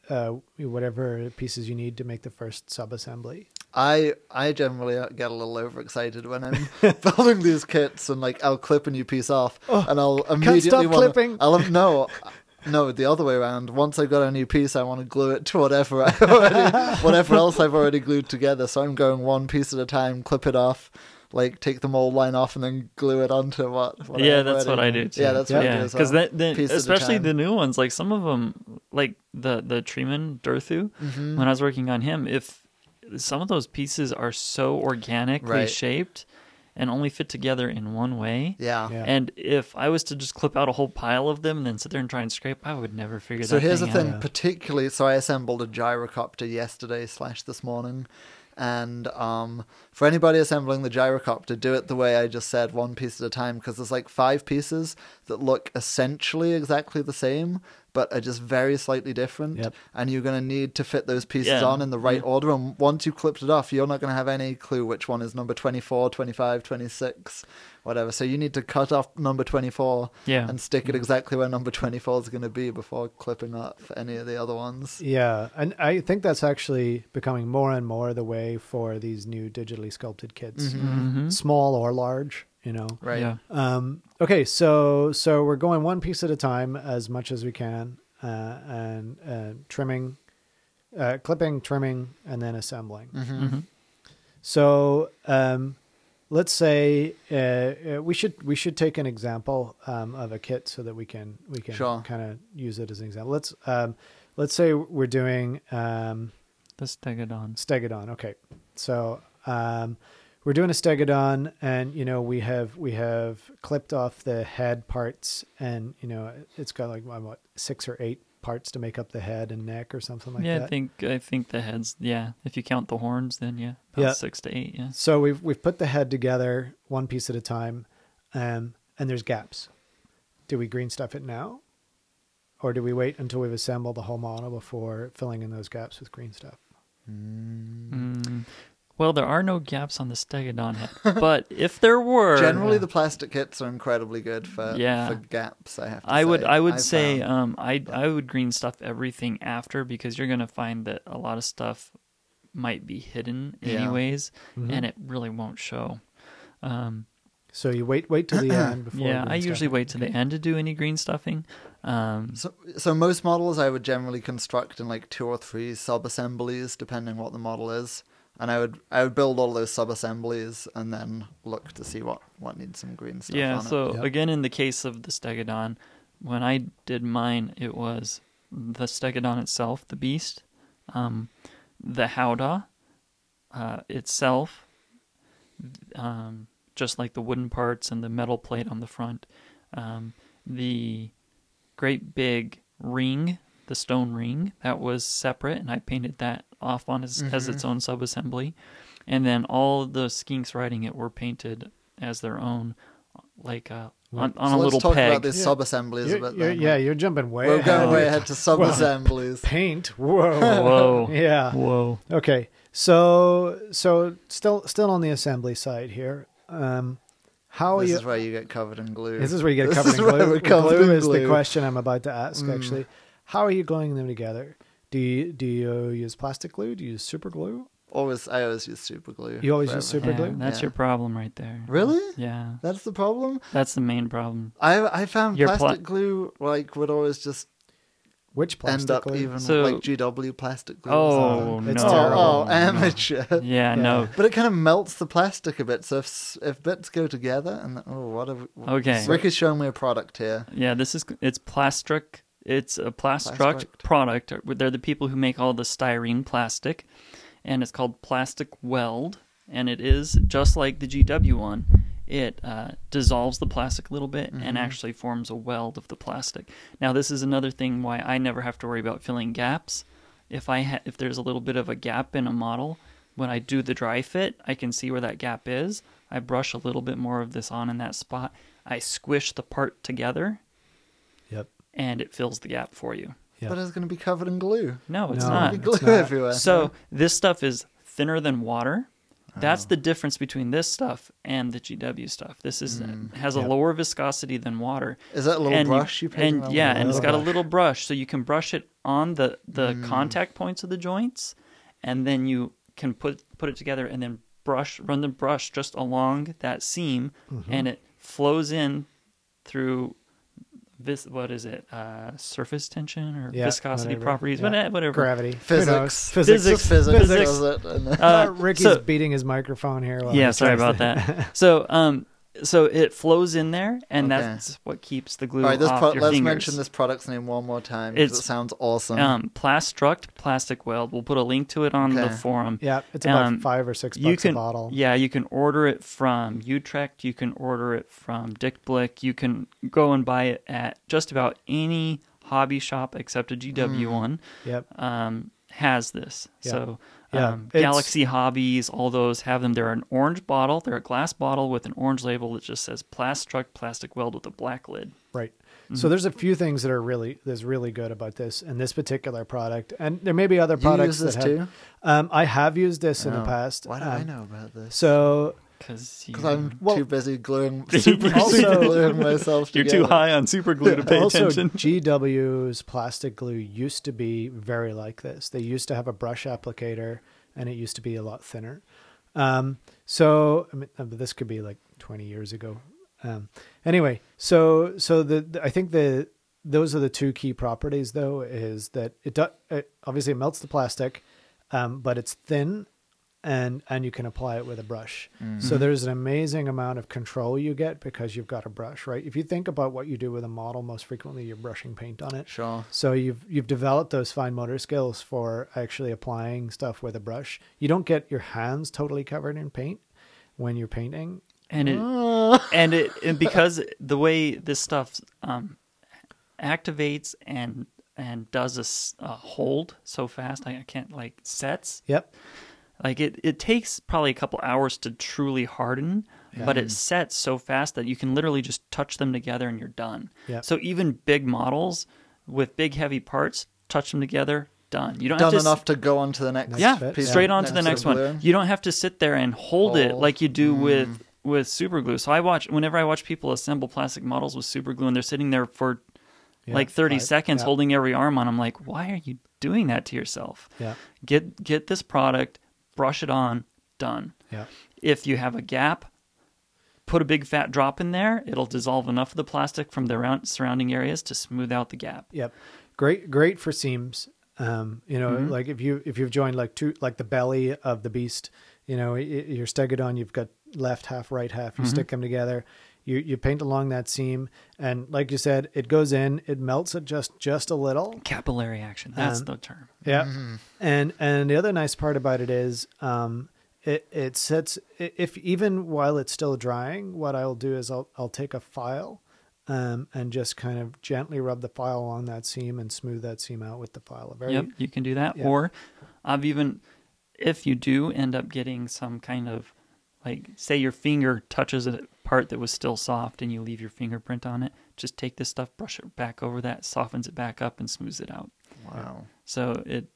A: uh, whatever pieces you need to make the first sub assembly?
C: I I generally get a little overexcited when I'm building these kits and like I'll clip a new piece off and I'll immediately
A: Oh, stop
C: wanna,
A: clipping.
C: I'll no uh, no the other way around. Once I've got a new piece, I want to glue it to whatever I already, whatever else I've already glued together. So I'm going one piece at a time, clip it off, like take the mold line off, and then glue it onto what. what
B: yeah,
C: I've
B: that's what
C: already-
B: I do too.
C: Yeah, that's what I do as
B: Because
C: well.
B: then,
C: Piece at a
B: especially
C: time.
B: the new ones, like some of them, like the the Treeman Durthu,
C: Mm-hmm.
B: when I was working on him, if some of those pieces are so organically
C: Right.
B: shaped and only fit together in one way.
C: yeah.
A: Yeah.
B: And if I was to just clip out a whole pile of them and then sit there and try and scrape, I would never figure
C: So
B: that
C: here's the
B: thing
C: thing,
B: out.
C: particularly. So I assembled a gyrocopter yesterday slash this morning, And um, for anybody assembling the gyrocopter, do it the way I just said, one piece at a time, because there's like five pieces that look essentially exactly the same, but are just very slightly different.
A: Yep.
C: And you're going to need to fit those pieces
B: Yeah.
C: on in the right order. And once you've clipped it off, you're not going to have any clue which one is number 24, 25, 26, whatever. So you need to cut off number 24
B: Yeah.
C: and stick it
A: Mm.
C: exactly where number 24 is going to be before clipping off any of the other ones.
A: Yeah, and I think that's actually becoming more and more the way for these new digitally sculpted kits, small or large. You know.
C: Mm-hmm. Right.
B: Mm. Mm-hmm. Yeah.
A: Um, okay, so so we're going one piece at a time as much as we can, uh, and uh, trimming, uh, clipping, trimming, and then assembling.
C: Mm. Mm-hmm.
B: Mm.
A: So um, let's say uh, uh, we should we should take an example um, of a kit so that we can we can
C: Sure.
A: kind of use it as an example. Let's um, let's say we're doing. Um,
B: The stegodon.
A: stegodon okay so um we're doing a stegodon and you know we have we have clipped off the head parts and you know it's got like what, what, six or eight parts to make up the head and neck or something like
B: yeah,
A: that
B: I think I think the heads. Yeah, if you count the horns, then yeah, about
A: Yeah.
B: six to eight. Yeah.
A: so we've we've put the head together one piece at a time um and there's gaps do we green stuff it now or do we wait until we've assembled the whole model before filling in those gaps with green stuff
C: Mm-hmm.
B: Mm. Well, there are no gaps on the stegodon head, but if there were,
C: Generally, the plastic kits are incredibly good for,
B: uh, Yeah.
C: for gaps. I have. To
B: I
C: say.
B: would I would
C: I've
B: say
C: found.
B: um I I would green stuff everything after because you're gonna find that a lot of stuff might be hidden
C: Yeah. Mm-hmm.
B: anyways
A: Mhm.
B: and it really won't show. Um,
A: so you wait wait till the end before
B: yeah,
A: green
B: I usually
A: stuffing.
B: wait to the end to do any green stuffing. Um,
C: So, so most models I would generally construct in like two or three sub assemblies, depending what the model is, and I would I would build all those sub assemblies and then look to see what what needs some green stuff.
B: yeah,
C: on it.
B: so
A: Yep.
B: again in the case of the stegodon, when I did mine, it was the stegodon itself, the beast, um, the howdah uh, itself, um, just like the wooden parts and the metal plate on the front, um, the great big ring, the stone ring, that was separate, and I painted that off on as,
C: Mm-hmm.
B: as its own sub assembly. And then all the skinks riding it were painted as their own, like uh, on, on
C: So
B: a
C: let's
B: little
C: talk
B: peg.
C: about these sub assemblies a
A: You're-
C: bit.
A: you're-
C: then.
A: yeah, you're jumping way
C: we're
A: ahead.
C: going way ahead to sub assemblies.
A: paint. Whoa.
B: Whoa.
A: yeah.
B: Whoa.
A: Okay. So so still still on the assembly side here. Um how
C: This
A: are you
C: is where you get covered in glue.
A: This is where you get
C: This
A: covered
C: is
A: in
C: where
A: glue.
C: we're covered
A: glue
C: in
A: is the
C: glue. Mm.
A: question I'm about to ask actually. How are you gluing them together? Do you do you use plastic glue? Do you use super glue?
C: Always, I always use super glue.
A: You always
C: for
A: use
C: everything.
A: super
B: Yeah,
A: glue?
B: that's
C: Yeah.
B: your problem right there.
C: Really?
B: Yeah.
C: That's the problem.
B: That's the main problem.
C: I I found
B: Your pla-
C: plastic glue like would always just
A: Which plastic
C: end up
A: glue?
C: even
B: So-
C: like GW plastic glue. or something.
B: Oh,
A: It's
B: no.
A: terrible.
C: Oh, oh, amateur.
B: Yeah, no.
C: But it kind of melts the plastic a bit, so if s- if bits go together and oh, what have we,
B: Okay.
C: Rick is showing me a product here.
B: Yeah, this is it's plastic. It's a plastic
C: Plastruct.
B: product. They're the people who make all the styrene plastic, and it's called plastic weld. And it is just like the GW one. It uh, dissolves the plastic a little bit and actually forms a weld of the plastic. Now, this is another thing why I never have to worry about filling gaps. If I ha- if there's a little bit of a gap in a model, when I do the dry fit, I can see where that gap is. I brush a little bit more of this on in that spot. I squish the part together
A: Yep.
B: and it fills the gap for you.
A: Yeah.
C: But it's going to be covered in glue.
B: No, it's
A: No.
B: not.
C: There'll be glue
A: it's not.
C: everywhere.
B: Ah. So this stuff is thinner than water. That's
A: Oh.
B: the difference between this stuff and the GW stuff. This is has a
A: Mm. Yep.
B: lower viscosity than water.
C: is that a little
B: and
C: brush you paint
B: and
C: around
B: yeah,
C: with?
B: and it's got a
A: brush.
B: little brush, so you can brush it on the the
C: Mm.
B: contact points of the joints, and then you can put put it together and then brush run the brush just along that seam,
C: Mm-hmm.
B: and it flows in through this what is it uh, surface tension or
A: Yeah,
B: viscosity
A: whatever.
B: properties,
A: Yeah.
B: but whatever
A: Gravity. Who
C: Physics.
A: knows?
C: It's
A: Physics.
C: just
B: Physics.
C: physics,
B: Physics.
C: does it? And then-
B: Uh,
A: Uh, Ricky's
B: so-
A: beating his microphone here. while
B: yeah
A: he
B: sorry
A: tries
B: about
A: to-
B: that so um so it flows in there and
C: Okay.
B: that's what keeps the glue
C: all right, this
B: off
C: pro-
B: your
C: let's
B: fingers.
C: mention this product's name one more time. 'cause
B: It's-
C: it sounds awesome.
B: um plastruct plastic weld we'll put a link to it on the
C: Okay.
B: forum
A: Yeah, it's about
B: Um,
A: five or six bucks
B: you can
A: a bottle.
B: yeah you can order it from utrecht you can order it from dick blick you can go and buy it at just about any hobby shop except a gw one
A: Yep.
B: um has this.
A: Yeah.
B: So
A: Yeah,
B: um,
A: it's-
B: Galaxy Hobbies, all those have them. They're an orange bottle. They're a glass bottle with an orange label that just says Plastruck Plastic Weld with a black lid.
A: Right.
C: Mm-hmm.
A: So there's a few things that are really that's really good about this and this particular product, and there may be other products
C: use this
A: that
C: too?
A: have. Um, I have used this in
C: Oh.
A: the past.
C: Why do I
A: um,
C: know about this?
A: So
B: Because
C: Because I'm
A: Well-
C: too busy gluing, super
A: Also-
C: gluing myself
B: you're
C: together.
B: too high on super glue to pay
A: also,
B: attention.
A: GW's plastic glue used to be very like this. They used to have a brush applicator, and it used to be a lot thinner. Um, so I mean, uh, this could be like 20 years ago. Um, anyway, so so the, the- I think the those are the two key properties though is that it, do, it obviously it melts the plastic, um, but it's thin. And and you can apply it with a brush, so there's an amazing amount of control you get because you've got a brush, right? If you think about what you do with a model, most frequently you're brushing paint on it.
C: Sure.
A: So you've you've developed those fine motor skills for actually applying stuff with a brush. You don't get your hands totally covered in paint when you're painting.
B: and it
C: Ah.
B: and it and because the way this stuff um, activates and and does a, s- a hold so fast, I, I can't like sets.
A: Yep.
B: Like it, it takes probably a couple hours to truly harden, but it sets so fast that you can literally just touch them together and you're done.
A: Yep.
B: So even big models with big heavy parts, touch them together, done. You don't have
C: Done
B: to s-
C: enough to go on to the next.
B: yeah,
A: fit,
C: piece
B: straight
C: of-
B: on to the next
C: bit
B: one.
C: of glue.
B: You don't have to sit there and hold it
C: Hold.
B: like you do with with super glue. So I watch whenever I watch people assemble plastic models with super glue, and they're sitting there for
A: Yeah,
B: like thirty
A: five,
B: seconds
A: yeah.
B: holding every arm on. I'm like, why are you doing that to yourself?
A: Yeah.
B: Get get this product, brush it on, done.
A: Yeah.
B: If you have a gap, put a big fat drop in there. It'll dissolve enough of the plastic from the round, surrounding areas to smooth out the gap.
A: Yep. Great great for seams. Um, you know, like if you if you've joined like two like the belly of the beast, you know, y- y- your stegodon, you've got left half, right half, you stick them together. You you paint along that seam and like you said, it goes in, it melts it just just a little.
B: Capillary action. That's
A: Um,
B: the term.
A: Yeah. Mm-hmm. And and the other nice part about it is um it it sets i- if even while it's still drying, what I'll do is I'll I'll take a file um and just kind of gently rub the file along that seam and smooth that seam out with the file. A very
B: Yep, you can do that.
A: Yeah.
B: Or I've even, if you do end up getting some kind of, like, say your finger touches a part that was still soft and you leave your fingerprint on it, just take this stuff, brush it back over that, softens it back up, and smooths it out.
C: Wow.
B: So it,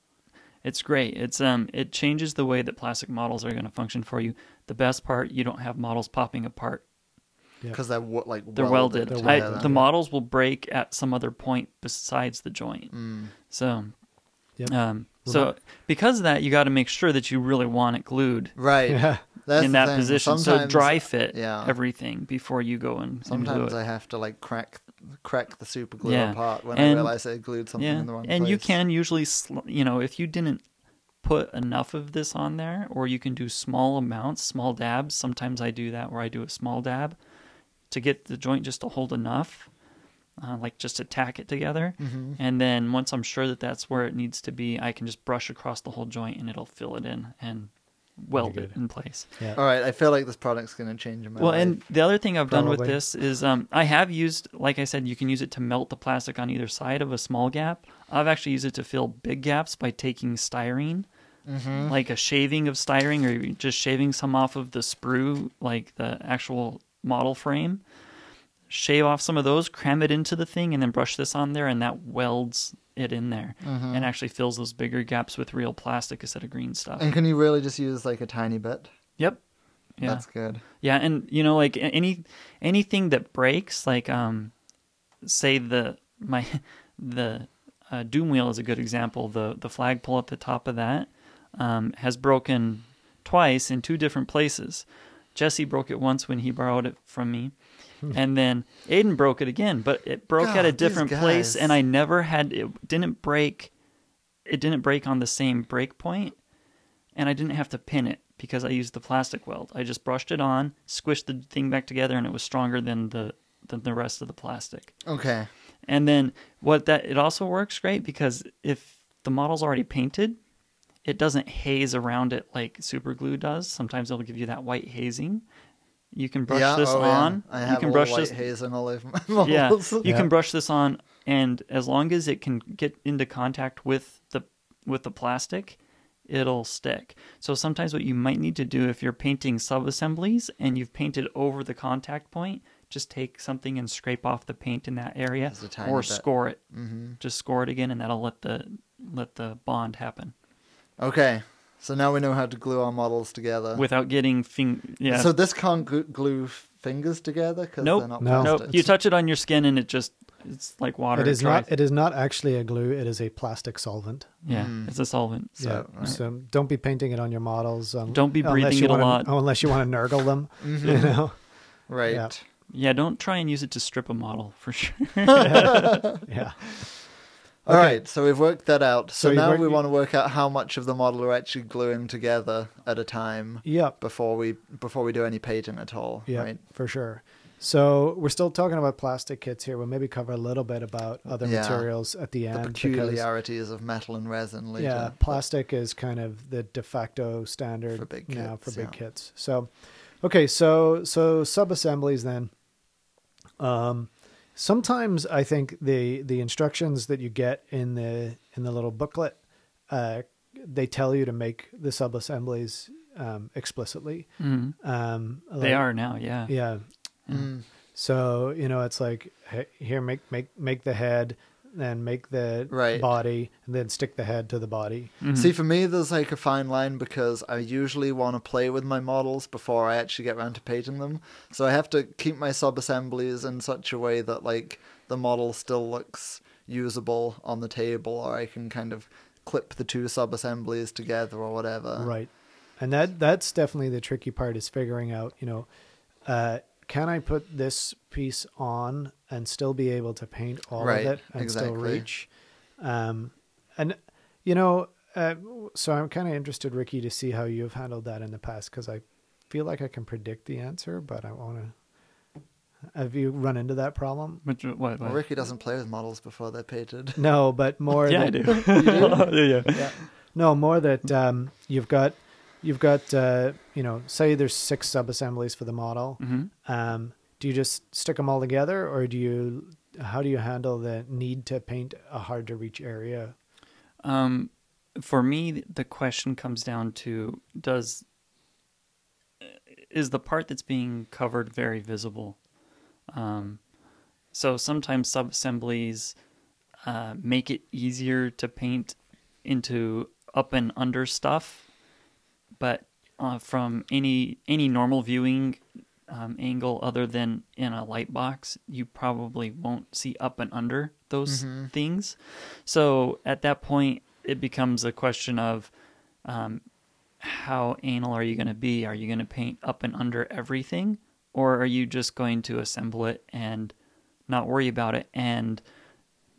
B: it's great. It's um, it changes the way that plastic models are going to function for you. The best part, you don't have models popping apart.
A: Yeah.
C: Because they're wo- like
B: They're welded.
A: They're
B: I-
A: welded.
B: the models will break at some other point besides the joint.
C: Mm.
B: So
A: Yep.
B: um, so because of that, you got to make sure that you really want it glued
C: right.
A: Yeah.
C: That's
B: in
C: the
B: that
C: thing.
B: position. so
C: Sometimes-
B: dry fit
C: yeah.
B: everything before you go and, and glue
C: Sometimes
B: it.
C: I have to like crack crack the super glue
B: Yeah.
C: apart when I
B: And-
C: realize I glued something
B: yeah,
C: in the wrong place.
B: and you can usually, sl- you know, if you didn't put enough of this on there, or you can do small amounts, small dabs. Sometimes I do that where I do a small dab to get the joint just to hold enough. Uh, like just to tack it together,
C: Mm-hmm.
B: and then once I'm sure that that's where it needs to be, I can just brush across the whole joint and it'll fill it in and weld it
A: good.
B: in place.
C: All right, I feel like this product's going to change my
B: well
C: life.
B: and the other thing i've done with
A: Probably.
B: this is um, i have used like i said you can use it to melt the plastic on either side of a small gap i've actually used it to fill big gaps by taking styrene
C: Mm-hmm.
B: like a shaving of styrene or just shaving some off of the sprue like the actual model frame shave off some of those cram it into the thing and then brush this on there and that welds it in there
C: Mm-hmm.
B: and actually fills those bigger gaps with real plastic instead of green stuff
C: And can you really just use like a tiny bit?
B: yep yeah.
C: That's good.
B: Yeah, and you know, like a- any anything that breaks, like um, say the my the uh, doom wheel is a good example. The the flagpole at the top of that um, has broken twice in two different places. Jesse broke it once when he borrowed it from me, and then Aiden broke it again. But it broke at
C: Hmm. God,
B: a
C: these
B: different place,
C: guys.
B: and I never had it didn't break. It didn't break on the same break point and I didn't have to pin it because I used the plastic weld. I just brushed it on, squished the thing back together, and it was stronger than the than the rest of the plastic.
C: Okay.
B: And then what that it also works great because if the model's already painted, it doesn't haze around it like super glue does. Sometimes it'll give you that white hazing. You can brush
C: yeah,
B: this
C: oh, yeah.
B: on.
C: I
B: you
C: have
B: can
C: all
B: brush
C: white
B: this
C: haze and all over my
B: yeah,
C: models.
B: you can brush this on, and as long as it can get into contact with the with the plastic, it'll stick. So sometimes what you might need to do if you're painting subassemblies and you've painted over the contact point, just take something and scrape off the paint in that area
C: Just a tiny
B: or
C: bit.
B: score it.
C: Mm-hmm.
B: Just score it again and that'll let the let the bond happen
C: Okay, so now we know how to glue our models together.
B: without getting fing- yeah.
C: Uh. So this can't gl- glue fingers together because
B: Nope.
C: they're not
A: No.
B: nope,
C: plastic.
B: you touch it on your skin and it just it's like water.
A: It is
B: dries.
A: not. It is not actually a glue. It is a plastic solvent.
B: yeah,
C: Mm-hmm.
B: it's a solvent.
C: So,
A: yeah.
C: right.
A: So don't be painting it on your models. um,
B: Don't be
A: unless
B: breathing
A: you
B: it a
A: wanna-
B: lot.
A: oh, unless you want to nurgle them.
C: Mm-hmm.
A: You know.
C: Right.
A: Yeah.
B: Yeah, don't try and use it to strip a model for sure.
A: Yeah.
C: All right, so we've worked that out. So,
A: So you
C: now
A: work-
C: we
A: you-
C: want to work out how much of the model we're actually gluing together at a time
A: Yep.
C: before we before we do any painting at all,
A: Yeah.
C: right?
A: For sure. So we're still talking about plastic kits here. We'll maybe cover a little bit about other
C: Yeah.
A: materials at the
C: The
A: end. because
C: peculiarities of metal and resin later.
A: Yeah, plastic is kind of the de facto standard
C: For big
A: now
C: kits,
A: for big
C: yeah.
A: kits. So, okay, so so sub assemblies then. Um, sometimes I think the the instructions that you get in the in the little booklet, uh, they tell you to make the sub assemblies um, explicitly.
B: Mhm.
A: Um,
B: They
A: like-
B: are now, yeah.
A: yeah.
C: Mm.
A: So you know, it's like he- here, make make make the head, then make the
C: Right.
A: body, and then stick the head to the body.
B: Mhm.
C: See, for me, there's like a fine line because I usually want to play with my models before I actually get around to painting them. So I have to keep my sub assemblies in such a way that like the model still looks usable on the table, or I can kind of clip the two sub assemblies together or whatever.
A: right and that that's definitely the tricky part is figuring out you know uh can i put this piece on and still be able to paint all
C: Right,
A: of it and still
C: exactly.
A: reach um and you know uh, so i'm kind of interested ricky to see how you've handled that in the past because i feel like i can predict the answer but i want to have you run into that problem
B: Which, what,
C: Well,
B: what?
C: Ricky doesn't play with models before they're painted.
A: no but more
B: yeah,
A: that-
B: I do. yeah, yeah.
A: yeah. No, more that um, you've got you've got uh, you know, say there's six sub-assemblies for the model.
B: Mhm.
A: Um, do you just stick them all together, or do you? How do you handle the need to paint a hard to reach area?
B: Um, for me, the question comes down to does is the part that's being covered very visible? Um, so sometimes sub-assemblies uh, make it easier to paint into up and under stuff, but uh, from any any normal viewing um, angle other than in a light box, you probably won't see up and under those things. So at that point, it becomes a question of um, how anal are you going to be? Are you going to paint up and under everything, or are you just going to assemble it and not worry about it? And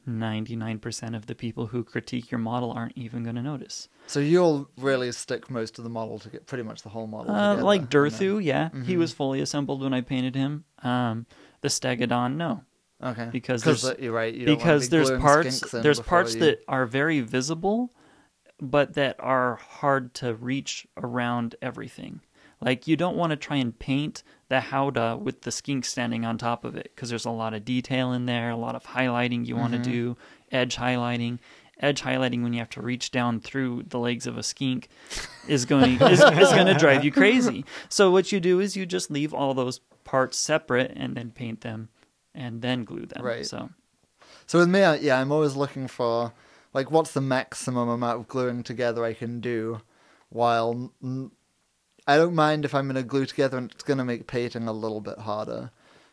B: 99% of the people who critique your model aren't even going to notice.
C: So you'll really stick most of the model to get pretty much the whole model.
B: Uh,
C: together,
B: like
C: and then-
B: Durthu, yeah, he was fully assembled when I painted him. Um, the Stegodon, no,
C: Okay.
B: because there's-
C: uh, you're right. You don't wanna
B: because
C: be
B: there's
C: gluing
B: parts
C: skinks in
B: there's
C: before
B: parts
C: you-
B: that are very visible but that are hard to reach around everything like you don't want to try and paint the howdah with the skink standing on top of it because there's a lot of detail in there a lot of highlighting you want to
C: Mm-hmm.
B: do edge highlighting edge highlighting when you have to reach down through the legs of a skink is going is, is going to drive you crazy so what you do is you just leave all those parts separate and then paint them and then glue them
C: Right.
B: so
C: So with me, I- yeah, I'm always looking for like what's the maximum amount of gluing together I can do, while n- I don't mind if I'm going to glue together and it's going to make painting a little bit harder,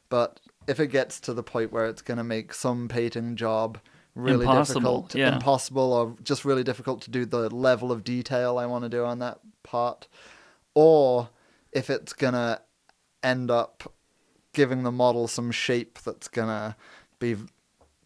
C: but if it gets to the point where it's going to make some painting job really
B: Impossible,
C: difficult,
B: yeah.
C: impossible, or just really difficult to do the level of detail I want to do on that part, or if it's going to end up giving the model some shape that's gonna be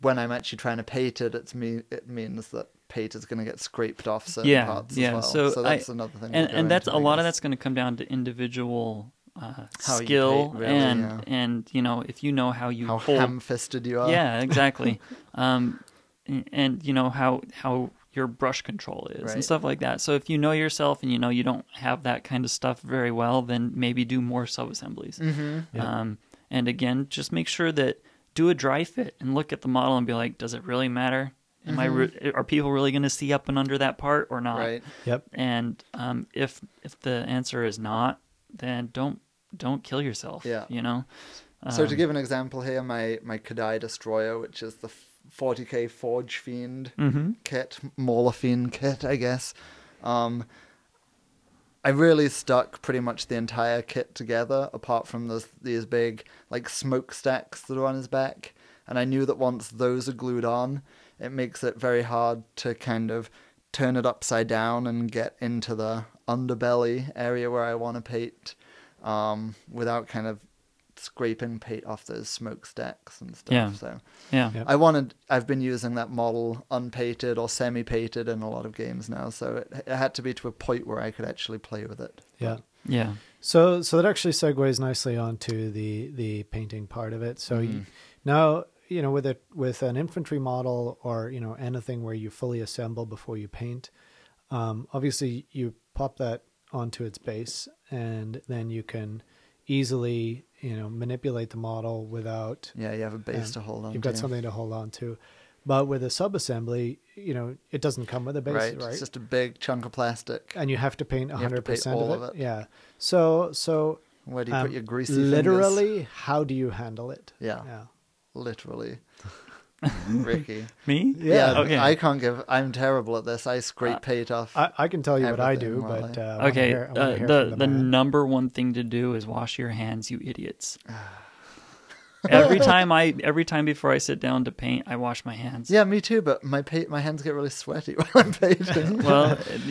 C: when I'm actually trying to paint it. It's me. It means that paint is gonna get scraped off certain
B: yeah,
C: parts
B: yeah.
C: as well.
B: So, I-
C: that's another thing.
B: and
C: we'll go
B: and that's
C: into,
B: a
C: I
B: lot of
C: guess.
B: that's going to come down to individual uh,
C: How you
B: skill
C: paint, really,
B: and
C: yeah.
B: and you know if you know how you
C: how
B: hold.
C: ham-fisted you are.
B: yeah, exactly. um, and, and you know how how your brush control is
C: Right.
B: and stuff like that. So if you know yourself and you know you don't have that kind of stuff very well, then maybe do more sub assemblies.
C: hmm
B: Um, and again, just make sure that do a dry fit and look at the model and be like, does it really matter? Am I re- are people really going to see up and under that part or not?
C: Mm-hmm. Right.
A: Yep.
B: And um, if if the answer is not, then don't don't kill yourself.
C: Yeah.
B: You know.
C: So to
B: Um,
C: give an example here, my my Kadai Destroyer, which is the f- 40k Forge Fiend
A: Mm-hmm.
C: kit, Mauler Fiend kit, I guess. Um, I really stuck pretty much the entire kit together, apart from those these big like smokestacks that are on his back. And I knew that once those are glued on, it makes it very hard to kind of turn it upside down and get into the underbelly area where I want to paint um, without kind of scraping paint off those smokestacks and stuff.
B: Yeah.
C: So
B: yeah.
A: Yep.
C: I wanted. I've been using that model unpainted or semi-painted in a lot of games now, so it, it had to be to a point where I could actually play with it.
A: Yeah.
B: Yeah.
A: So so that actually segues nicely onto the the painting part of it. So
C: Mm-hmm.
A: you, now you know with a with an infantry model or you know anything where you fully assemble before you paint. Um, obviously, you pop that onto its base, and then you can easily you know manipulate the model without
C: Yeah, you have a base
A: Um,
C: to hold on.
A: you've got
C: to.
A: something to hold on to. But with a subassembly, you know it doesn't come with a base,
C: right?
A: right?
C: It's just a big chunk of plastic.
A: and you have to paint
C: have to paint
A: 100% of,
C: all
A: it.
C: of it.
A: Yeah. So so
C: Where do you
A: um,
C: put your greasy
A: literally
C: fingers?
A: how do you handle it
C: Yeah.
A: yeah
C: Literally, Ricky.
B: Me?
C: Yeah,
B: okay.
C: I can't give. I'm terrible at this. I scrape
B: Uh,
C: paint off.
A: i, I can tell you what i do
C: Everything, well,
A: but uh, I wanna
B: okay.
A: hear- I wanna
B: uh,
A: hear
B: the
A: from
B: the,
A: man.
B: number one thing to do is wash your hands, you idiots. every time I every time before I sit down to paint, I wash my hands.
C: yeah, me too. But my paint, my hands get really sweaty while I'm painting.
B: Well,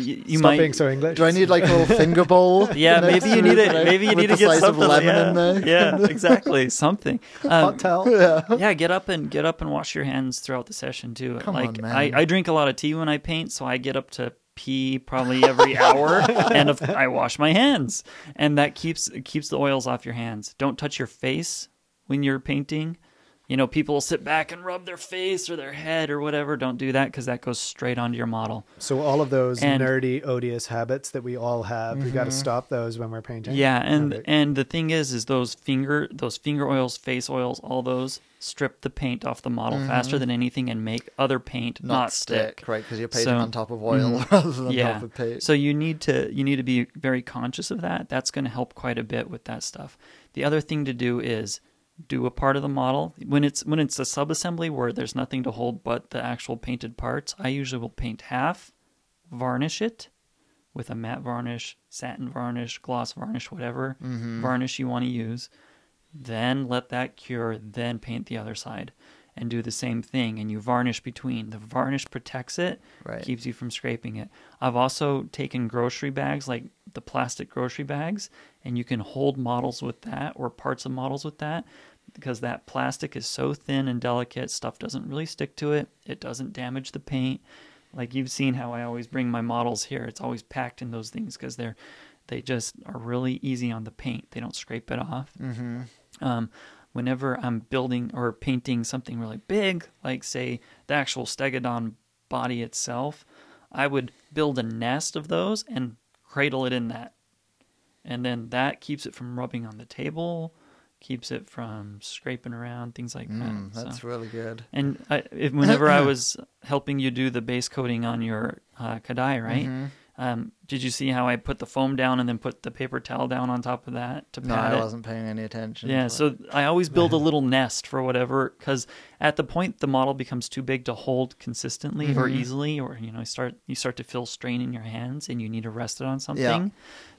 B: you, you
A: Stop
B: might
A: being so english
C: Do I need like a little finger bowl?
B: Yeah,
C: next
B: maybe you
C: to
B: need
C: it,
B: it.
C: right?
B: Maybe you
C: With
B: need
C: the
B: to get
C: slice of
B: something.
C: lemon
B: yeah,
C: in there.
B: yeah, exactly. Something. Um,
A: hot towel
B: yeah, get up and get up and wash your hands throughout the session too.
C: Come
B: like
C: on, man.
B: I, I drink a lot of tea when I paint, so I get up to pee probably every hour, and of, I wash my hands, and that keeps it keeps the oils off your hands. Don't touch your face when you're painting. You know, people sit back and rub their face or their head or whatever. Don't do that because that goes straight onto your model.
A: so all of those
B: And- Mm-hmm.
A: nerdy odious habits that we all have we got to stop those when we're painting
B: Yeah, and
A: Perfect.
B: and the thing is, is those finger those finger oils, face oils, all those strip the paint off the model faster than anything and make other paint
C: Mm-hmm. Not,
B: not,
C: stick, right? Because you're painting
B: So- mm,
C: on top of oil rather than on top
B: Yeah.
C: of paint.
B: So you need to you need to be very conscious of that. That's going to help quite a bit with that stuff. The other thing to do is do a part of the model when it's when it's a subassembly where there's nothing to hold but the actual painted parts. I usually will paint half, varnish it with a matte varnish, satin varnish, gloss varnish, whatever varnish you want to use. Then let that cure, then paint the other side and do the same thing and you varnish between. The varnish protects it,
C: Right.
B: keeps you from scraping it. I've also taken grocery bags like the plastic grocery bags and you can hold models with that or parts of models with that because that plastic is so thin and delicate, stuff doesn't really stick to it. It doesn't damage the paint. Like you've seen how I always bring my models here. It's always packed in those things because they're they just are really easy on the paint. They don't scrape it off. Mm-hmm. Um, whenever I'm building or painting something really big, like say the actual stegodon body itself, I would build a nest of those and cradle it in that and then that keeps it from rubbing on the table, keeps it from scraping around, things like
C: Mm,
B: that.
C: that's
B: so.
C: really good.
B: And I, if, whenever I was helping you do the base coating on your uh, Kadai, right?
C: Mm-hmm.
B: Um, did you see how I put the foam down and then put the paper towel down on top of that to
C: No,
B: pad
C: I
B: it?
C: wasn't paying any attention.
B: Yeah,
C: to
B: so I always build a little nest for whatever, because at the point the model becomes too big to hold consistently or
C: Mm-hmm.
B: easily, or you know, you start you start to feel strain in your hands and you need to rest it on something.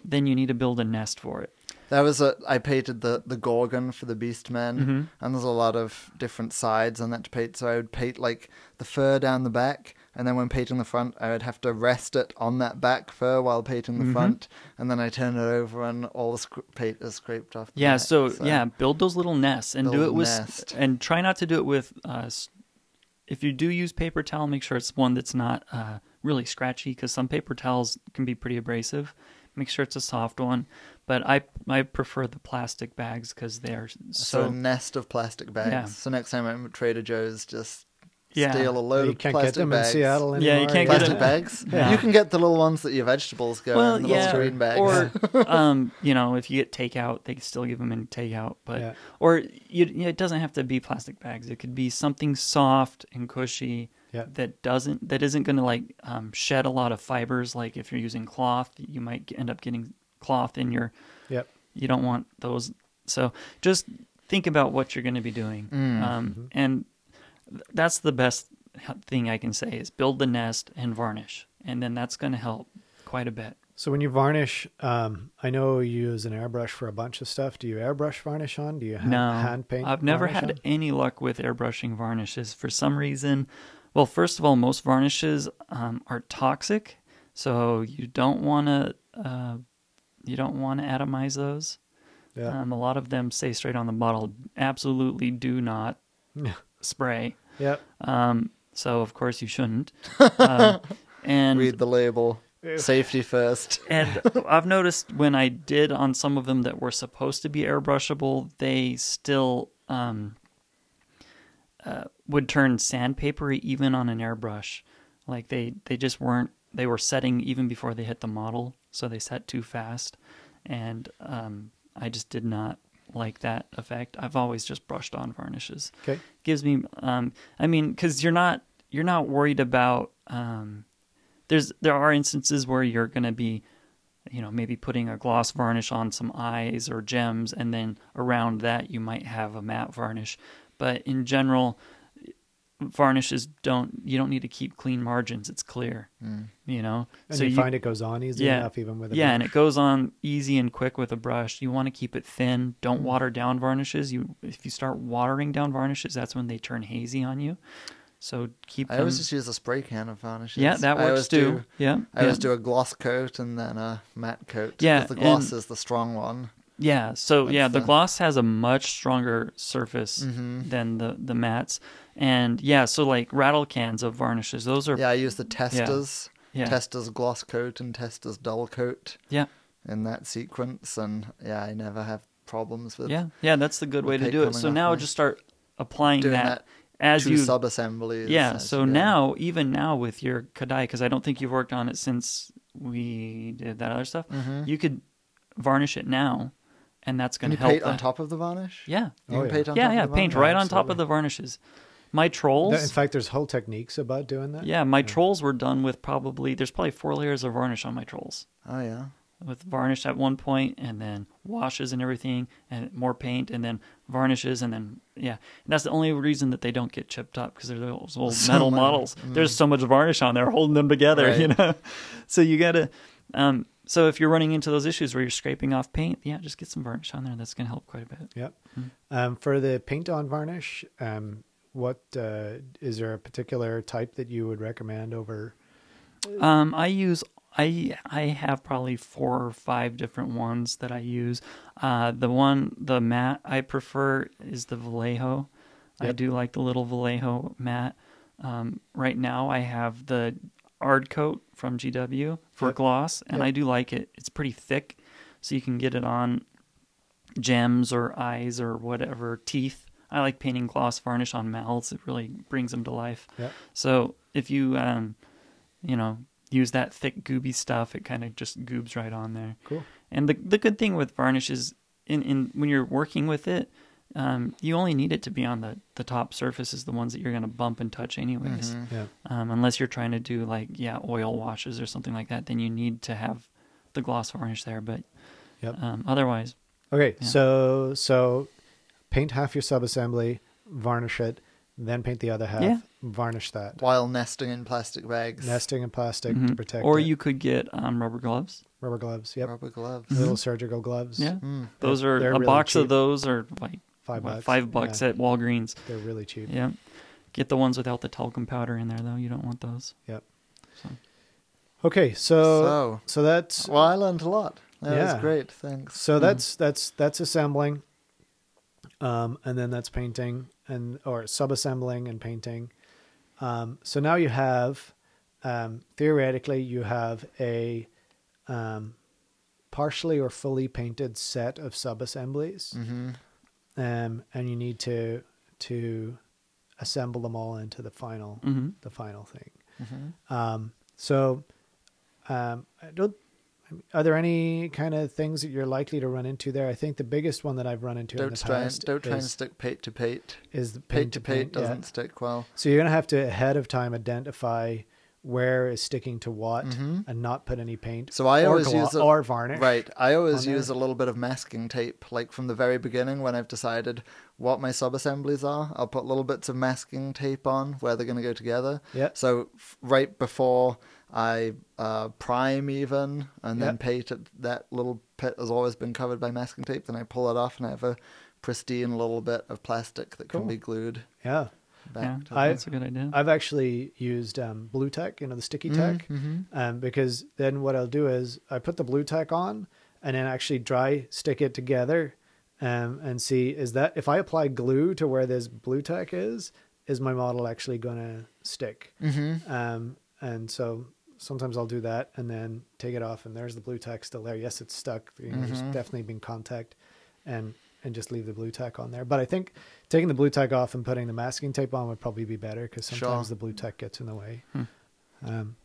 B: Then you need to build a nest for it.
C: it. that was a. I painted the the gorgon for the beastmen,
B: Mm-hmm.
C: and there's a lot of different sides on that to paint. So I would paint like the fur down the back, and then when painting the front, I would have to rest it on that back fur while painting
B: Mm-hmm.
C: the front, and then I turn it over, and all the sc- paint is scraped off. the
B: Yeah,
C: back,
B: so, yeah, build those little nests and do
C: Build a
B: it with
C: nest.
B: and try not to do it with uh s- if you do use paper towel, make sure it's one that's not uh really scratchy cuz some paper towels can be pretty abrasive. Make sure it's a soft one, but I I prefer the plastic bags cuz they're
C: So,
B: so
C: a nest of plastic bags.
B: Yeah.
C: So next time I'm at Trader Joe's, just
B: Yeah.
C: steal a load
A: you
C: of
A: can't
C: plastic
A: get them
C: bags.
A: in seattle anymore.
B: Yeah, you can't get
C: Plastic
B: them-
C: bags.
B: Yeah.
C: You can get the little ones that your vegetables
A: uh,
C: go
B: well,
C: in, the
B: yeah,
C: little green bags.
B: or um, you know, if you get takeout, they still give them in takeout, but
A: Yeah.
B: or you, you know, it doesn't have to be plastic bags. It could be something soft and cushy
A: Yeah.
B: that doesn't that isn't going to like um, shed a lot of fibers. Like if you're using cloth, you might end up getting cloth in your.
A: Yep.
B: You don't want those. So just think about what you're going to be doing,
A: Mm, mm-hmm.
B: um, and th- that's the best h- thing I can say is build the nest and varnish, and then that's going to help quite a bit.
A: So when you varnish, um, I know you use an airbrush for a bunch of stuff. Do you airbrush varnish on? Do you ha-
B: no,
A: hand paint?
B: I've never
A: varnish
B: had
A: on?
B: any luck with airbrushing varnishes for some reason. Well, first of all, most varnishes um, are toxic, so you don't want to uh, you don't want to atomize those.
A: Yeah.
B: Um, a lot of them say straight on the bottle, absolutely do not spray.
A: Yep.
B: Um, so of course you shouldn't. Um, and
C: Read the label. Safety first.
B: and I've noticed when I did on some of them that were supposed to be airbrushable, they still um, uh, would turn sandpapery even on an airbrush. Like they they just weren't they were setting even before they hit the model, so they set too fast, and um, I just did not like that effect. I've always just brushed on varnishes
A: Okay.
B: gives me um i mean because you're not you're not worried about um there's there are instances where you're going to be you know maybe putting a gloss varnish on some eyes or gems and then around that you might have a matte varnish but in general varnishes don't you don't need to keep clean margins it's clear you know
A: Mm. And you, find it goes on easily enough, even with a
B: yeah, and
A: brush.
B: it goes on easy and quick with a brush. You want to keep it thin.
C: Mm.
B: Don't water down varnishes. You if you start watering down varnishes, that's when they turn hazy on you. So keep
C: I
B: them.
C: always just use a spray can of varnishes.
B: Mm. yeah, that
C: I always
B: works too.
C: do-
B: yeah, yeah.
C: I always do a gloss coat and then a matte coat. 'cause
B: Yeah,
C: the gloss
B: and-
C: is the strong one.
B: Yeah. So yeah,
C: That's
B: the
C: the- Mm-hmm.
B: gloss has a much stronger surface than the the mattes, and yeah, so like rattle cans of varnishes, those are
C: Yeah, I use the testers,
B: Yeah.
C: testers gloss coat and testers dull coat
B: yeah.
C: in that sequence, and yeah, I never have problems with
B: Yeah, yeah, that's the good way to
C: paint
B: do it.
C: coming
B: So
C: off
B: now
C: me.
B: just start applying
C: doing
B: that,
C: that,
B: as
C: two
B: you
C: sub assemblies.
B: Yeah. So now, even now with your Kadai, because I don't think you've worked on it since we did that other stuff, you could varnish it now, and that's
C: can
B: going
C: Mm-hmm. you
B: to help.
C: paint on
B: that.
C: top of the varnish?
B: Yeah.
C: you can
A: Oh, yeah.
C: paint on
B: yeah,
C: top
B: yeah.
C: of the
B: Paint
C: varnish?
B: right on top of the varnishes. My trolls.
A: In fact, there's whole techniques about doing that.
B: yeah, my trolls were done with probably there's probably four layers of varnish on my trolls
C: Oh yeah,
B: with varnish at one point and then washes and everything and more paint and then varnishes and then yeah and that's the only reason that they don't get chipped up because they're those old
C: So
B: metal
C: much- Mm.
B: models there's so much varnish on there holding them together
C: Right.
B: you know so you gotta um so if you're running into those issues where you're scraping off paint yeah just get some varnish on there that's gonna help quite a bit
A: Yep. Um, for the paint on varnish, um, what uh, is there a particular type that you would recommend over?
B: Um, I use I I have probably four or five different ones that I use. Uh, the one the mat I prefer is the Vallejo. I
A: Yep.
B: do like the little Vallejo mat. Um, right now I have the Ardcoat from GW for
A: Yep.
B: gloss, and
A: Yep.
B: I do like it. It's pretty thick, so you can get it on gems or eyes or whatever teeth. I like painting gloss varnish on mouths. It really brings them to life.
A: Yeah.
B: So if you, um, you know, use that thick gooby stuff, it kind of just goobs right on there.
A: Cool.
B: And the the good thing with varnish is, in, in when you're working with it, um, you only need it to be on the the top surfaces, the ones that you're gonna bump and touch anyways.
A: Yeah.
B: Um, unless you're trying to do like yeah oil washes or something like that, then you need to have the gloss varnish there. But
A: Yep.
B: um, otherwise,
A: Okay,
B: Yeah.
A: so so paint half your sub assembly, varnish it, then paint the other half,
B: Yeah.
A: varnish that.
C: while nesting in plastic bags,
A: Nesting in plastic to
B: Mhm.
A: protect
B: or
A: it.
B: you could get um, rubber gloves.
A: rubber gloves, yep. Mm-hmm.
C: rubber gloves.
A: Little surgical gloves.
B: Mm-hmm. Yeah,
C: Mm.
B: those
A: They're-
B: are
A: they're
B: a
A: really
B: box
A: cheap.
B: of those are like
A: Five
B: what,
A: bucks.
B: five bucks
A: Yeah.
B: at Walgreens.
A: They're really cheap.
B: Yeah, get the ones without the talcum powder in there though. You don't want those.
A: Yep.
B: So.
A: Okay, so so,
C: so
A: that's
C: well, I learned a lot. That
A: Yeah.
C: was great. Thanks.
A: so that's that's that's assembling. Um and then that's painting and or sub assembling and painting. Um so now you have um theoretically you have a um partially or fully painted set of sub assemblies.
C: Mm-hmm.
A: um, and you need to to assemble them all into the final
B: Mhm.
C: Mm-hmm.
A: the final thing.
C: Mhm.
A: Um, so um, I don't. Are there any kind of things that you're likely to run into there? I think the biggest one that I've run into in
C: Don't
A: the
C: try and
A: past
C: don't try and
A: is,
C: stick pate to pate.
A: is the pin
C: Pate to pate
A: pin, yeah.
C: doesn't stick well.
A: So you're gonna have to ahead of time identify where is sticking to what
C: Mhm.
A: and not put any paint.
C: So I
A: or
C: always
A: gua-
C: use a-
A: or varnish.
C: Right. I always
A: on
C: use a little bit of masking tape, like from the very beginning when I've decided what my sub assemblies are. I'll put little bits of masking tape on where they're going to go together.
A: Yep.
C: So f- right before I uh, prime even and then
A: Yep.
C: paint it, that little pit has always been covered by masking tape. Then I pull it off and I have a pristine little bit of plastic that can
A: Cool.
C: be glued
A: Yeah.
C: back.
B: yeah,
C: to
A: I-
B: that's a good idea.
A: I've actually used um, blue tech, you know, the sticky
C: Mm-hmm.
A: tech, um, because then what I'll do is I put the blue tech on and then actually dry stick it together um, and see is that if I apply glue to where this blue tech is, is my model actually going to stick? Mm-hmm. Um, and so sometimes I'll do that and then take it off, and there's the blue tech still there. Yes, it's stuck. You know, There's
C: Mm-hmm.
A: definitely been contact, and and just leave the blue tack on there. But I think taking the blue tack off and putting the masking tape on would probably be better because sometimes
C: Sure. Hmm.
A: the blue tack gets in the way. Um,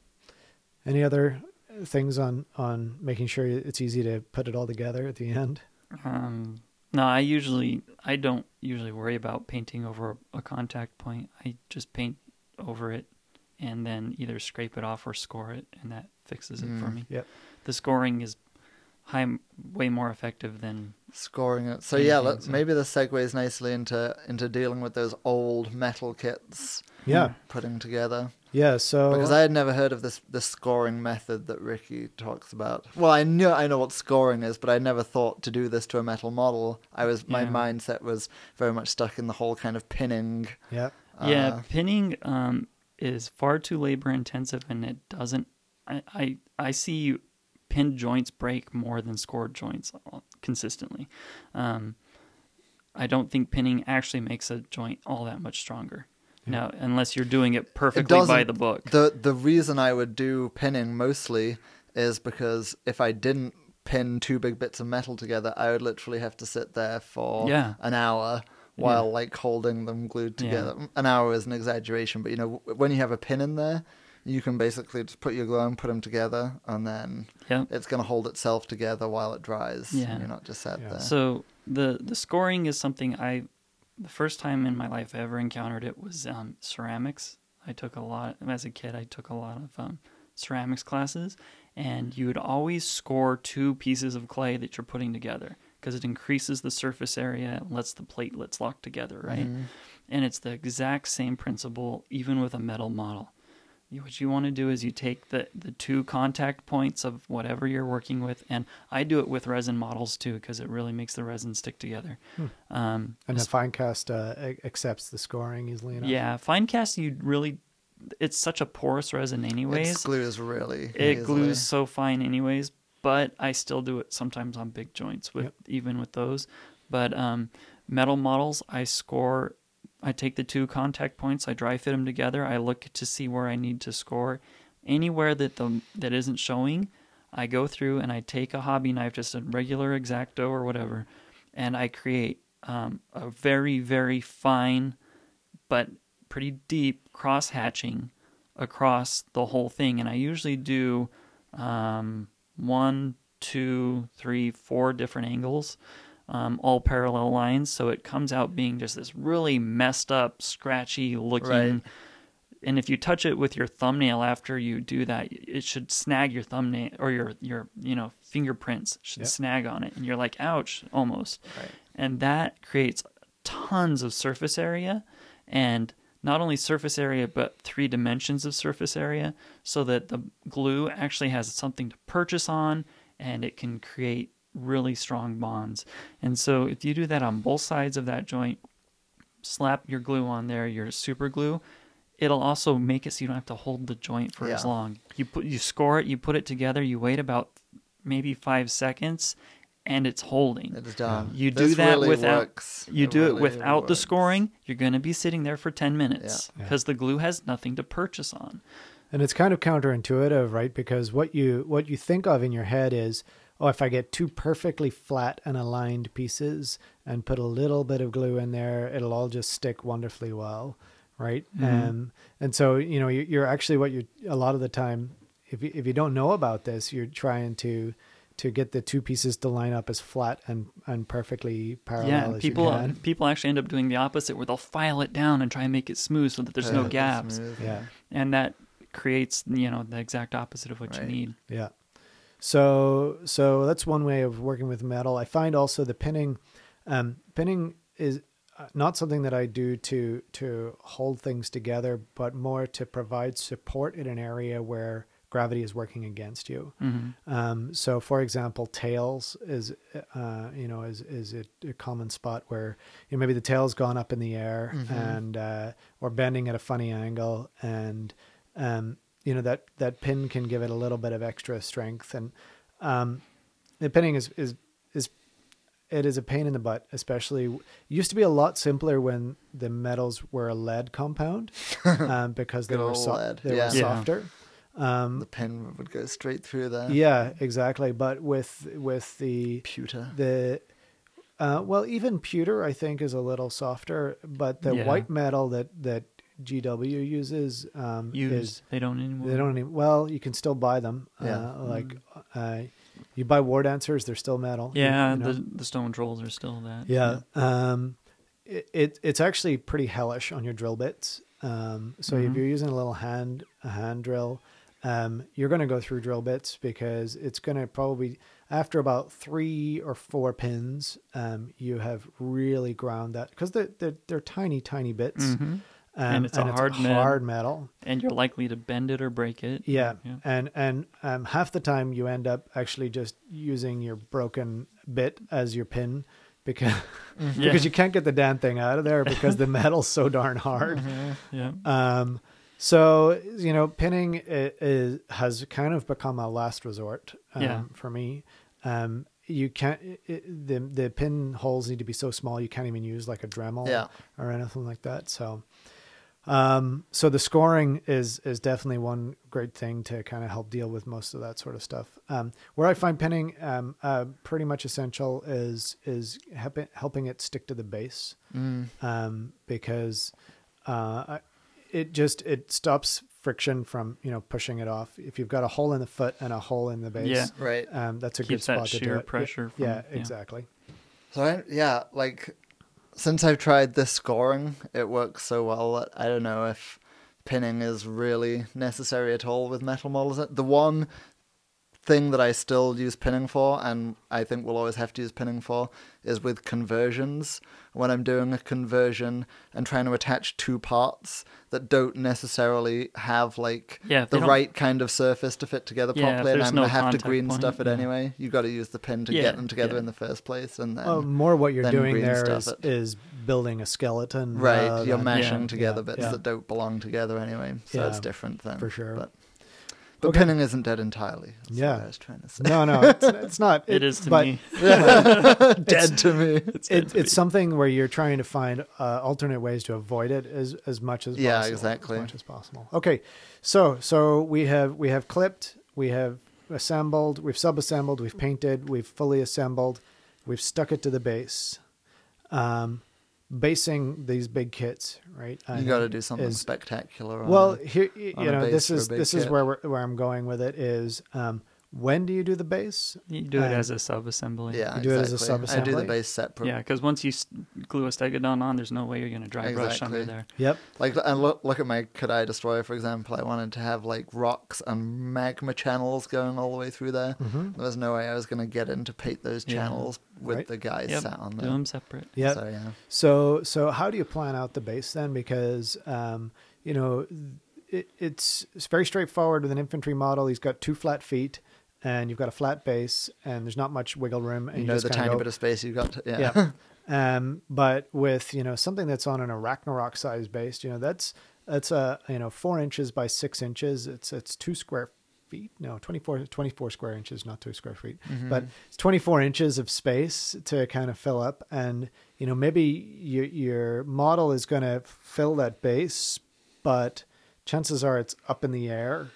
A: any other things on on making sure it's easy to put it all together at the end?
B: Um, no, I usually I don't usually worry about painting over a contact point. I just paint over it and then either scrape it off or score it, and that fixes it for
C: Mm,
B: me.
A: yep.
B: The scoring is high, way more effective than
C: scoring it. So
B: Yeah,
C: yeah,
B: I think
C: let,
B: so.
C: maybe this segues nicely into into dealing with those old metal kits
A: Yeah,
C: putting together.
A: yeah. So
C: Hmm.
A: uh,
C: Because I had never heard of this the scoring method that Ricky talks about. Well, I knew I know what scoring is, but I never thought to do this to a metal model. I was my
B: Yeah.
C: mindset was very much stuck in the whole kind of pinning.
A: yeah,
B: yeah
C: uh,
B: pinning um, is far too labor intensive and it doesn't I, I i see pinned joints break more than scored joints uh, consistently um, i don't think pinning actually makes a joint all that much stronger now unless you're doing it perfectly by
C: doesn't-
B: the book
C: The the reason I would do pinning mostly is because if I didn't pin two big bits of metal together, I would literally have to sit there for
B: Yeah.
C: an hour while like holding them glued
B: Yeah.
C: together. An hour is an exaggeration, but you know w- when you have a pin in there, you can basically just put your glue and put them together, and then
B: yeah
C: it's going to hold itself together while it dries. and
B: Yeah.
C: you're not just sat
A: Yeah.
C: there.
B: So the the scoring is something I, the first time in my life I ever encountered it was um, ceramics. I took a lot as a kid. I took a lot of um, ceramics classes, and you would always score two pieces of clay that you're putting together because it increases the surface area and lets the platelets lock together, right? And it's the exact same principle even with a metal model. You- What you want to do is you take the, the two contact points of whatever you're working with, and I do it with resin models too because it really makes the resin stick together. Um,
A: and the finecast uh, a- accepts the scoring easily enough.
B: yeah, fine cast you really, it's such a porous resin anyways.
C: it glues really.
B: it
C: easily.
B: glues so fine anyways but i still do it sometimes on big joints with
A: Yep.
B: even with those but um metal models i score i take the two contact points i dry fit them together i look to see where i need to score anywhere that the that isn't showing i go through and i take a hobby knife just a regular exacto or whatever and i create um, a very very fine but pretty deep cross hatching across the whole thing. And I usually do um, one, two, three, four different angles, um, all parallel lines. So it comes out being just this really messed up, scratchy looking.
C: Right.
B: And if you touch it with your thumbnail after you do that, it should snag your thumbnail or your your you know fingerprints should
A: Yep.
B: snag on it, and you're like, ouch, almost
C: Right.
B: and that creates tons of surface area and not only surface area but three dimensions of surface area so that the glue actually has something to purchase on and it can create really strong bonds and so if you do that on both sides of that joint slap your glue on there your super glue it'll also make it so you don't have to hold the joint for as
C: Yeah.
B: long you put you score it you put it together you wait about maybe five seconds and it's holding
C: It is done.
B: you do
C: This
B: that
C: really
B: without
C: works.
B: you do
C: really
B: it without the
C: works.
B: scoring. You're going to be sitting there for 10 minutes
A: Yeah.
B: because the glue has nothing to purchase on.
A: And it's kind of counterintuitive, right? Because what you what you think of in your head is, oh, if I get two perfectly flat and aligned pieces and put a little bit of glue in there, it'll all just stick wonderfully
B: Mm-hmm.
A: well, right? Um, and so you know you, you're actually what you are a lot of the time if you, if you don't know about this, you're trying to to get the two pieces to line up as flat and and perfectly parallel
B: yeah,
A: as
B: people
A: you can.
B: people actually end up doing the opposite, where they'll file it down and try and make it smooth so that there's no
C: Perfectly
B: gaps,
C: smooth.
A: Yeah,
B: and that creates you know the exact opposite of what you
C: Right.
B: need.
A: yeah. So so that's one way of working with metal. I find also the pinning, um, pinning is uh, not something that I do to to hold things together, but more to provide support in an area where gravity is working against you.
B: hmm
A: Um, so, for example, tails is uh, you know is is a, a common spot where you know, maybe the tail's gone up in the air and uh, or bending at a funny angle, and um, you know that that pin can give it a little bit of extra strength. And um, the pinning is is is it is a pain in the butt, especially it used to be a lot simpler when the metals were a lead compound um, because they
C: Good
A: were
C: old
A: so-
C: lead.
A: they
C: Yeah.
A: were
B: Yeah.
A: softer. Um,
C: The pen would go straight through there.
A: yeah, exactly. But with with the
C: Pewter.
A: the uh, well, even pewter, I think, is a little softer. But the
B: Yeah.
A: white metal that that GW uses um,
B: Used,
A: is
B: they don't anymore.
A: they don't even. Well, you can still buy them.
C: Yeah.
A: Uh, like
B: Mm.
A: uh, you buy war dancers, they're still metal. you-
B: Yeah,
A: you know?
B: the the stone trolls are still that.
A: yeah. Um, it, it it's actually pretty hellish on your drill bits. Um, so if
B: Mhm.
A: you're using a little hand a hand drill, um, you're going to go through drill bits because it's going to probably after about three or four pins, um, you have really ground that because they're, they're they're tiny tiny bits.
B: hmm
A: Um,
B: And it's a hard met-
A: hard metal.
B: and you're likely to bend it or break it.
A: Yeah.
B: yeah.
A: And and um, half the time you end up actually just using your broken bit as your pin because
B: Yeah.
A: because you can't get the damn thing out of there because the metal's so darn hard.
B: yeah.
A: Um, so you know, pinning i- is, has kind of become a last resort um,
B: Yeah.
A: for me. Um, you can't i i the the pin holes need to be so small you can't even use like a Dremel
C: Yeah.
A: or anything like that. So. Um, so the scoring is is definitely one great thing to kind of help deal with most of that sort of stuff. Um, where I find pinning um, uh, pretty much essential is is helping helping it stick to the base, um, because uh, I- it just it stops friction from you know pushing it off. If you've got a hole in the foot and a hole in the base,
B: Yeah.
C: Right.
A: um, that's a good
B: Keeps that
A: spot to do
B: shear
A: it. Yeah,
B: pressure from-
A: yeah,
B: yeah.
A: exactly.
C: So I, yeah, like since I've tried this scoring, it works so well that I don't know if pinning is really necessary at all with metal models. The one thing that I still use pinning for, and I think we'll always have to use pinning for, is with conversions. When I'm doing a conversion and trying to attach two parts that don't necessarily have like
B: Yeah, if they
C: the
B: don't-
C: right kind of surface to fit together
B: Yeah, if
C: properly, and
B: there's
C: I'm
B: no
C: gonna have to
B: contact
C: green
B: point,
C: stuff it
B: yeah.
C: anyway. You've got to use the pin to
B: Yeah,
C: get them together
B: yeah.
C: in the first place, and then
A: Well, Oh, more what you're
C: then
A: doing
C: green
A: there
C: stuff
A: is,
C: it.
A: is building a skeleton.
C: Right,
A: rather
C: you're
A: than-
C: mashing
A: yeah,
C: together
A: yeah,
C: bits
A: yeah.
C: that don't belong together anyway, so
A: Yeah,
C: it's different then.
A: for sure.
C: But, but
A: Okay.
C: pinning isn't dead entirely. That's
A: Yeah.
C: what I was trying to say.
A: No, no, it's, it's not.
B: It is to
A: but
B: me.
C: dead to me.
B: It's good
A: It,
B: to
A: it's
B: be.
A: something where you're trying to find uh, alternate ways to avoid it as as much as
C: Yeah,
A: possible,
C: exactly.
A: as much as possible. Okay, so so we have we have clipped, we have assembled, we've subassembled, we've painted, we've fully assembled, we've stuck it to the base. Um, basing these big kits, right? I
C: You
A: think
C: got to do something
A: is-
C: spectacular. on
A: well,
C: it.
A: here y-
C: on
A: you
C: a
A: know
C: base
A: this
C: for a
A: is
C: big
A: this is
C: kit.
A: where we're, where I'm going with it is um, when do you do the base?
B: You do it
A: Um,
B: as a sub assembly.
C: yeah,
A: you do it as a
C: exactly. I do
A: sub-assembly.
C: the base separate.
B: Yeah, because once you s- glue a stegodon on, there's no way you're going to dry brush under
C: Exactly.
B: there.
A: Yep.
C: Like, and look, look at my Kadai Destroyer, for example. I wanted to have like rocks and magma channels going all the way through there. There was no way I was going to get in to paint those
B: Yeah.
C: channels with
A: Mm-hmm. Right.
C: the guys
B: Yep,
C: sat on
B: do
C: them.
B: them separate.
A: Yep.
C: So, yeah.
A: So, so how do you plan out the base then? Because, um, you know, it, it's, it's very straightforward with an infantry model. He's got two flat feet, and you've got a flat base, and there's not much wiggle room. And
C: You
A: you
C: know
A: just
C: the
A: kinda
C: tiny
A: go,
C: bit of space you've got. To, yeah.
A: yeah. um, but with you know something that's on an arachnorock size base, you know that's that's uh, you know four inches by six inches. It's it's two square feet. No, 24, 24 square inches, not two square feet, but it's twenty four inches of space to kind of fill up. And you know maybe your your model is going to fill that base, but chances are it's up in the air.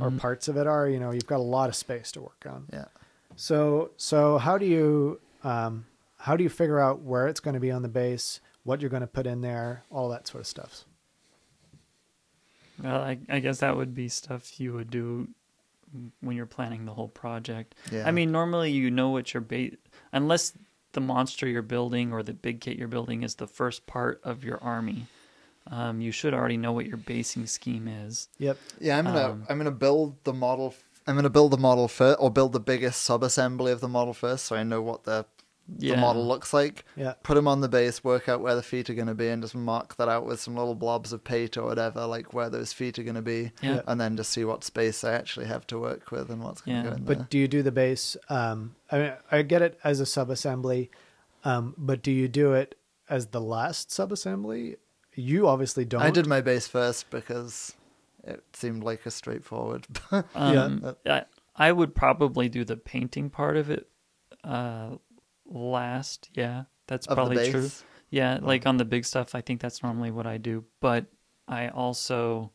A: Or parts of it are, you know, you've got a lot of space to work on.
C: yeah.
A: So so how do you um, how do you figure out where it's going to be on the base, what you're going to put in there, all that sort of stuff?
B: Well, I, I guess that would be stuff you would do when you're planning the whole project.
C: Yeah.
B: I mean, normally you know what your base, unless the monster you're building or the big kit you're building is the first part of your army. Um, you should already know what your basing scheme is.
A: Yep.
C: Yeah, I'm gonna
B: Um,
C: I'm gonna build the model. f- I'm gonna build the model first, or build the biggest sub assembly of the model first, so I know what the the
B: Yeah.
C: model looks like.
A: Yeah.
C: Put them on the base, work out where the feet are gonna be, and just mark that out with some little blobs of paint or whatever, like where those feet are gonna be,
B: Yeah.
C: and then just see what space I actually have to work with and what's gonna
B: Yeah.
C: go in
A: But
C: there.
A: do you do the base? Um, I mean, I get it as a sub assembly, um, but do you do it as the last sub assembly? You obviously don't.
C: I did my base first because it seemed like a straightforward. uh,
B: Um, I, I would probably do the painting part of it uh, last. Yeah, that's
C: Of the
B: probably true.
C: base? Oh.
B: Yeah, like on the big stuff, I think that's normally what I do. But I also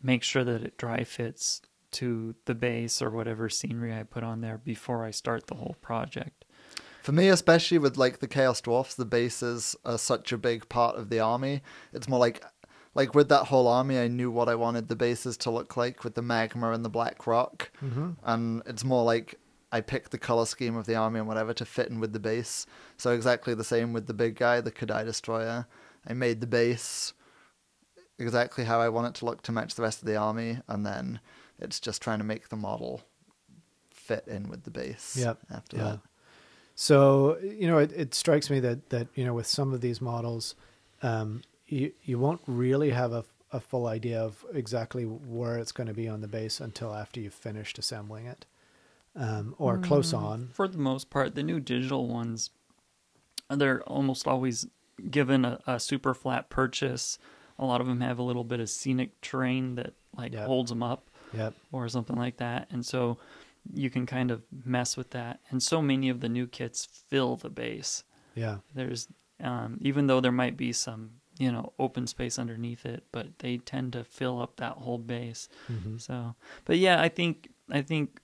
B: make sure that it dry fits to the base or whatever scenery I put on there before I start the whole project.
C: For me, especially with like the Chaos Dwarfs, the bases are such a big part of the army. It's more like, like with that whole army, I knew what I wanted the bases to look like with the magma and the black rock, mm-hmm. and it's more like I picked the color scheme of the army and whatever to fit in with the base. So exactly the same with the big guy, the Kadai Destroyer. I made the base exactly how I want it to look to match the rest of the army, and then it's just trying to make the model fit in with the base.
A: Yep.
C: After
A: Yeah.
C: that.
A: So you know, it, it strikes me that that you know, with some of these models, um, you you won't really have a, a full idea of exactly where it's going to be on the base until after you've finished assembling it, um, or close on.
B: For the most part, the new digital ones, they're almost always given a, a super flat purchase. A lot of them have a little bit of scenic terrain that like
A: Yeah.
B: holds them up.
A: Yep.
B: or something like that. And so you can kind of mess with that. And so many of the new kits fill the base.
A: Yeah.
B: There's um, even though there might be some you know open space underneath it, but they tend to fill up that whole base.
A: Mm-hmm.
B: So, but yeah, I think I think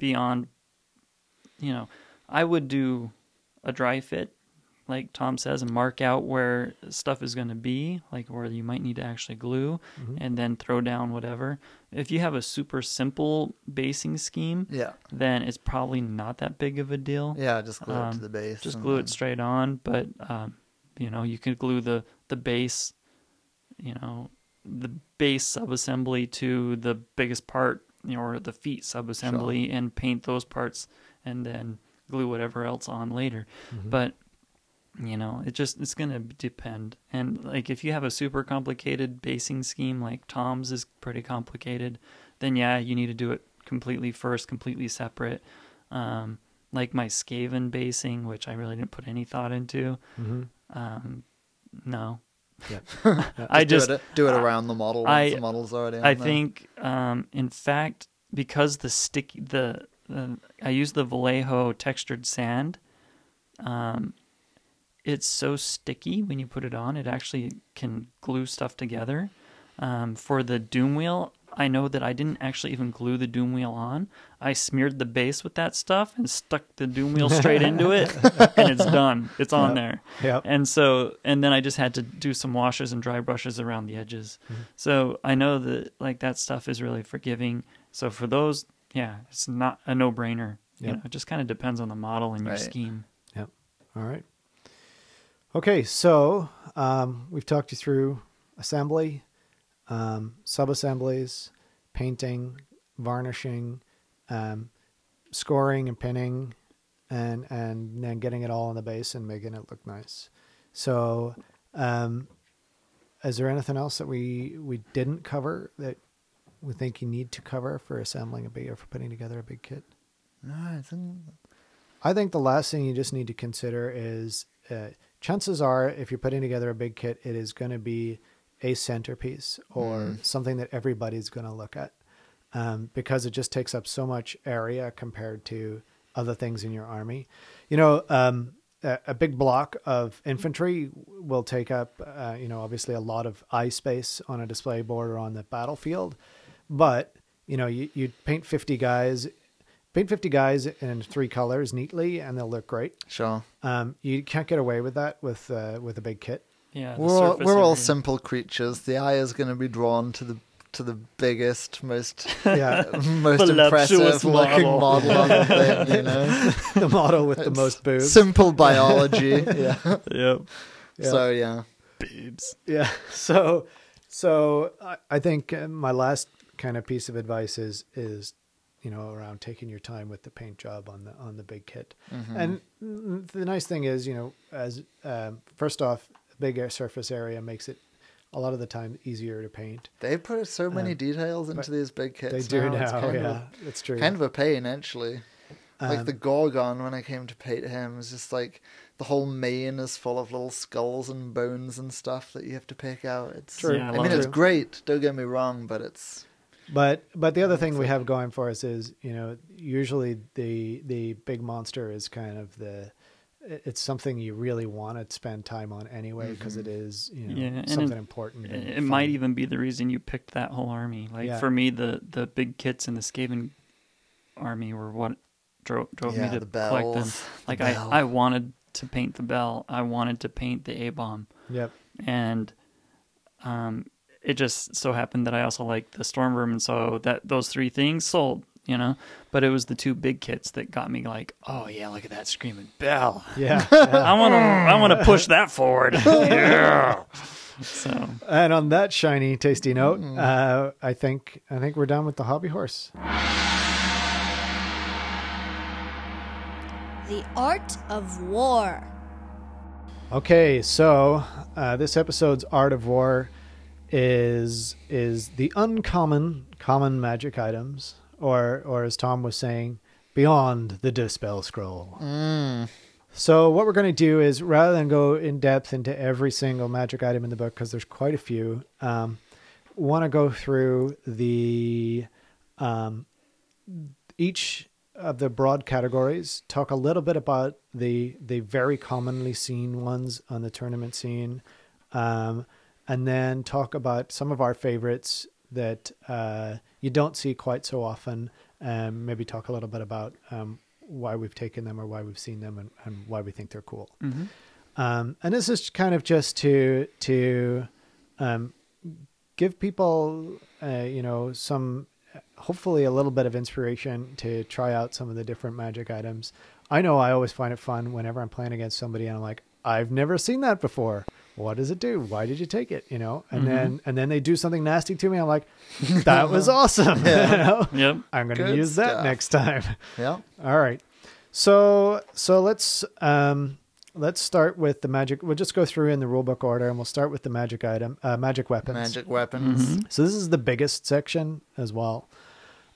B: beyond you know, I would do a dry fit like Tom says and mark out where stuff is going to be, like where you might need to actually glue and then throw down whatever. If you have a super simple basing scheme,
C: Yeah.
B: then it's probably not that big of a deal.
C: Yeah, just glue it to
B: Um,
C: the base.
B: Just
C: and
B: glue
C: then-
B: it straight on, but um, you know, you can glue the the base, you know, the base subassembly to the biggest part, you know, or the feet subassembly, and paint those parts, and then glue whatever else on later.
C: Mm-hmm.
A: Mm-hmm.
B: But you know, it just it's gonna depend. And like, if you have a super complicated basing scheme, like Tom's is pretty complicated, then yeah, you need to do it completely first, completely separate. Um, like my Skaven basing, which I really didn't put any thought into.
A: Mm-hmm.
B: Um, no,
A: Yeah.
B: I
C: do
B: just
C: it, do it around the model. once
B: I-
C: the model's already. On
B: I
C: there.
B: think, um, in fact, because the sticky the uh, I use the Vallejo textured sand, um, it's so sticky when you put it on. It actually can glue stuff together. Um, for the doom wheel, I know that I didn't actually even glue the doom wheel on. I smeared the base with that stuff and stuck the doom wheel straight into it, and it's done. It's on there.
A: Yep.
B: And so, and then I just had to do some washes and dry brushes around the edges.
C: Mm-hmm.
B: So I know that like that stuff is really forgiving. So for those, yeah, it's not a no brainer. You
A: Yep.
B: know, it just kind of depends on the model and your
C: Right.
B: scheme.
A: Yep. All right. Okay, so um, we've talked you through assembly, um, sub-assemblies, painting, varnishing, um, scoring and pinning, and and then getting it all on the base and making it look nice. So, um, is there anything else that we we didn't cover that we think you need to cover for assembling a big or for putting together a big kit?
C: No, I think
A: I think the last thing you just need to consider is uh, chances are, if you're putting together a big kit, it is going to be a centerpiece or something that everybody's going to look at um, because it just takes up so much area compared to other things in your army. You know, um, a, a big block of infantry will take up, uh, you know, obviously a lot of eye space on a display board or on the battlefield, but you know, you, you paint 50 guys, paint 50 guys in three colors neatly, and they'll look great.
C: sure.
A: Um, you can't get away with that with uh, with a big kit.
B: Yeah, the
C: We're all,
B: surface
C: we're all
B: area.
C: simple creatures. The eye is going to be drawn to the to the biggest, most
A: Yeah,
C: most
B: Voluptuous
C: impressive looking
B: model.
C: model on the thing, you know.
A: the model with the most boobs.
C: Simple biology. yeah.
B: Yep.
A: Yeah.
C: So yeah.
B: Boobs.
A: yeah so so I, I think uh, my last kind of piece of advice is is you know around taking your time with the paint job on the on the big kit
C: Mm-hmm.
A: and mm, the nice thing is you know as um, first off big air surface area makes it a lot of the time easier to paint
C: They put so many
A: Um,
C: details into these big kits.
A: they do
C: It's
A: now
C: kind of a-
A: yeah that's true
C: kind of a pain actually. like
A: Um,
C: the Gorgon when I came to paint him was just like the whole mane is full of little skulls and bones and stuff that you have to pick out. It's
A: True.
B: Yeah, I
C: I,
B: love
C: mean it's
A: it.
C: great, don't get me wrong, but it's
A: But but the other thing we have going for us is you know usually the the big monster is kind of the it's something you really want to spend time on anyway because is you know
B: Yeah, and
A: something
B: it-
A: important.
B: It,
A: and
B: it might e-,
A: fun.
B: even be the reason you picked that whole army. Like
A: Yeah.
B: for me, the the big kits and the Skaven army were what drove drove
C: Yeah,
B: me to
C: the
B: collect them.
C: bells, the
B: Like
C: bell.
B: I I wanted to paint the bell. I wanted to paint the A bomb,
A: yep
B: and um, it just so happened that I also liked the storm room, and so that those three things sold. You know, but it was the two big kits that got me like, oh yeah, look at that screaming bell.
A: yeah, yeah.
B: I want to I want to push that forward. yeah. So
A: and on that shiny tasty note, uh, I think I think we're done with the hobby horse.
E: The Art of War.
A: Okay, so uh, this episode's Art of War is is the uncommon common magic items, or or as Tom was saying, beyond the dispel scroll. So what we're going to do is rather than go in depth into every single magic item in the book because there's quite a few, um, want to go through the um, each of the broad categories. Talk a little bit about the the very commonly seen ones on the tournament scene, um, and then talk about some of our favorites that uh, you don't see quite so often. Um, maybe talk a little bit about um, why we've taken them or why we've seen them and, and why we think they're cool. Um, and this is kind of just to to um, give people, uh, you know, some hopefully a little bit of inspiration to try out some of the different magic items. I know I always find it fun whenever I'm playing against somebody and I'm like, I've never seen that before. What does it do? Why did you take it? You know, and
C: Mm-hmm.
A: then and then they do something nasty to me. I'm like, that was awesome. you know?
B: yep.
A: I'm going to
C: Good
A: use that
C: stuff.
A: next time.
C: yeah.
A: All right. So so let's um let's start with the magic. We'll just go through in the rulebook order, and we'll start with the magic item, uh, magic weapons.
C: Magic weapons.
B: Mm-hmm.
A: So this is the biggest section as well.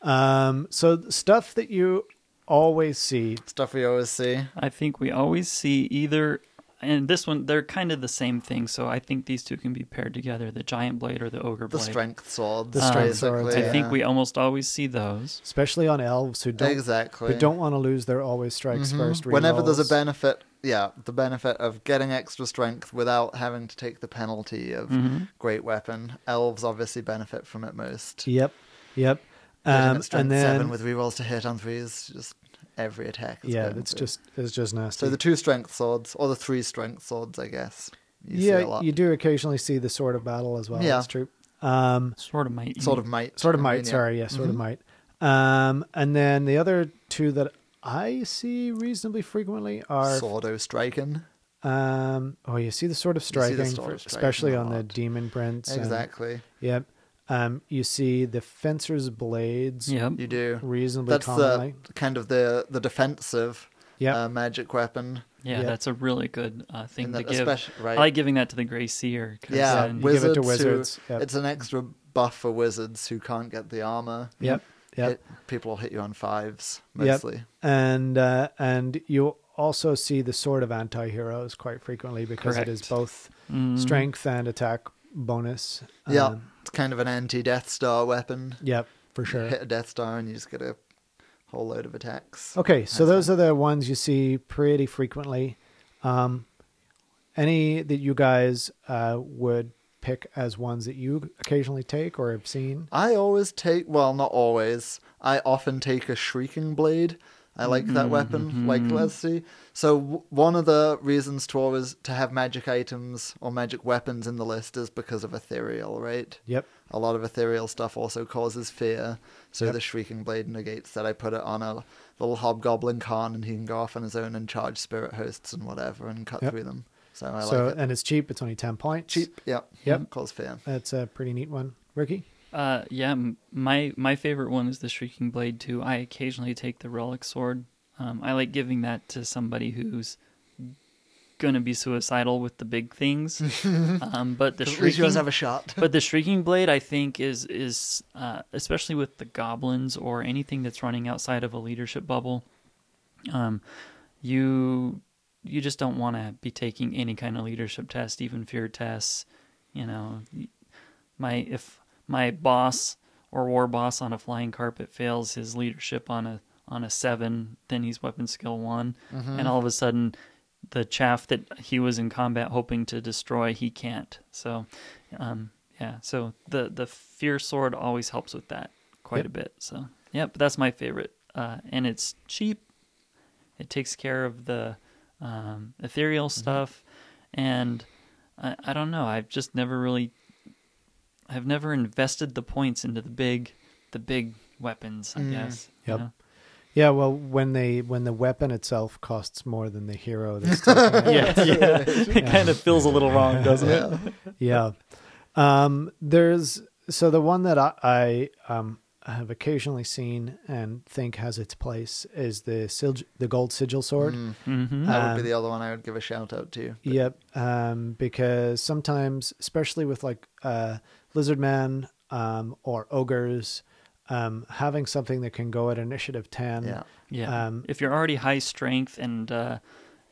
A: Um, so stuff that you always see.
C: Stuff we always see.
B: I think we always see either, and this one they're kind of the same thing. So I think these two can be paired together: the giant blade or the ogre
C: The
B: blade.
C: strength swords.
A: The strength swords,
B: I
C: basically,
B: think
C: yeah.
B: we almost always see those.
A: Especially on elves who don't
C: Exactly. Mm-hmm.
A: who don't want to lose their always strikes first.
C: Whenever there's a
A: rerolls.
C: benefit, yeah, the benefit of getting extra strength without having to take the penalty of
B: Mm-hmm.
C: great weapon. Elves obviously benefit from it most.
A: Yep, yep.
C: Getting
A: Um,
C: at strength
A: and then
C: seven with rerolls to hit on threes, just every attack. is
A: yeah,
C: going
A: it's
C: through.
A: just it's just nasty.
C: so the two strength swords or the three strength swords, I guess. You see a
A: yeah,
C: lot.
A: you do occasionally see the sword of battle as well.
C: Yeah.
A: That's true. Um,
B: Sort of might.
C: Sword of might.
A: Sort of
C: I
A: might,
C: mean, yeah. Mm-hmm.
A: sorry, yeah, sort of might. Um, and then the other two that I see reasonably frequently are
C: Sword o striking.
A: um, oh, you see the sort of
C: see the
A: striking,
C: sort
A: for-
C: of striking
A: especially
C: a
A: on the
C: lot.
A: demon prints. and-
C: Exactly.
A: yep. Um, you see the fencer's blades.
B: Yep.
C: You do.
A: Reasonably
C: That's the
A: commonly.
C: kind of the the defensive
A: Yep.
C: uh, magic weapon.
B: yeah,
A: yeah.
B: that's a really good uh, thing
C: And
B: to
C: that
B: give.
C: especi- right.
B: I like giving that to the gray seer. 'cause
C: Yeah,
B: then-
A: you give it
C: wizards.
A: to
C: who-
A: wizards, yep.
C: It's an extra buff for wizards who can't get the armor.
A: Yep. Yep.
C: Hit, people will hit you on fives
A: Yep.
C: mostly.
A: And uh, and you also see the sword of anti-heroes quite frequently because it is
B: Correct.
A: both strength and attack bonus.
C: Yeah,
A: Um,
C: it's kind of an anti-Death Star weapon.
A: yep, for sure.
C: Hit a Death Star and you just get a whole load of attacks.
A: Okay, so those are the ones you see pretty frequently. Um, any that you guys uh, would pick as ones that you occasionally take or have seen?
C: I always take, well, not always. I often take a Shrieking Blade I like
A: Mm-hmm.
C: that weapon. Like, let's see. So, w- one of the reasons to always to have magic items or magic weapons in the list is because of ethereal, right?
A: Yep.
C: A lot of ethereal stuff also causes fear. So
A: Yep.
C: the shrieking blade negates that. I put it on a little hobgoblin con, and he can go off on his own and charge spirit hosts and whatever, and cut
A: Yep.
C: through them. So I
A: so
C: like it.
A: and it's cheap. It's only ten points.
C: Cheap, yeah.
A: Yep.
C: Cause fear.
A: That's a pretty neat one, Ricky.
B: Uh, yeah, m- my my favorite one is the Shrieking Blade too. I occasionally take the Relic Sword. Um, I like giving that to somebody who's gonna be suicidal with the big things. um, but the
C: At least you
B: Shrieking,
C: guys have a shot.
B: but the Shrieking Blade, I think, is is uh, especially with the goblins or anything that's running outside of a leadership bubble. Um, you you just don't want to be taking any kind of leadership test, even fear tests. You know, my if my boss or war boss on a flying carpet fails his leadership on a on a seven, then he's weapon skill one, and all of a sudden, the chaff that he was in combat hoping to destroy, he can't. So, um, yeah. So the the fear sword always helps with that quite
A: Yep.
B: a bit. So yeah, but that's my favorite, uh, and it's cheap. It takes care of the um, ethereal
A: Mm-hmm.
B: stuff, and I, I don't know. I've just never really I've never invested the points into the big, the big weapons. I guess. you
A: Mm. Yep.
B: know?
A: Yeah, well, when they when the weapon itself costs more than the hero that's taking it.
B: Yeah, yeah. it kind of feels a little wrong, doesn't it?
A: yeah. Um, there's so the one that I, I um have occasionally seen and think has its place is the sig- the gold sigil sword.
C: Mm.
B: Mm-hmm.
C: That would
A: Um,
C: be the other one I would give a shout out to.
A: Yep. Um, because sometimes, especially with like uh, lizard men um, or ogres, um, having something that can go at initiative ten.
C: Yeah.
B: Yeah.
A: Um,
B: if you're already high strength and uh,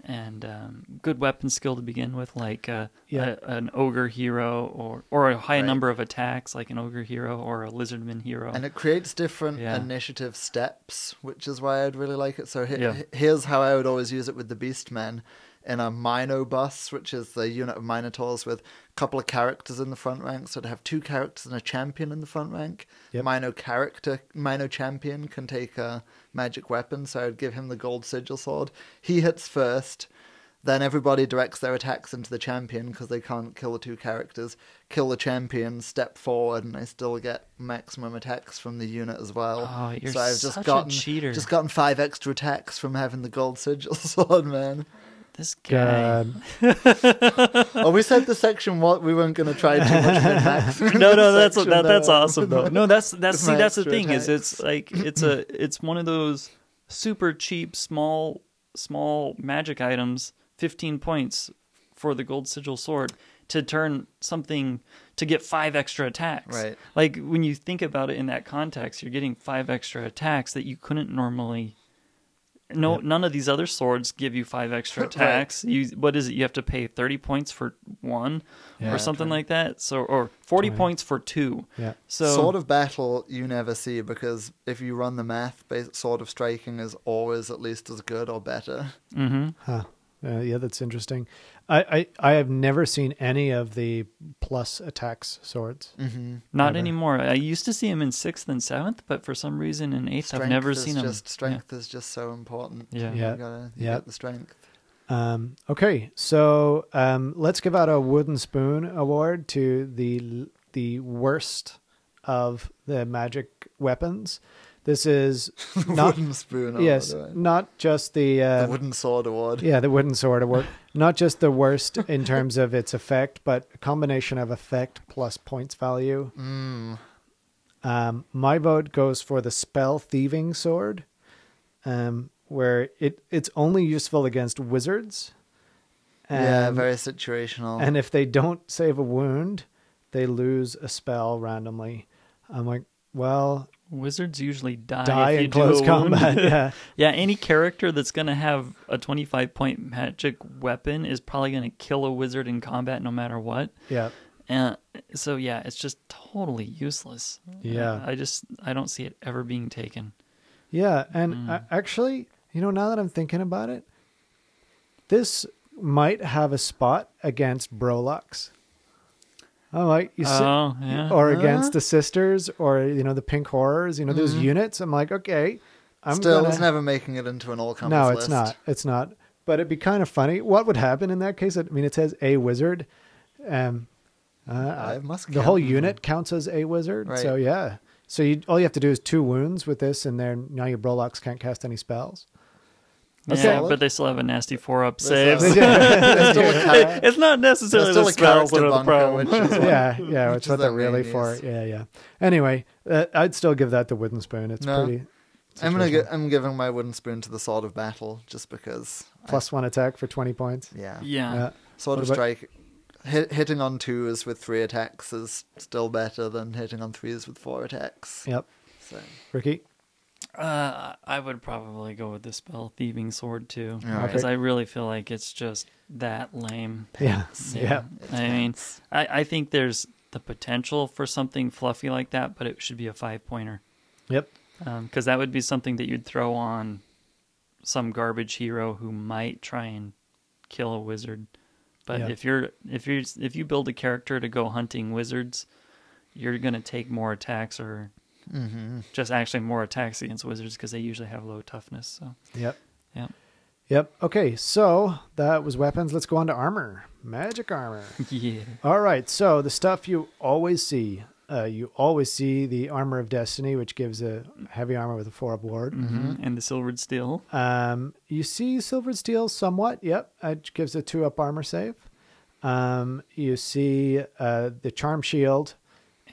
B: and um, good weapon skill to begin with, like uh,
A: Yeah.
B: a, an ogre hero or or a high
C: Right.
B: number of attacks, like an ogre hero or a lizardman hero.
C: And it creates different
B: Yeah.
C: initiative steps, which is why I'd really like it. So he-
B: Yeah.
C: he- here's how I would always use it with the Beastmen in a Mino bus, which is the unit of Minotaurs with a couple of characters in the front rank. So to have two characters and a champion in the front rank,
A: Yep.
C: Mino character, Mino champion can take a magic weapon. So I would give him the gold sigil sword. He hits first. Then everybody directs their attacks into the champion because they can't kill the two characters. Kill the champion, step forward, and I still get maximum attacks from the unit as well.
B: Oh, you're such a
C: gotten,
B: cheater.
C: Just gotten five extra attacks from having the gold sigil sword, man.
B: this guy.
A: God.
C: oh, we said the section what we weren't going to try too much min max.
B: no, no, that's that, that's awesome though. No, that's that's
C: With
B: see,
C: my
B: that's the
C: extra
B: thing is
C: attacks.
B: it's like it's a it's one of those super cheap small small magic items, fifteen points for the gold sigil sword to turn something to get five extra attacks.
C: Right.
B: Like when you think about it in that context, you're getting five extra attacks that you couldn't normally. No, none of these other swords give you five extra
C: Right.
B: attacks. You what is it? You have to pay thirty points for one,
A: Yeah,
B: or something like that. So or forty
A: 20.
B: points for two.
A: Yeah.
B: So
C: Sword of Battle you never see because if you run the math, bas- Sword of Striking is always at least as good or better.
B: mm-hmm.
A: Huh. Uh, yeah, that's interesting. I, I I have never seen any of the plus attacks swords.
B: not anymore. I used to see him in sixth and seventh, but for some reason in eighth, I've never
C: is
B: seen him.
C: just, Strength is just so important.
B: Yeah.
A: Yeah.
C: You gotta you
A: Yeah.
C: get the strength.
A: Um, okay, so um, let's give out a wooden spoon award to the the worst of the magic weapons. This is not
C: wooden spoon. oh, or
A: yes,
C: whatever.
A: not just the, uh,
C: the wooden sword award.
A: yeah the wooden sword award, not just the worst in terms of its effect, but a combination of effect plus points value.
B: Mm.
A: Um, my vote goes for the spell thieving sword, um, where it it's only useful against wizards.
C: yeah,
A: Um,
C: very situational.
A: and if they don't save a wound, they lose a spell randomly. I'm like, well,
B: Wizards usually die,
A: die
B: if you
A: in close
B: do a wound.
A: combat. yeah,
B: yeah, any character that's gonna have a twenty-five point magic weapon is probably gonna kill a wizard in combat, no matter what.
A: yeah,
B: And so yeah, it's just totally useless.
A: Yeah.
B: I just I don't see it ever being taken.
A: yeah. And
B: Hmm.
A: uh, actually, you know, now that I'm thinking about it, this might have a spot against Brolux. I'm like, you see,
B: Oh yeah. Mm-hmm.
A: or against the sisters, or you know, the Pink Horrors. You know, those units. I'm like, okay, I'm
C: Still,
A: gonna-
C: it's never making it into an all comers
A: no,
C: list.
A: it's not. It's not. But it'd be kind of funny. What would happen in that case? I mean, it says a wizard. Um,
C: I must
A: Uh, the whole unit counts as a wizard.
C: Right.
A: So yeah. So you, all you have to do is two wounds with this, and then now your Brolocks can't cast any spells.
C: That's
B: yeah,
C: solid.
B: but they still have a nasty four up
C: There's
B: saves.
C: a- there's still a char-
B: it's not
C: there's
B: necessarily
C: still
B: the
C: a
B: spells that
C: character
B: are the
C: bunker,
B: problem.
C: which is what-
A: yeah, yeah, which
C: is
A: is what
C: their
A: they're really
C: main
A: for.
C: use.
A: Yeah, yeah. Anyway, uh, I'd still give that the wooden spoon. It's
C: No.
A: pretty.
C: I'm gonna.
A: situational.
C: Gi- I'm giving my wooden spoon to the sword of battle just because. I-
A: Plus one attack for twenty points.
C: yeah.
B: Yeah.
A: Yeah.
C: Sword
A: What
C: of
A: about-
C: strike. Hit, hitting on twos with three attacks is still better than hitting on threes with four attacks.
A: Yep.
C: So,
A: Ricky.
B: Uh, I would probably go with the spell Thieving Sword too,
C: Alright.
B: because I really feel like it's just that lame.
A: Yeah. Yeah.
B: I mean, I, I think there's the potential for something fluffy like that, but it should be a five pointer.
A: Yep.
B: because Um, that would be something that you'd throw on some garbage hero who might try and kill a wizard. But
A: Yeah.
B: if you're if you're if you build a character to go hunting wizards, you're gonna take more attacks or just actually more attacks against wizards because they usually have low toughness. So
A: Yep.
B: yeah,
A: Yep. Okay, so that was weapons. Let's go on to armor. Magic armor.
B: yeah.
A: All right, so the stuff you always see. Uh, you always see the armor of destiny, which gives a heavy armor with a four up ward.
B: hmm And the silvered steel.
A: Um, you see silvered steel somewhat. Yep, it gives a two up armor save. Um, you see uh, the charm shield.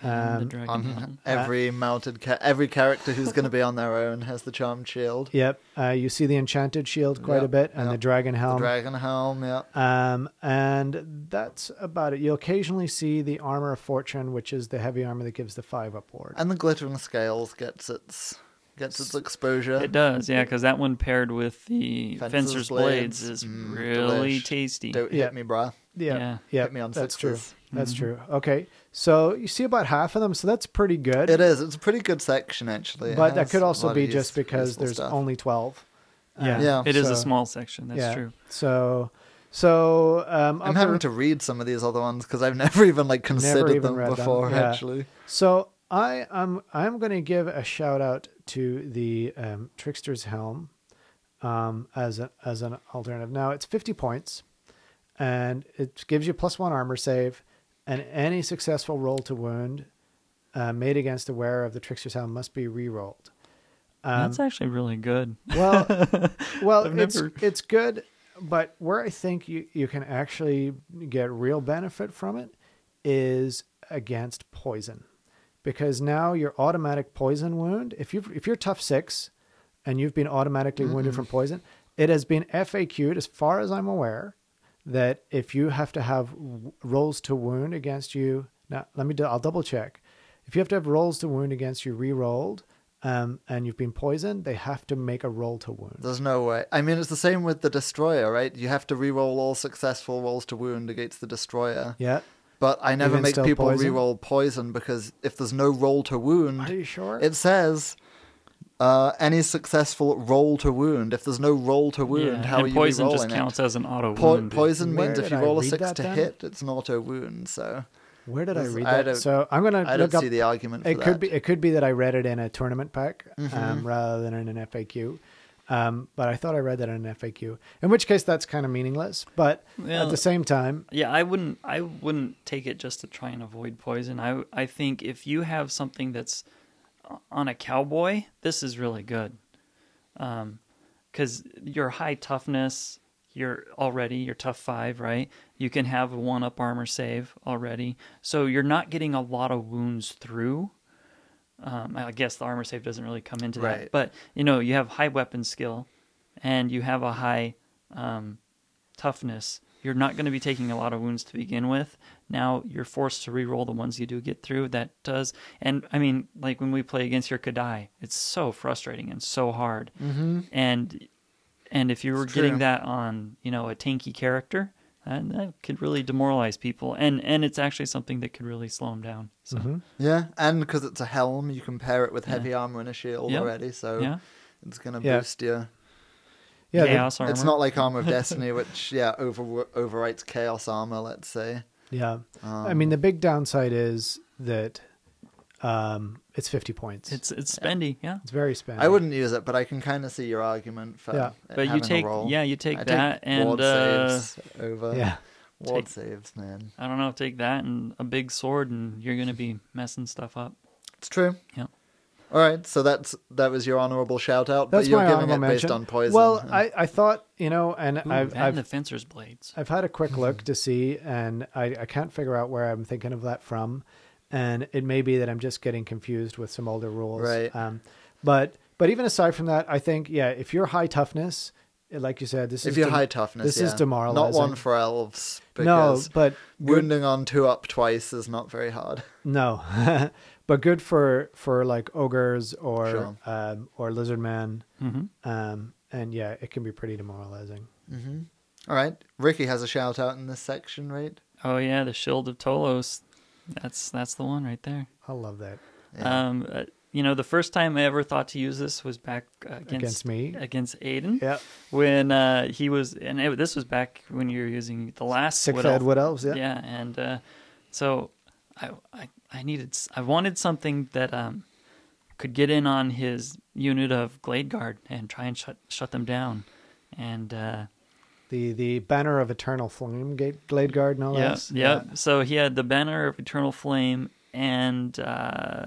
B: And the
A: Um,
B: dragon helm.
C: on every mounted ca- every character who's going to be on their own has the charmed shield,
A: Yep, uh, you see the enchanted shield quite a
C: Yep,
A: bit, and the
C: yep.
A: dragon
C: the
A: helm.
C: dragon helm. Yeah,
A: Um, and that's about it. You'll occasionally see the armor of fortune, which is the heavy armor that gives the five upward.
C: and the glittering scales gets its gets its exposure.
B: It does, yeah, because that one paired with the
C: Fencer's
B: fencer's,
C: blades.
B: blades, is
C: Mm,
B: really
C: delish.
B: tasty.
C: Don't
A: Yeah.
C: hit me, bruh.
A: yeah,
B: yeah.
A: yeah,
C: Hit me on
A: that's
C: sixes.
A: true. That's true. Okay, so you see about half of them, so that's pretty good.
C: It is. It's a pretty good section actually. It
A: but
C: has
A: that could
C: a
A: also
C: lot
A: be
C: of
A: just
C: use-
A: because
C: useful
A: there's
C: stuff.
A: only twelve.
B: Yeah.
C: Yeah.
B: it is
A: so-
B: a small section. That's
A: yeah.
B: true.
A: So, so um,
C: I'm
A: of the-
C: having to read some of these other ones because I've never even like considered
A: even
C: them
A: read them,
C: before.
A: yeah.
C: Actually,
A: So I am I'm going to give a shout out to the um, Trickster's Helm um, as a, as an alternative. Now it's 50 points, and it gives you plus one armor save, and any successful roll to wound uh, made against the wearer of the Trickster's Helm must be re-rolled. Um,
B: That's actually really good.
A: well, well,
B: I've
A: it's
B: never-
A: it's good, but where I think you you can actually get real benefit from it is against poison, because now your automatic poison wound. If you if you're tough six, and you've been automatically wounded from poison, it has been FAQ'd as far as I'm aware that if you have to have w- rolls to wound against you. Now let me do. I'll double check. If you have to have rolls to wound against you re-rolled, um, and you've been poisoned, they have to make a roll to wound.
C: there's no way. I mean, it's the same with the destroyer, right? You have to re-roll all successful rolls to wound against the destroyer.
A: Yeah.
C: But I never
A: Even
C: make
A: still
C: people
A: poison?
C: re-roll poison because if there's no roll to wound,
A: Are you sure?
C: It says uh, any successful roll to wound. If there's no roll to wound,
B: Yeah,
C: how
B: and
C: are you
B: poison
C: re-rolling
B: just
C: it?
B: counts as an auto
C: Po-
B: wound.
C: poison
A: Where
C: means if
A: did
C: you
A: I
C: roll a
A: read
C: six
A: that
C: to
A: then?
C: hit, it's an auto wound. So
A: Where did I
C: This-
A: read
C: I
A: that?
C: don't-
A: so I'm gonna
C: I
A: look
C: don't
A: up.
C: see the argument for
A: it
C: that. Mm-hmm.
A: could be. It could be that I read it in a tournament pack um, rather than in an FAQ. Um, but I thought I read that in an FAQ. In which case, that's kind of meaningless. But at
B: Well-
A: the same time,
B: Yeah, I wouldn't. I wouldn't take it just to try and avoid poison. I I think if you have something that's uh, on a cowboy, this is really good, because your high toughness, you're already you're tough five, right? You can have a one up armor save already, so you're not getting a lot of wounds through. Um, I guess the armor save doesn't really come into
C: Right.
B: that, but you know you have high weapon skill, and you have a high um, toughness, you're not going to be taking a lot of wounds to begin with. Now you're forced to re-roll the ones you do get through. That does, and I mean, like when we play against your Kadai, it's so frustrating and so hard. Mm-hmm. And and if you were
C: true.
B: getting that on, you know, a tanky character, that, that could really demoralize people. And and it's actually something that could really slow them down. So
C: yeah, and because it's a helm, you can pair it with heavy armor and a shield
B: Yep.
C: already. So
B: yeah,
C: it's gonna
A: Yeah.
C: boost you.
A: yeah, the-
B: chaos armor.
C: It's not like armor of destiny, which yeah over overwrites chaos armor. Let's say. Um.
A: Yeah. I mean, the big downside is that um, it's 50 points. It's,
B: It's it's spendy, yeah.
A: very spendy.
C: I wouldn't use it, but I can kind of see your argument for
A: Yeah.
C: it
B: But you
C: having a
B: take-
C: roll.
B: yeah, you take
C: I
B: that and,
C: ward
B: uh,
C: saves over.
A: Yeah.
C: ward
B: take-
C: saves, man.
B: I don't know. Take that and a big sword, and you're gonna be messing stuff up.
C: It's true.
B: Yeah.
C: All right, so that's that was your honorable shout out,
A: That's
C: but you're
A: my
C: giving
A: honorable
C: it based
A: mention.
C: on poison. Hmm.
A: Well,
C: huh?
A: I, I thought, you know, and
B: Ooh,
A: I've,
B: that and
A: I've,
B: the fencer's blades.
A: I've had a quick
C: Mm-hmm.
A: look to see, and I, I can't figure out where I'm thinking of that from. And it may be that I'm just getting confused with some older rules.
C: Right.
A: Um, but but even aside from that, I think yeah, if you're high toughness, like you said, this
C: if
A: is
C: you're
A: dem-
C: high toughness,
A: This is
C: yeah. Not
A: demoralizing.
C: one for elves
A: no,
C: because
A: but good,
C: wounding on two up twice is not very hard.
A: no, but good for for like ogres or
C: Sure.
A: um, or lizard man.
B: Mm-hmm.
A: Um, and yeah, it can be pretty demoralizing.
C: All right, Ricky has a shout out in this section, right?
B: Oh yeah, the shield of Tolos. That's that's the one right there.
A: I love that
C: Yeah.
B: Um, uh, you know, the first time I ever thought to use this was back uh, against,
A: against me.
B: against Aiden
A: Yeah,
B: when uh, he was, and it, this was back when you were using the last
A: sick
B: Wood
A: fed
B: Elf
A: what elves? Yeah,
B: yeah and uh, so I, I i needed s- i wanted something that um could get in on his unit of glade guard and try and shut shut them down and uh
A: the the banner of eternal flame, gate, glade guard, and all
B: yeah,
A: that.
B: yeah so he had the banner of eternal flame and uh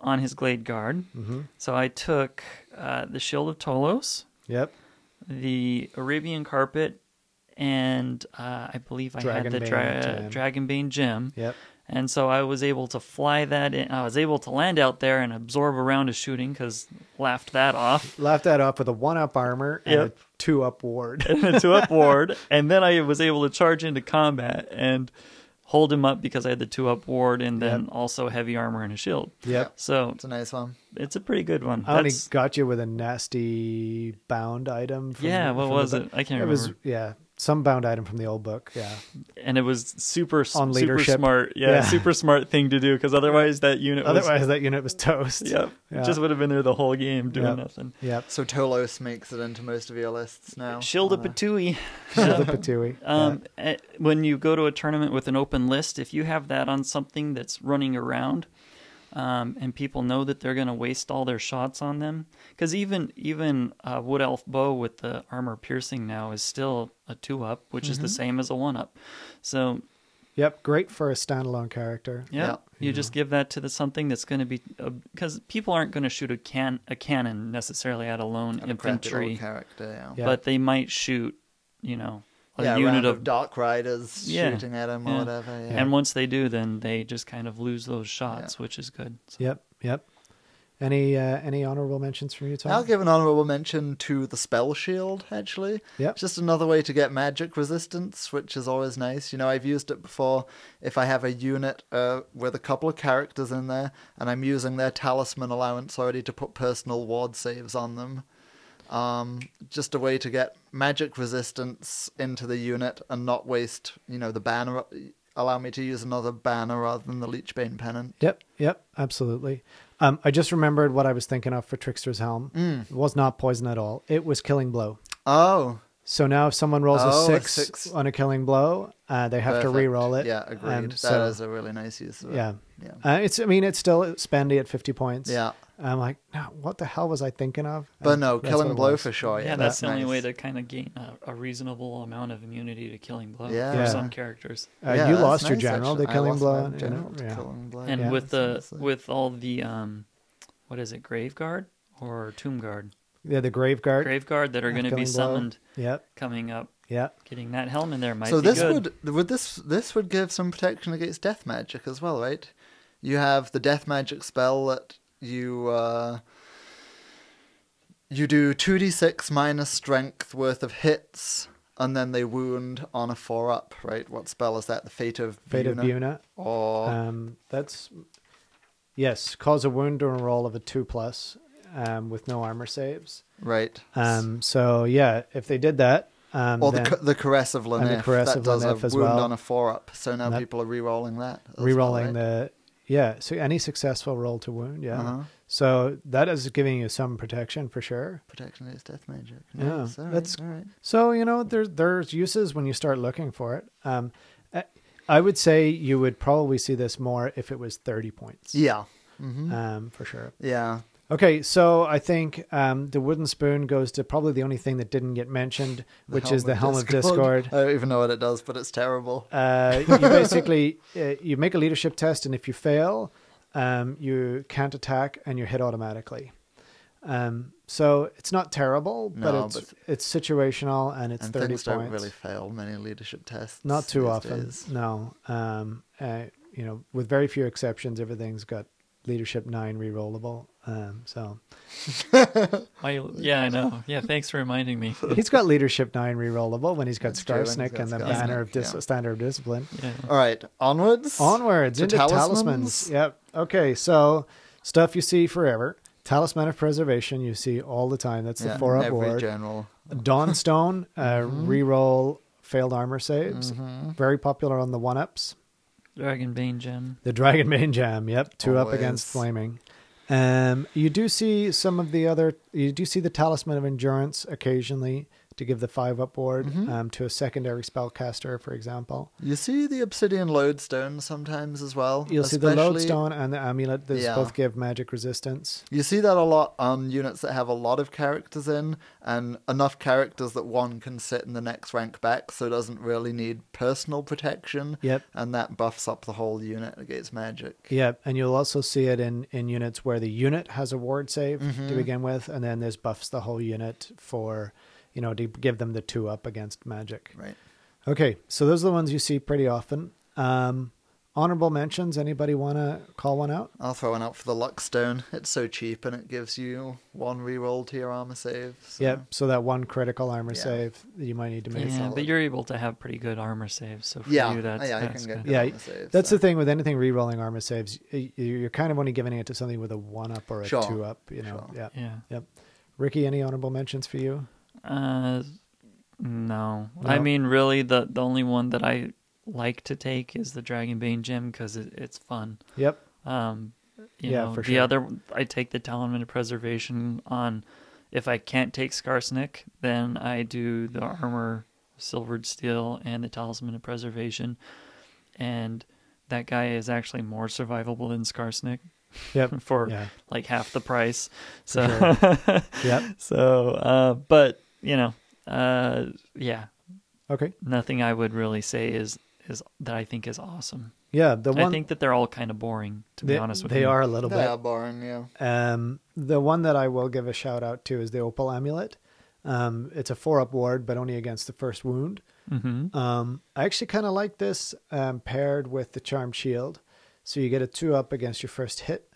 B: on his glade guard
A: Mm-hmm.
B: so i took uh the shield of tolos
A: Yep.
B: the arabian carpet and uh, I believe I had the
A: Dragonbane gem.
B: dra- Dragonbane gem.
A: Yep.
B: And so I was able to fly that in. I was able to land out there and absorb a round of shooting because laughed that off
A: Laughed that up with a one up armor and
B: Yep.
A: a two up ward.
B: to up ward. And then I was able to charge into combat and hold him up because I had the two up ward and then also heavy armor and a shield.
A: Yep.
B: So
C: it's a nice one.
B: it's a pretty good one.
A: I only
B: That's,
A: got you with a nasty bound item. From,
B: yeah, what
A: from the
B: was
A: book.
B: it? I
A: It
B: can't remember.
A: was yeah, some bound item from the old book. Yeah,
B: and it was super, s-
A: On
B: super
A: leadership.
B: smart. Yeah,
A: Yeah.
B: super smart thing to do because otherwise that unit
A: otherwise that unit was toast.
B: was. Yep.
A: Yeah.
B: Just would have been there the whole game doing
A: Yep.
B: nothing.
A: Yep.
C: So Tolos makes it into most of your lists now.
B: Shield of
A: Uh.
C: on a-
B: Patui.
A: Shield of Patui.
B: Um, eh, When you go to a tournament with an open list, if you have that on something that's running around, um, and people know that they're going to waste all their shots on them, because even even uh, wood elf bow with the armor piercing now is still a two up, which is the same as a one up. So
A: Yeah. Yep. Great for a standalone character.
B: yeah, Mm-hmm.
C: Yeah.
B: you just give that to the something that's going to be because people aren't going to shoot a can a cannon necessarily at alone
C: on a crappy little
B: infantry,
C: character. Yeah,
A: Yeah.
B: but they might shoot you know a
C: yeah,
B: unit
C: round
B: of
C: dark riders
B: Yeah.
C: shooting at him
B: Yeah.
C: or whatever. Yeah.
B: And once they do, then they just kind of lose those shots, which is good. So-
A: Yep. Yep. Any uh, any honorable mentions from you, Tom?
C: I'll give an honorable mention to the spell shield. Actually,
A: Yep.
C: it's just another way to get magic resistance, which is always nice. You know, I've used it before. If I have a unit uh, with a couple of characters in there, and I'm using their talisman allowance already to put personal ward saves on them, um, just a way to get magic resistance into the unit and not waste, you know, the banner. Allow me to use another banner rather than the leechbane pennant.
A: Yep, yep, absolutely. Um, I just remembered what I was thinking of for Trickster's Helm.
C: Mm.
A: It was not poison at all. It was Killing Blow.
C: Oh,
A: So now if someone rolls
C: Oh,
A: a,
C: a
A: six
C: six.
A: on a Killing Blow, uh, they have to
C: perfect.
A: re-roll it.
C: Yeah, agreed.
A: Um,
C: That is
A: so,
C: a really nice use of it.
A: yeah.
C: yeah.
A: Uh, it's. I mean, it's still spendy at fifty points.
C: Yeah.
A: I'm like, no, what the hell was I thinking of?
C: But
A: And
C: no,
A: Uh, that's what
C: killing
A: it
C: blow
A: was. Uh,
C: for sure.
B: yeah,
C: Oh, Yeah,
B: that's, the only
C: nice.
B: way to kind of gain a, a reasonable amount of immunity to killing blow
C: Yeah.
B: for
A: Yeah.
B: some characters.
A: Uh,
C: Yeah,
A: you
C: that's
A: lost your
C: nice,
A: general
C: actually.
A: to
C: I
A: Killing
C: lost
A: Blow.
C: my
A: you
C: general
A: know?
C: to
A: Yeah.
C: Killing Blow,
B: And
C: yeah,
B: with the
C: that's nice.
B: with all the um, what is it, grave guard or tomb guard?
A: yeah, the Grave Guard.
B: Grave guard that are
A: Yeah,
B: going to be
A: Killing Blow.
B: summoned
A: Yep,
B: coming up.
A: yep.
B: Getting that helm in there might
C: so
B: be
C: this
B: good.
C: would would this this would give some protection against death magic as well, right? You have the death magic spell that you uh, you do two d six minus strength worth of hits, and then they wound on a four up, right? What spell is that? The fate of
A: Fate
C: Buna?
A: of Buna.
C: or
A: Um, that's yes. Cause a wound or a roll of a two plus, um, with no armor saves.
C: right
A: Um, so yeah, if they did that, um,
C: or
A: then
C: the the caress of
A: the
C: Laneth
A: Caress
C: that
A: of
C: does
A: Laneth
C: a
A: as
C: wound
A: well.
C: on a four up. So now
A: That-
C: people are rerolling that, as well,
A: rerolling
C: right?
A: the yeah. So any successful roll to wound, yeah.
C: Uh-huh.
A: So that is giving you some protection for sure.
C: protection against death magic.
A: Yeah,
C: Nice. All right,
A: that's-
C: all right.
A: So you know there's there's uses when you start looking for it. Um, uh, I would say you would probably see this more if it was 30 points.
C: Yeah. hmm
A: Um, for sure.
C: Yeah.
A: Okay, so I think um, the wooden spoon goes to probably the only thing that didn't get mentioned,
C: The
A: which is the helm of
C: Discord.
A: discord.
C: I don't even know what it does, but it's terrible.
A: Uh, you basically uh, you make a leadership test, and if you fail, um, you can't attack and you hit automatically. Um, so it's not terrible, but
C: No,
A: it's
C: but-
A: it's situational and it's
C: and
A: thirty
C: things
A: points.
C: don't really fail many leadership tests.
A: not too
C: these
A: often,
C: days.
A: no. Um, uh, you know, with very few exceptions, everything's got leadership nine rerollable. Um, so
B: I, yeah, I know. Yeah, thanks for reminding me.
A: he's got leadership nine rerollable when he's got
C: That's true, when he's
A: Starsnick
C: got
A: and the
C: Starsnick,
A: banner of dis-
C: yeah.
A: standard of discipline.
B: Yeah.
C: All right, onwards.
A: Onwards
C: To
A: into talismans.
C: talismans?
A: Yep. Okay, so stuff you see forever. Talisman of Preservation you see all the time. That's the
C: Yeah,
A: four up
C: every Mm-hmm.
A: ward.
C: general.
A: Dawnstone, uh, reroll failed armor saves.
C: Mm-hmm.
A: Very popular on the one ups.
B: Dragon Bane gem.
A: The Dragon Bane Jam. Yep, two up
C: Always.
A: against flaming. Um, you do see some of the other. You do see the Talisman of Endurance occasionally to give the five up ward
C: Mm-hmm.
A: um, to a secondary spellcaster, for example.
C: You see the obsidian lodestone sometimes as well.
A: You'll see the
C: especially-
A: lodestone and the amulet. Those
C: Yeah.
A: both give magic resistance.
C: You see that a lot on units that have a lot of characters in, and enough characters that one can sit in the next rank back, so doesn't really need personal protection.
A: Yep.
C: And that buffs up the whole unit against magic.
A: Yep, and you'll also see it in in units where the unit has a ward save
C: Mm-hmm.
A: to begin with, and then there's buffs the whole unit for, you know, to give them the two up against magic.
C: Right.
A: Okay, so those are the ones you see pretty often. Um, honorable mentions. Anybody want to call one out?
C: I'll throw one out for the luck stone. It's so cheap, and it gives you one reroll to your armor save. so-
A: Yep. So that one critical armor
C: Yeah.
A: save that you might need to make.
B: Yeah,
C: solid.
B: but you're able to have pretty good armor saves, so for
C: Yeah,
B: you that's,
C: yeah, I can
B: that's
C: get
B: good.
C: good.
A: Yeah,
C: armor save,
A: that's
C: so.
A: the thing with anything rerolling armor saves. y- y- You're kind of only giving it to something with a one up or a
C: Sure.
A: two up. You know.
C: Sure.
A: Yeah.
B: Yeah.
A: Yep. Ricky, any honorable mentions for you?
B: Uh, no. I
A: No?
B: mean, really, the the only one that I like to take is the Dragon Bane gem because it, it's fun.
A: Yep.
B: Um, you
A: Yeah,
B: know,
A: for
B: the
A: sure.
B: other I take the Talisman of Preservation on. If I can't take Scarsnick, then I do the armor, silvered steel, and the Talisman of Preservation, and that guy is actually more survivable than Scarsnick
A: Yep.
B: for
A: Yeah.
B: like half the price. So.
A: Yep.
B: So, uh, but you know, uh, yeah,
A: Okay.
B: nothing I would really say is is that I think is awesome.
A: Yeah, the one
B: I think that they're all kind of boring, to
A: they,
B: be honest with
A: they
B: you.
A: are a little
C: They
A: bit.
C: are boring, yeah.
A: Um, the one that I will give a shout out to is the opal amulet. Um, it's a four up ward, but only against the first wound.
B: hmm
A: Um, I actually kind of like this um, paired with the charmed shield. So you get a two up against your first hit,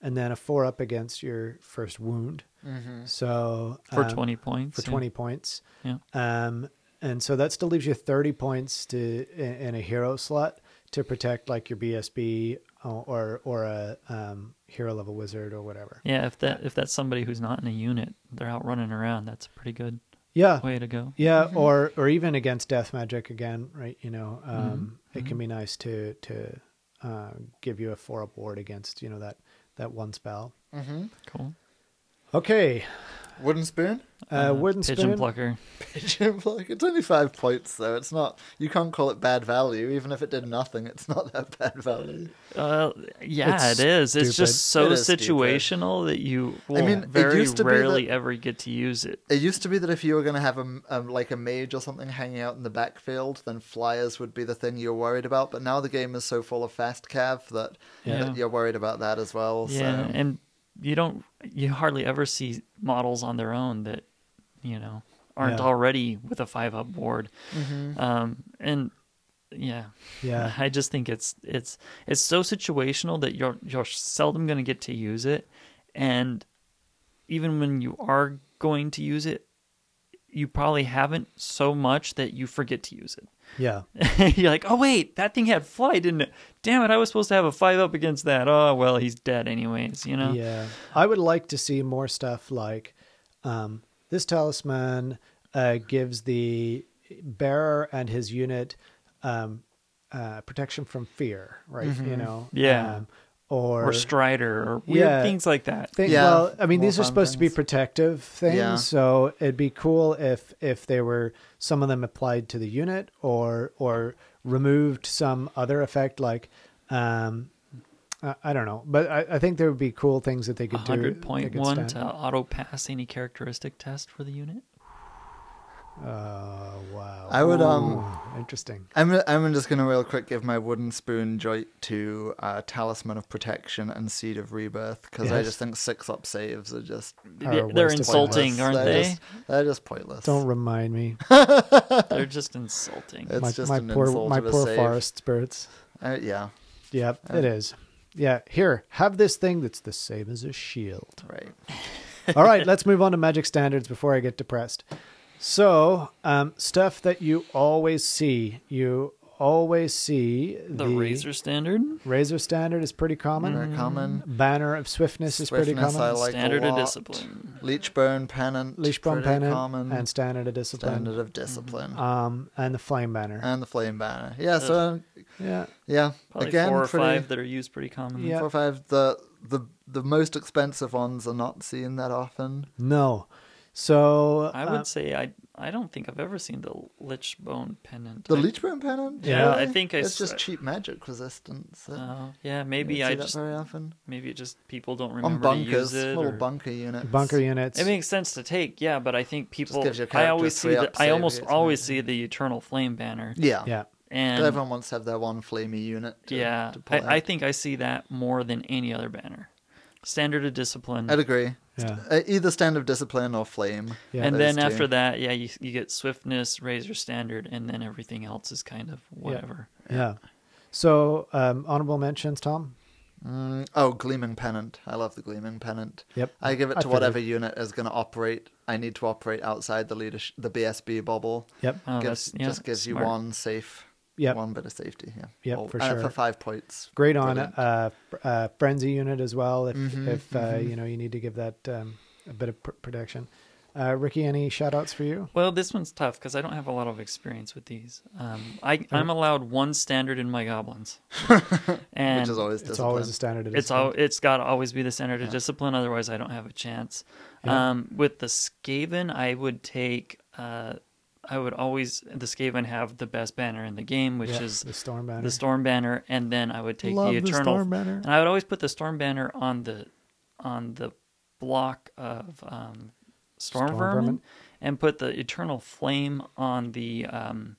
A: and then a four up against your first wound.
C: hmm
A: So
B: for
A: um,
B: twenty points.
A: for
B: yeah.
A: twenty points.
B: Yeah.
A: Um, and so that still leaves you 30 points to in, in a hero slot to protect like your BSB uh, or or a um, hero level wizard or whatever.
B: Yeah, if that if that's somebody who's not in a unit, they're out running around. That's a pretty good
A: Yeah.
B: way to go.
A: Yeah, or or even against death magic again, right? You know,
B: Mm-hmm.
A: um, it can be nice to to uh, give you a four up ward against you know that that one spell.
C: hmm
B: Cool.
A: Okay,
C: Wooden spoon?
A: uh, wooden
B: pigeon
A: spoon.
B: plucker.
C: Pigeon block. It's only five points, though. It's not. You can't call it bad value, even if it did nothing. It's not that bad value.
B: Uh, yeah,
A: It's
B: it's It's
A: stupid.
B: just so
C: It is stupid.
B: situational that you will
C: mean, it
B: very
C: used to be
B: rarely
C: that-
B: ever get to use it.
C: It used to be that if you were going to have a, a like a mage or something hanging out in the backfield, then flyers would be the thing you're worried about. But now the game is so full of fast cav that
B: Yeah.
C: that you're worried about that as well.
B: Yeah,
C: so.
B: and you don't you hardly ever see models on their own that you know aren't
A: Yeah.
B: already with a five up board. Um, and yeah,
A: Yeah.
B: I just think it's it's it's so situational that you're you're seldom going to get to use it, and even when you are going to use it, you probably haven't so much that you forget to use it.
A: Yeah,
B: You're like, oh wait, that thing had fly, didn't it? Damn it, I was supposed to have a five up against that. Oh well, he's dead anyways, you know.
A: yeah. I would like to see more stuff like um, this talisman uh, gives the bearer and his unit um, uh, protection from fear, right? You know,
B: Mm-hmm. Yeah.
A: Um, or,
B: or Strider or weird
A: Yeah.
B: things like that.
A: Think,
C: Yeah.
A: Well, I mean,
C: More
A: these are
C: fun
A: supposed to be
C: things.
A: protective things,
C: Yeah.
A: so it'd be cool if if they were some of them applied to the unit or or removed some other effect, like um, I, I don't know, but I, I think there would be cool things that they could do.
B: hundred
A: they
B: point
A: could
B: one to
A: stand-
B: auto pass any characteristic test for the unit.
A: Oh wow!
C: I would, um,
A: Ooh, interesting.
C: I'm I'm just gonna real quick give my wooden spoon joint to uh, talisman of protection and seed of rebirth because I
A: Yes.
C: just think six up saves are just
A: Are
B: They're,
A: a
B: they're
A: waste of
B: insulting,
C: pointless.
B: aren't
C: they're
B: they?
C: Just, they're just pointless.
A: Don't remind me,
B: They're just insulting.
C: It's
A: my,
C: just
A: my
C: an
A: poor
C: insult
A: my
C: of a
A: poor
C: save.
A: forest spirits.
C: Uh, yeah,
A: Yep, it is. Yeah, here, have this thing that's the same as a shield.
C: right.
A: All right, let's move on to magic standards before I get depressed. So, um, stuff that you always see, you always see
B: the, razor Mm-hmm. standard,
A: razor standard is pretty common.
C: Very common.
A: Banner of swiftness, is pretty
C: Swiftness,
A: common.
C: I like a
B: standard of
C: lot.
B: discipline.
C: Leech bone pennant.
A: Leash bomb
C: pretty
A: pennant
C: common.
A: and standard of discipline.
C: standard of Uh, discipline.
A: Um, and the flame banner.
C: and the flame banner. Yeah. So
A: yeah,
C: yeah,
B: Probably
C: again,
B: four or
C: pretty,
B: five that are used pretty commonly.
A: Yeah.
C: four or five. The the the most expensive ones are not seen that often.
A: no. So
B: I
A: uh,
B: would say I I don't think I've ever seen the lich bone pennant.
C: The
B: I-
C: leech bone pennant.
A: Yeah,
B: I think I
C: it's
B: s-
C: just cheap magic resistance. It-
B: Oh, yeah,
C: you don't
B: maybe
C: see
B: I
C: that
B: just
C: very often
B: maybe it just people don't
C: on
B: remember to use
C: bunkers,
B: it.
C: little
B: or-
C: bunker units.
A: bunker units.
B: It makes sense to take, yeah, but I think people.
C: gives your
B: I
C: character
B: always see
C: three
B: the,
C: up
B: I
C: save
B: almost
C: against
B: always
C: magic.
B: see the eternal flame banner,
C: Yeah,
A: yeah.
B: and
C: Everyone wants to have their one flamey unit. To,
B: yeah,
C: to pull out.
B: I, I think I see that more than any other banner. Standard of discipline,
C: I'd agree.
A: Yeah.
C: Uh, either stand of discipline or flame.
A: Yeah.
B: and
C: those
B: then
C: two.
B: after that, yeah, you you get swiftness, razor standard, and then everything else is kind of whatever.
A: Yeah. So um, honorable mentions, Tom.
C: Mm, oh, gleaming pennant. I love the gleaming pennant.
A: Yep.
C: I give it
A: I
C: to whatever unit is going to operate. I need to operate outside the leadership, the BSB bubble.
A: Yep.
B: Oh,
C: gives,
B: that's yeah,
C: just gives
B: smart.
C: you one safe,
A: Yep.
C: one bit of safety. Yeah,
A: Yep,
C: Or-
A: for
C: uh,
A: sure.
C: For five points.
A: great on
C: Brilliant.
A: uh, uh, frenzy unit as well if
B: Mm-hmm,
A: if uh, you know you need to give that um, a bit of pr- protection uh, ricky any shout outs for you
B: Well, this one's tough because I don't have a lot of experience with these. Um, I, I'm allowed one standard in my goblins, and
C: which is always
A: it's
C: discipline.
A: always a standard of
B: it's
A: discipline.
B: all it's got to always be the standard of discipline. Otherwise, I don't have a chance.
A: Yeah.
B: Um, with the Skaven, I would take. Uh, I would always the Skaven have the best banner in the game, which
A: Yeah,
B: is
A: the storm banner
B: the storm banner, and then I would take
A: Love
B: the
A: the
B: eternal.
A: storm banner.
B: And I would always put the storm banner on the on the block of um, storm,
A: Storm
B: vermin,
A: vermin.
B: and put the eternal flame on the um,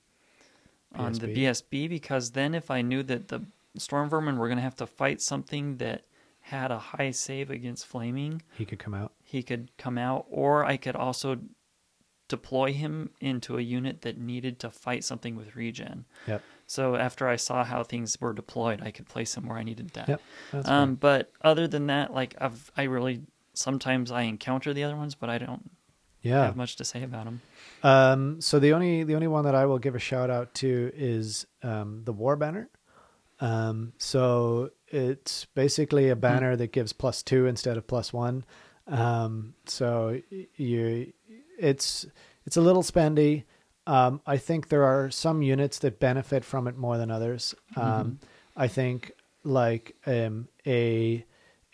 B: on the
A: BSB.
B: BSB because then if I knew that the storm vermin were going to have to fight something that had a high save against flaming,
A: he could come out
B: he could come out, or I could also deploy him into a unit that needed to fight something with regen.
A: yep
B: So after I saw how things were deployed, I could place them where I needed that.
A: Yep, that's
B: um, but other than that, like I've, I really sometimes I encounter the other ones, but I don't
A: yeah
B: have much to say about them.
A: um, so the only the only one that i will give a shout out to is um, the war banner um, so it's basically a
B: Mm-hmm.
A: banner that gives plus two instead of plus one um, so y- you it's it's a little spendy. Um, I think there are some units that benefit from it more than others. Um, I think like um, a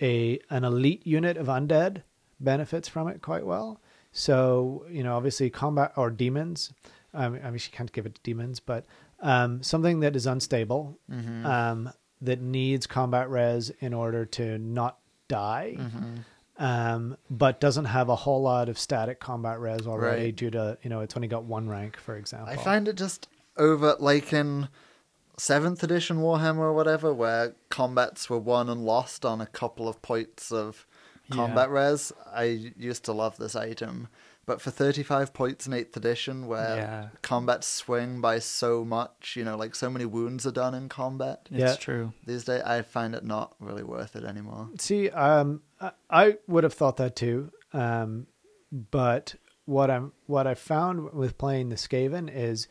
A: a an elite unit of undead benefits from it quite well. So you know, obviously, combat or demons. Um, I mean, she can't give it to demons, but um, something that is unstable um, that needs combat res in order to not die um, but doesn't have a whole lot of static combat res already
C: Right.
A: due to you know it's only got one rank, for example.
C: I find it just over like in seventh edition Warhammer or whatever, where combats were won and lost on a couple of points of combat res. I used to love this item, but for thirty five points in eighth edition, where
B: Yeah.
C: combats swing by so much, you know, like so many wounds are done in combat.
B: It's
A: Yeah.
B: true.
C: These days, I find it not really worth it anymore.
A: see, um, I- I would have thought that too, um, but what I'm what I found with playing the Skaven is,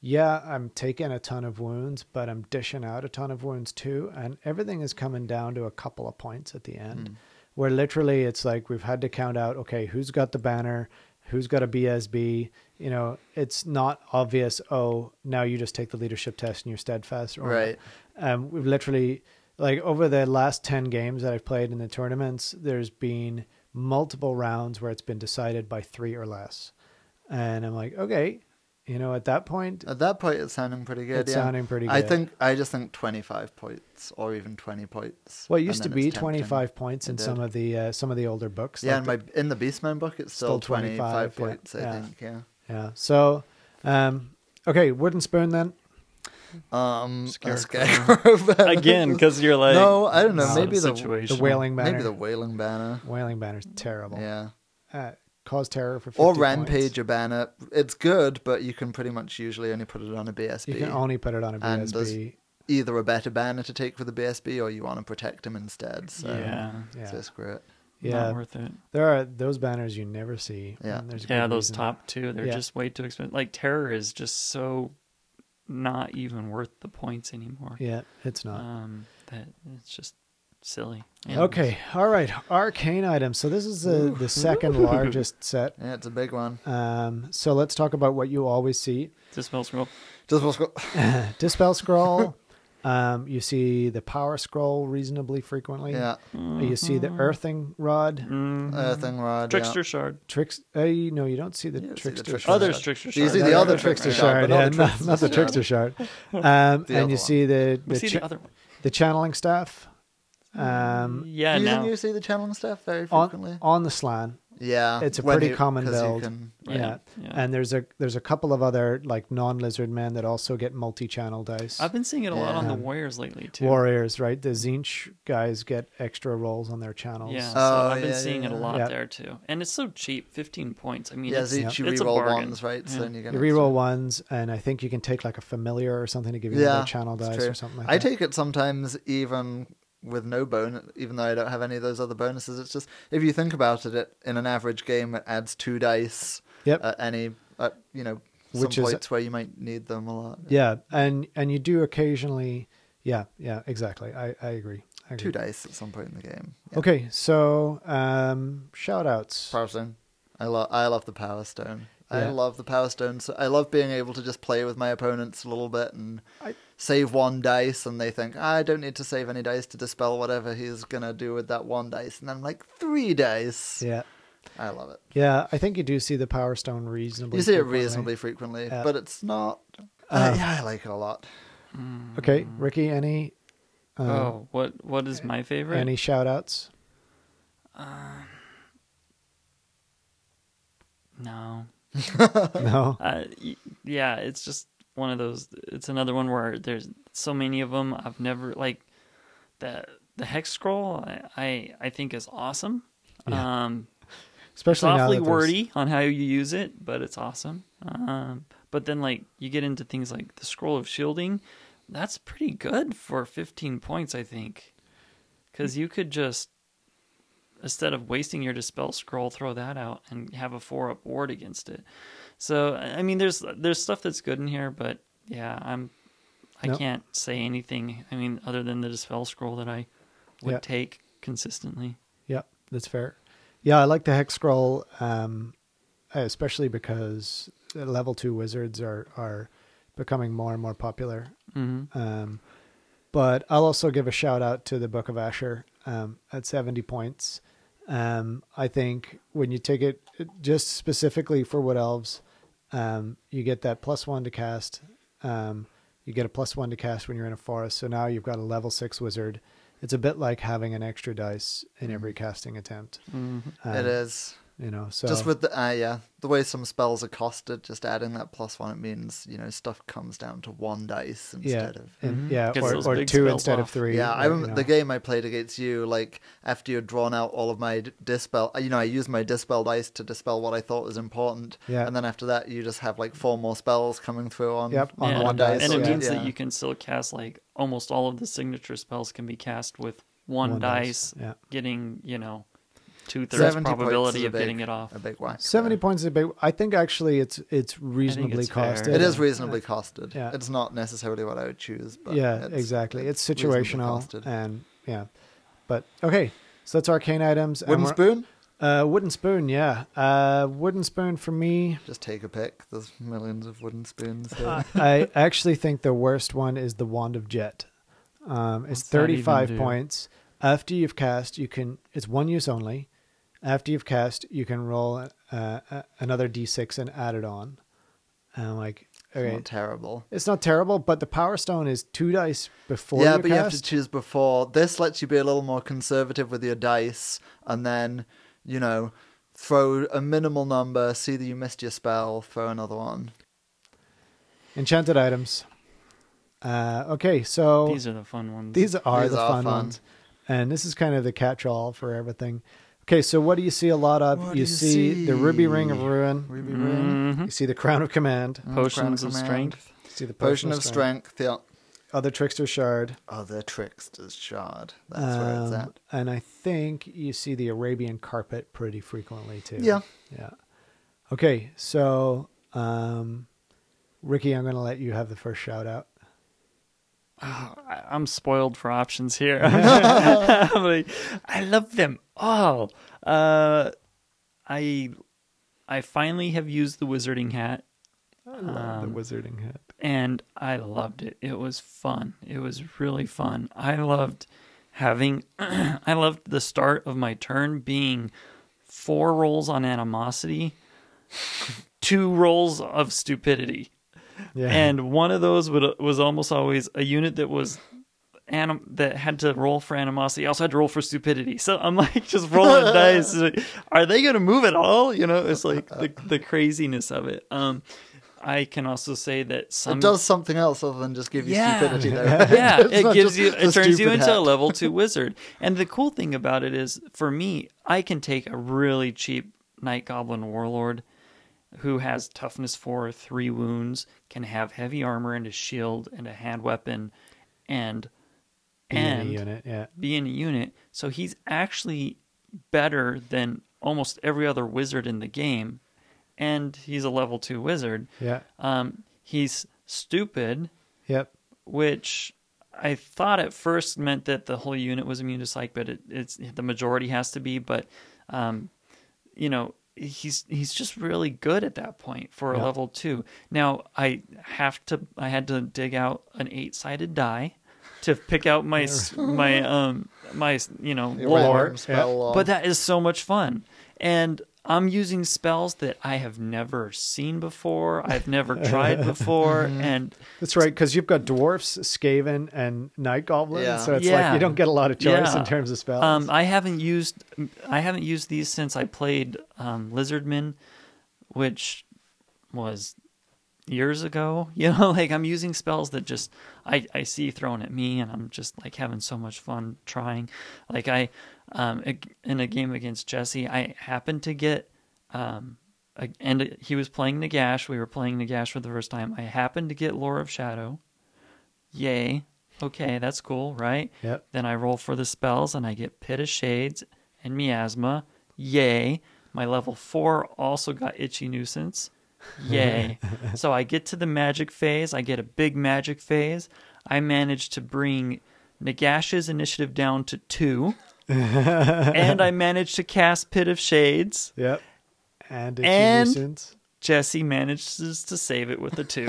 A: yeah, I'm taking a ton of wounds, but I'm dishing out a ton of wounds too, and everything is coming down to a couple of points at the end, where literally it's like we've had to count out, okay, who's got the banner, who's got a BSB. You know, it's not obvious. Oh, now you just take the leadership test and you're steadfast. Or
C: Right.
A: Um, we've literally like over the last 10 games that I've played in the tournaments, there's been multiple rounds where it's been decided by three or less. And I'm like, okay, you know, at that point,
C: At that point, it's sounding pretty good.
A: It's
C: yeah.
A: sounding pretty
C: I
A: good.
C: think I just think twenty five points or even twenty points.
A: well, it
C: and
A: used to
C: then
A: be
C: it's tempting.
A: 25 points
C: It
A: in
C: did.
A: some of the uh, some of the older books.
C: Yeah,
A: like
C: in
A: the-
C: my in the Beastman book, it's still,
A: Still 25,
C: 25,
A: yeah,
C: points. I
A: yeah.
C: think. Yeah.
A: yeah. So, um, okay, wooden spoon then.
C: Um,
B: Scarecrow.
C: a scarecrow banner.
B: Again, because you're like,
C: no, I don't know.
A: No.
C: Maybe the
A: The
B: situation.
A: wailing banner.
C: maybe the wailing banner.
A: wailing banner's terrible.
C: Yeah.
A: Uh, cause terror for 50
C: Or
A: points.
C: rampage a banner. It's good, but you can pretty much usually only put it on a BSB.
A: You can only put it on a
C: And there's-
A: BSB.
C: Either a better banner to take with the BSB, or you want to protect him instead. So,
B: yeah,
A: Yeah.
C: so screw it.
A: Yeah.
B: not worth it.
A: There are those banners you never see.
C: Yeah.
A: and there's a
B: Yeah,
A: good
B: those
A: reason.
B: top two, they're
A: Yeah.
B: just way too expensive. Like terror is just so not even worth the points anymore.
A: Yeah, it's not.
B: Um, that it's just silly.
A: Okay, all right. Arcane items. So this is the, the second largest set.
C: Yeah, it's a big one.
A: Um, so let's talk about what you always see.
B: Dispel scroll.
C: Just what's go-
A: Dispel scroll. um, you see the power scroll reasonably frequently.
C: yeah,
A: You see the earthing rod.
B: Mm-hmm. Mm.
C: earthing rod. Uh, yeah.
B: Trickster shard.
A: Tricks. Uh, you- no, you don't see the
C: You don't see the
A: trickster.
C: trickster
A: shard.
B: Other
C: shard.
B: trickster
C: You
B: shard.
C: see the
B: Yeah,
C: other
B: right,
C: trickster
B: right,
C: shard,
B: right.
C: but not the
A: yeah, not,
C: trickster
A: not the
C: shard.
A: trickster shard. Um,
C: The
A: and
C: other
A: you
C: one.
A: see the
B: We
A: the,
B: see
A: cha-
B: the other Mm. one.
A: the channeling staff. Um,
B: Yeah,
C: you
B: now.
C: you see the channeling stuff very frequently?
A: on on the slan.
C: yeah,
A: it's a
C: when
A: pretty
C: you-
A: common
C: 'cause you
A: build.
C: can-
B: Right.
A: Yeah.
B: Yeah.
A: and there's a there's a couple of other like non lizard men that also get multi channel dice.
B: I've been seeing it a lot on the
A: Yeah.
B: Warriors lately too.
A: Warriors, right? The Zinch guys get extra rolls on their channels.
B: Yeah, so
C: Oh,
B: I've been
C: yeah,
B: seeing
C: yeah,
B: it a
C: yeah.
B: lot
A: Yeah.
B: there too, and it's so cheap, fifteen points. I mean,
C: yeah,
B: it's,
C: so each you
B: it's a
C: reroll
B: bargain.
C: ones, right? So
B: Yeah.
C: then you get
A: You
C: an extra-
A: reroll ones, and I think you can take like a familiar or something to give you
C: yeah,
A: another channel
C: it's
A: dice
C: true.
A: or something like
C: I
A: that.
C: take it sometimes even with no bonus, even though I don't have any of those other bonuses. It's just if you think about it, it in an average game, it adds two dice
A: Yep.
C: at any, at, you know, some
A: Which is-
C: points where you might need them a lot.
A: yeah, and and you do occasionally. Yeah, yeah, exactly. I I agree. I agree.
C: Two dice at some point in the game. Yeah.
A: Okay, so um, shout outs.
C: Power Stone. I love I love the Power Stone. I
A: Yeah.
C: love the Power Stone. So I love being able to just play with my opponents a little bit and
A: I-
C: save one dice, and they think I don't need to save any dice to dispel whatever he's gonna do with that one dice, and I'm like three dice.
A: Yeah,
C: I love it.
A: yeah. I think you do see the power stone reasonably.
C: You see it
A: frequently.
C: reasonably frequently,
A: Yeah.
C: but it's not.
A: Uh,
C: I, yeah, I like it a lot.
A: Okay, Ricky. Any? Uh,
B: oh, what what is my favorite?
A: Any shout outs?
B: No,
A: No.
B: uh, y- yeah, it's just one of those. It's another one where there's so many of them. I've never like the the hex scroll. I I, I think is awesome. Um,
A: Especially now
B: awfully
A: that there's-
B: wordy on how you use it, but it's awesome. Um, but then like you get into things like the scroll of shielding, that's pretty good for 15 points, I think, because you could just instead of wasting your dispel scroll, throw that out and have a four up ward against it. So I I mean, there's there's stuff that's good in here, but yeah, I'm I
A: No.
B: can't say anything. I mean, other than the dispel scroll that I would
A: Yeah.
B: take consistently.
A: Yeah, that's fair. Yeah, I like the hex scroll, um, especially because the level two wizards are are becoming more and more popular.
B: hmm
A: Um, but I'll also give a shout out to the Book of Asher um, at seventy points. Um, I think when you take it it- just specifically for wood elves, um, you get that plus one to cast. Um, you get a plus one to cast when you're in a forest. So now you've got a level six wizard. It's a bit like having an extra dice in every
B: Mm.
A: casting attempt. Um,
C: it is
A: You know, so
C: just with the uh, yeah the way some spells are costed. Just adding that plus one, it means you know stuff comes down to one dice
A: yeah,
C: instead of mm-hmm.
A: and- yeah,
B: Gets
A: or,
B: those
A: or
B: big
A: two
B: spells
A: instead of
B: off.
A: three.
C: Yeah, I
A: or, you
C: remember the
A: know.
C: game I played against you. Like after you had drawn out all of my d- dispel, you know, I used my dispel dice to dispel what I thought was important.
A: Yeah.
C: and then after that, you just have like four more spells coming through on
A: Yep, on
B: Yeah,
A: one
B: and- uh,
A: dice,
B: And it
A: yeah.
B: means that you can still cast like almost all of the signature spells can be cast with one,
A: One dice,
B: dice,
A: yeah.
B: getting, you know, two thirds
C: 70 points is
B: probability
C: a
B: of
C: big-
B: getting it off.
C: a big whack.
A: Seventy
C: there.
A: points is a big. I think actually it's it's reasonably
B: it's fair.
A: costed.
C: It is reasonably costed.
A: yeah.
C: It's not necessarily what I would choose, but
A: yeah,
C: it's-
A: exactly. It's,
C: reasonably
A: situational
C: costed.
A: and yeah, but okay. So that's arcane items. and
C: Wooden
A: we're-
C: spoon.
A: Uh, wooden spoon. Yeah. Uh, wooden spoon for me.
C: Just take a pick. There's millions of wooden spoons here.
A: I actually think the worst one is the wand of jet. Um, it's
B: What's that even
A: 35
B: do?
A: points. After you've cast, you can. It's one use only. After you've cast, you can roll uh, uh, another d6 and add it on. And I'm like,
C: It's
A: okay,
C: not terrible.
A: it's not terrible, but the power stone is two dice before.
C: yeah,
A: you
C: but you have to
A: cast.
C: choose before. This lets you be a little more conservative with your dice, and then you know, throw a minimal number, see that you missed your spell, throw another one.
A: Enchanted items. Uh, okay, so
B: These are the fun ones.
A: These are
C: These
A: the
C: are
A: fun,
C: fun.
A: ones. And this is kind of the catch-all for everything. Okay, so what do you see a lot of?
C: What
A: you,
C: do you
A: see, the ruby ring of
C: see? Mm-hmm.
A: ruin.
C: Ruby ring,
B: Mhm.
A: You see the crown of command.
C: Mm,
B: potions
C: Crown
B: of
C: Command.
B: strength.
A: You see the
C: potion of strength. Yeah.
A: Other trickster shard.
C: Other trickster's shard. That's where it's
A: Um,
C: at.
A: And I think you see the Arabian carpet pretty frequently too.
C: Yeah.
A: Yeah. Okay, so um, Ricky, I'm going to let you have the first shout out.
B: I- I'm spoiled for options here. I'm like, I love them all. Uh, I I finally have used the wizarding hat
A: I love
B: Um,
A: the wizarding hat.
B: and I loved it. It was fun. It was really fun. I loved having I loved the start of my turn being four rolls on animosity, two rolls of stupidity
A: Yeah.
B: and one of those would, was almost always a unit that was anim- that had to roll for animosity also had to roll for stupidity so i'm like just rolling dice It's like, are they gonna move at all you know it's like the, the craziness of it um i can also say that some
C: It does something else other than just give you
B: Yeah.
C: stupidity though.
B: yeah,
C: It's
B: it
C: not
B: gives
C: just
B: you
C: the
B: it turns you
C: stupid
B: into a
C: hat.
B: level 2 wizard. And the cool thing about it is for me, I can take a really cheap night goblin warlord who has toughness 4, 3 wounds, can have heavy armor and a shield and a hand weapon and
A: Be in a
B: and
A: unit. Yeah.
B: be in a unit. So he's actually better than almost every other wizard in the game and he's a level 2 wizard.
A: Yeah.
B: Um he's stupid
A: Yep.
B: which I thought at first meant that the whole unit was immune to psych, but it, it's the majority has to be. But um, you know, he's he's just really good at that point for a
A: Yeah.
B: level two. Now I have to I had to dig out an eight sided die to pick out my s- my um my you know
C: Your
B: lore.
C: random spell lore.
B: But that is so much fun. And I'm using spells that I have never seen before, I've never tried before, and
A: That's right, because you've got dwarfs, Skaven, and Night Goblin,
C: Yeah.
A: so it's
B: Yeah.
A: like you don't get a lot of choice
B: Yeah.
A: in terms of spells.
B: Um, I haven't used I haven't used these since I played um, Lizardman, which was years ago. You know, like I'm using spells that just I, I see thrown at me, and I'm just like having so much fun trying. Like I um, ag- in a game against Jesse, I happened to get um, a- and he was playing Nagash. We were playing Nagash for the first time. I happened to get Lore of Shadow. Yay. Okay, that's cool, right?
A: Yep.
B: Then I roll for the spells and I get Pit of Shades and Miasma. Yay. My level four also got Itchy Nuisance. Yay. so I get to the magic phase. I get a big magic phase. I manage to bring Nagash's initiative down to two. and I manage to cast Pit of Shades.
A: yep. And it's
B: And-
A: nuisance.
B: Jesse manages to save it with a two.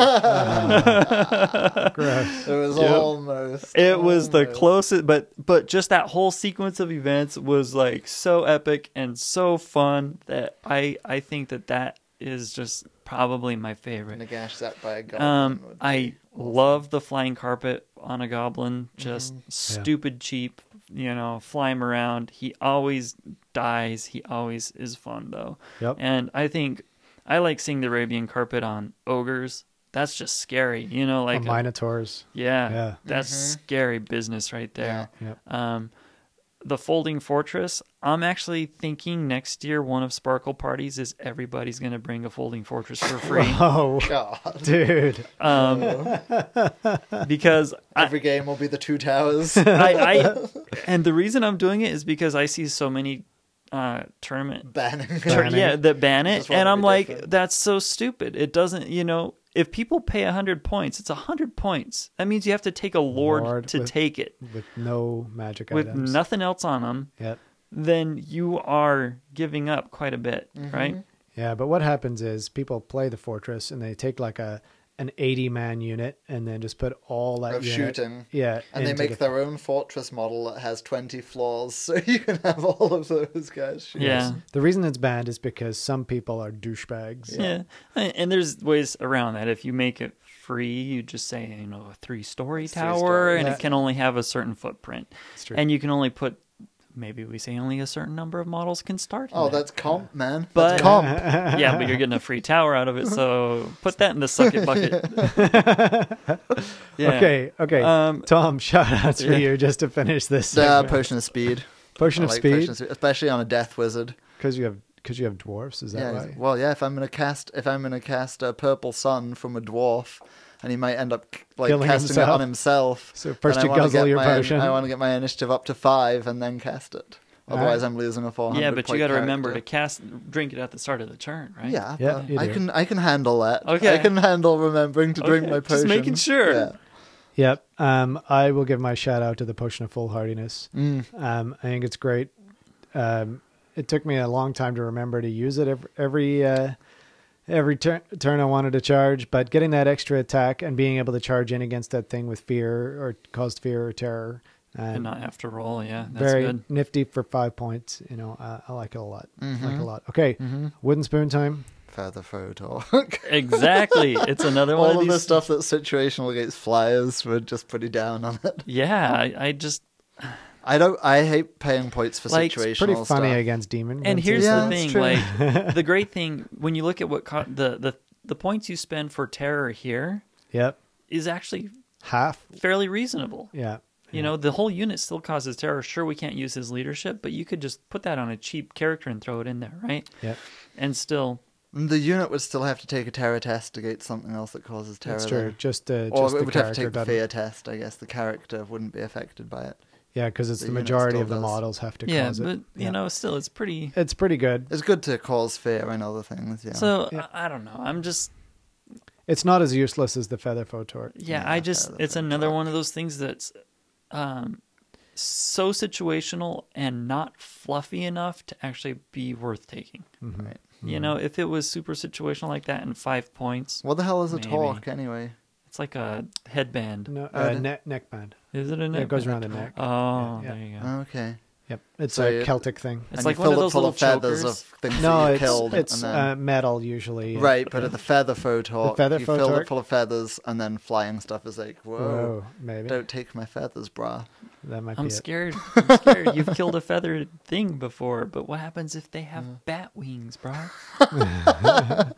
A: Gross.
C: it was
B: Yep.
C: almost.
B: it was the
C: almost.
B: closest but but just that whole sequence of events was like so epic and so fun that i i think that that is just probably my favorite
C: Nagash set by a goblin.
B: um
C: would be
B: i love the flying carpet on a goblin
C: Mm-hmm.
B: just stupid cheap you know fly him around he always dies he always is fun though
A: Yep.
B: and i think i like seeing the arabian carpet on ogres that's just scary you know like uh,
A: Or
B: a-
A: Minotaurs.
B: yeah,
A: Yeah.
B: that's
C: Mm-hmm.
B: scary business right there.
A: Yeah. Yep.
B: Um, the Folding Fortress. I'm actually thinking next year one of Sparkle parties is everybody's going to bring a Folding Fortress for free.
A: Oh,
C: God.
A: dude.
B: um, because I,
C: Every game will be the two towers.
B: I, I, and the reason I'm doing it is because I see so many uh, tournament
C: banning.
B: Tur-
A: Ban it.
B: yeah, that ban it.
C: Just wanted
B: And
C: to
B: I'm
C: be
B: like,
C: different.
B: that's so stupid. It doesn't, you know, if people pay 100 points, it's 100 points. That means you have to take a lord,
A: Lord
B: to
A: with-
B: take it
A: With no magic
B: with
A: items.
B: nothing else on them.
A: Yep.
B: then you are giving
C: Mm-hmm.
B: up quite a bit, right?
A: Yeah, but what happens is people play the fortress and they take like a an 80 man unit and then just put all that
C: Of
A: unit-
C: shooting.
A: Yeah.
C: And they
A: into
C: make
A: the-
C: their own fortress model that has 20 floors, so you can have all of those guys. shoot.
B: Yeah.
A: The reason it's banned is because some people are douchebags.
B: Yeah. And and there's ways around that. If you make it free, you just say, you know, a three story
C: Three
B: tower
C: story.
B: and
A: Yeah.
B: it can only have a certain footprint.
A: It's true.
B: And you can only put, maybe we say only a certain number of models can start. in
C: Oh,
B: it.
C: that's comp, man.
B: But-
C: that's comp.
B: yeah, but you're getting a free tower out of it, so put that in the suck it bucket. yeah.
A: Okay, okay.
B: Um,
A: Tom, shout outs for
B: yeah.
A: you just to finish this.
C: Uh,
A: segment.
C: potion of speed.
A: Potion
C: I
A: of
C: like
A: speed
C: especially on a death wizard.
A: because you have because you have dwarfs. Is
C: Yeah,
A: that right?
C: well, yeah. If I'm gonna cast, if I'm gonna cast a purple sun from a dwarf, and he might end up like
A: Killing
C: casting it
A: himself.
C: on himself.
A: So first
C: then I
A: you
C: wanna
A: guzzle
C: get
A: your
C: my,
A: potion.
C: I want to get my initiative up to five and then cast it. Otherwise, I'm losing a four hundred.
B: Yeah, but you got to remember to cast, drink it at the start of the turn, right?
C: Yeah,
A: Yeah,
C: but
A: you
C: I
A: do.
C: can I can handle that.
B: Okay.
C: I can handle remembering to drink
B: Okay,
C: my
B: just
C: potion.
B: making sure.
C: Yeah.
A: Yep. Um, I will give my shout out to the potion of foolhardiness.
C: Mm.
A: Um, I think it's great. Um, it took me a long time to remember to use it every every, uh, every tur- turn I wanted to charge, but getting that extra attack and being able to charge in against that thing with fear or caused fear or terror,
B: And
A: um,
B: not have to roll. Yeah, that's
A: very
B: good.
A: nifty for five points. You know, I, I like it a lot.
C: Mm-hmm.
A: I like it a lot. Okay, wooden spoon time.
C: Further photo.
B: Exactly. It's another one
C: All of
B: these.
C: the stuff that's situational against flyers were just pretty down on it.
B: Yeah, I, I just
C: I don't. I hate paying points for
B: Like,
C: situational
B: it's
A: It's pretty funny
C: stuff.
A: against demon.
B: and
A: Vince's.
B: here's
C: Yeah,
B: the
C: that's
B: thing
C: true.
B: like the great thing when you look at what co- the the the points you spend for terror here
A: yep
B: is actually
A: half.
B: fairly reasonable
A: Yeah,
B: you know the whole unit still causes terror sure we can't use his leadership but you could just put that on a cheap character and throw it in there right
A: yep.
B: and still
C: The unit would still have to take a terror test to get something else that causes terror.
A: That's
C: though.
A: true. Just, uh,
C: Or
A: just
C: it
A: the
C: would have to
A: character
C: take the
A: doesn't.
C: fear test. I guess the character wouldn't be affected by it.
A: Yeah, because it's
C: the
A: the,
C: unit
A: majority
C: still
A: of the
C: does.
A: models have to
B: yeah
A: cause it.
B: but
A: Yeah.
B: you know still it's pretty
A: it's pretty good.
C: It's good to cause fear and other things. Yeah.
B: so
A: Yeah.
B: I, I don't know i'm just
A: It's not as useless as the feather photort.
B: yeah,
C: Yeah,
B: i just
C: fair,
B: it's
C: fair
B: another
C: talk.
B: one of those things that's um so situational and not fluffy enough to actually be worth taking
C: right.
A: Mm-hmm.
B: You know, if it was super situational like that and five points,
C: What the hell is a
B: Maybe.
C: talk anyway?
B: it's like a headband.
A: No, uh,
C: Uh, the-
A: ne- neck band.
B: Is it a
A: Yeah,
B: neck?
A: it goes around the neck.
B: Oh,
A: Yeah, yeah.
B: there you go.
C: Okay.
A: Yep, it's
C: So
A: a
C: you-
A: Celtic thing.
B: it's
C: and
B: like
C: you
B: one of
C: fill it
B: those
C: full
B: little
C: of feathers
B: chokers.
C: of
A: No,
C: things that you
A: it's
C: killed.
A: it's
C: and
A: uh,
C: then...
A: metal usually. yeah.
C: Right, but at the feather photor,
A: feather
C: you fill
A: photorc.
C: it full of feathers, and then flying stuff is like, whoa,
A: Whoa, maybe
C: don't take my feathers, brah.
A: that might
B: I'm
A: be
B: scared. I'm scared. You've killed a feathered thing before, but what happens if they have bat wings, bro?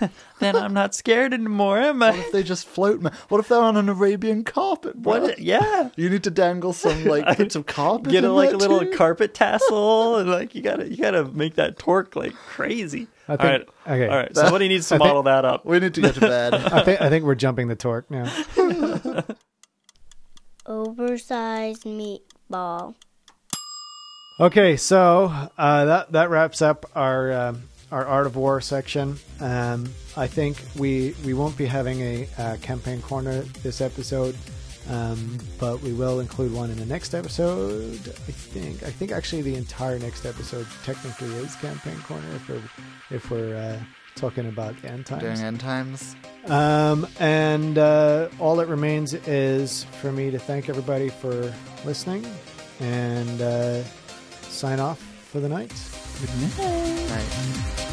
B: then I'm not scared anymore, am
C: What
B: I?
C: if they just float? ma- What if they're on an Arabian carpet? Bruh?
B: What? Yeah.
C: You need to dangle some like bits of carpet.
B: Get a,
C: in
B: like a
C: there,
B: little
C: too?
B: carpet tassel, and like you gotta you gotta make that torque like crazy.
A: I
B: all right,
A: think- okay.
B: all right. Somebody needs to model that up.
C: We need to go to
A: it.
C: bed.
A: I think I think we're jumping the torque now.
F: Oversized meatball.
A: Okay, so uh, that that wraps up our um, our art of war section. Um, I think we we won't be having a uh, campaign corner this episode, um, but we will include one in the next episode. I think I think actually the entire next episode technically is campaign corner if we're if we're uh, talking about end times.
C: During end times.
A: Um, and uh, all that remains is for me to thank everybody for listening and uh, sign off for the night.
C: Right.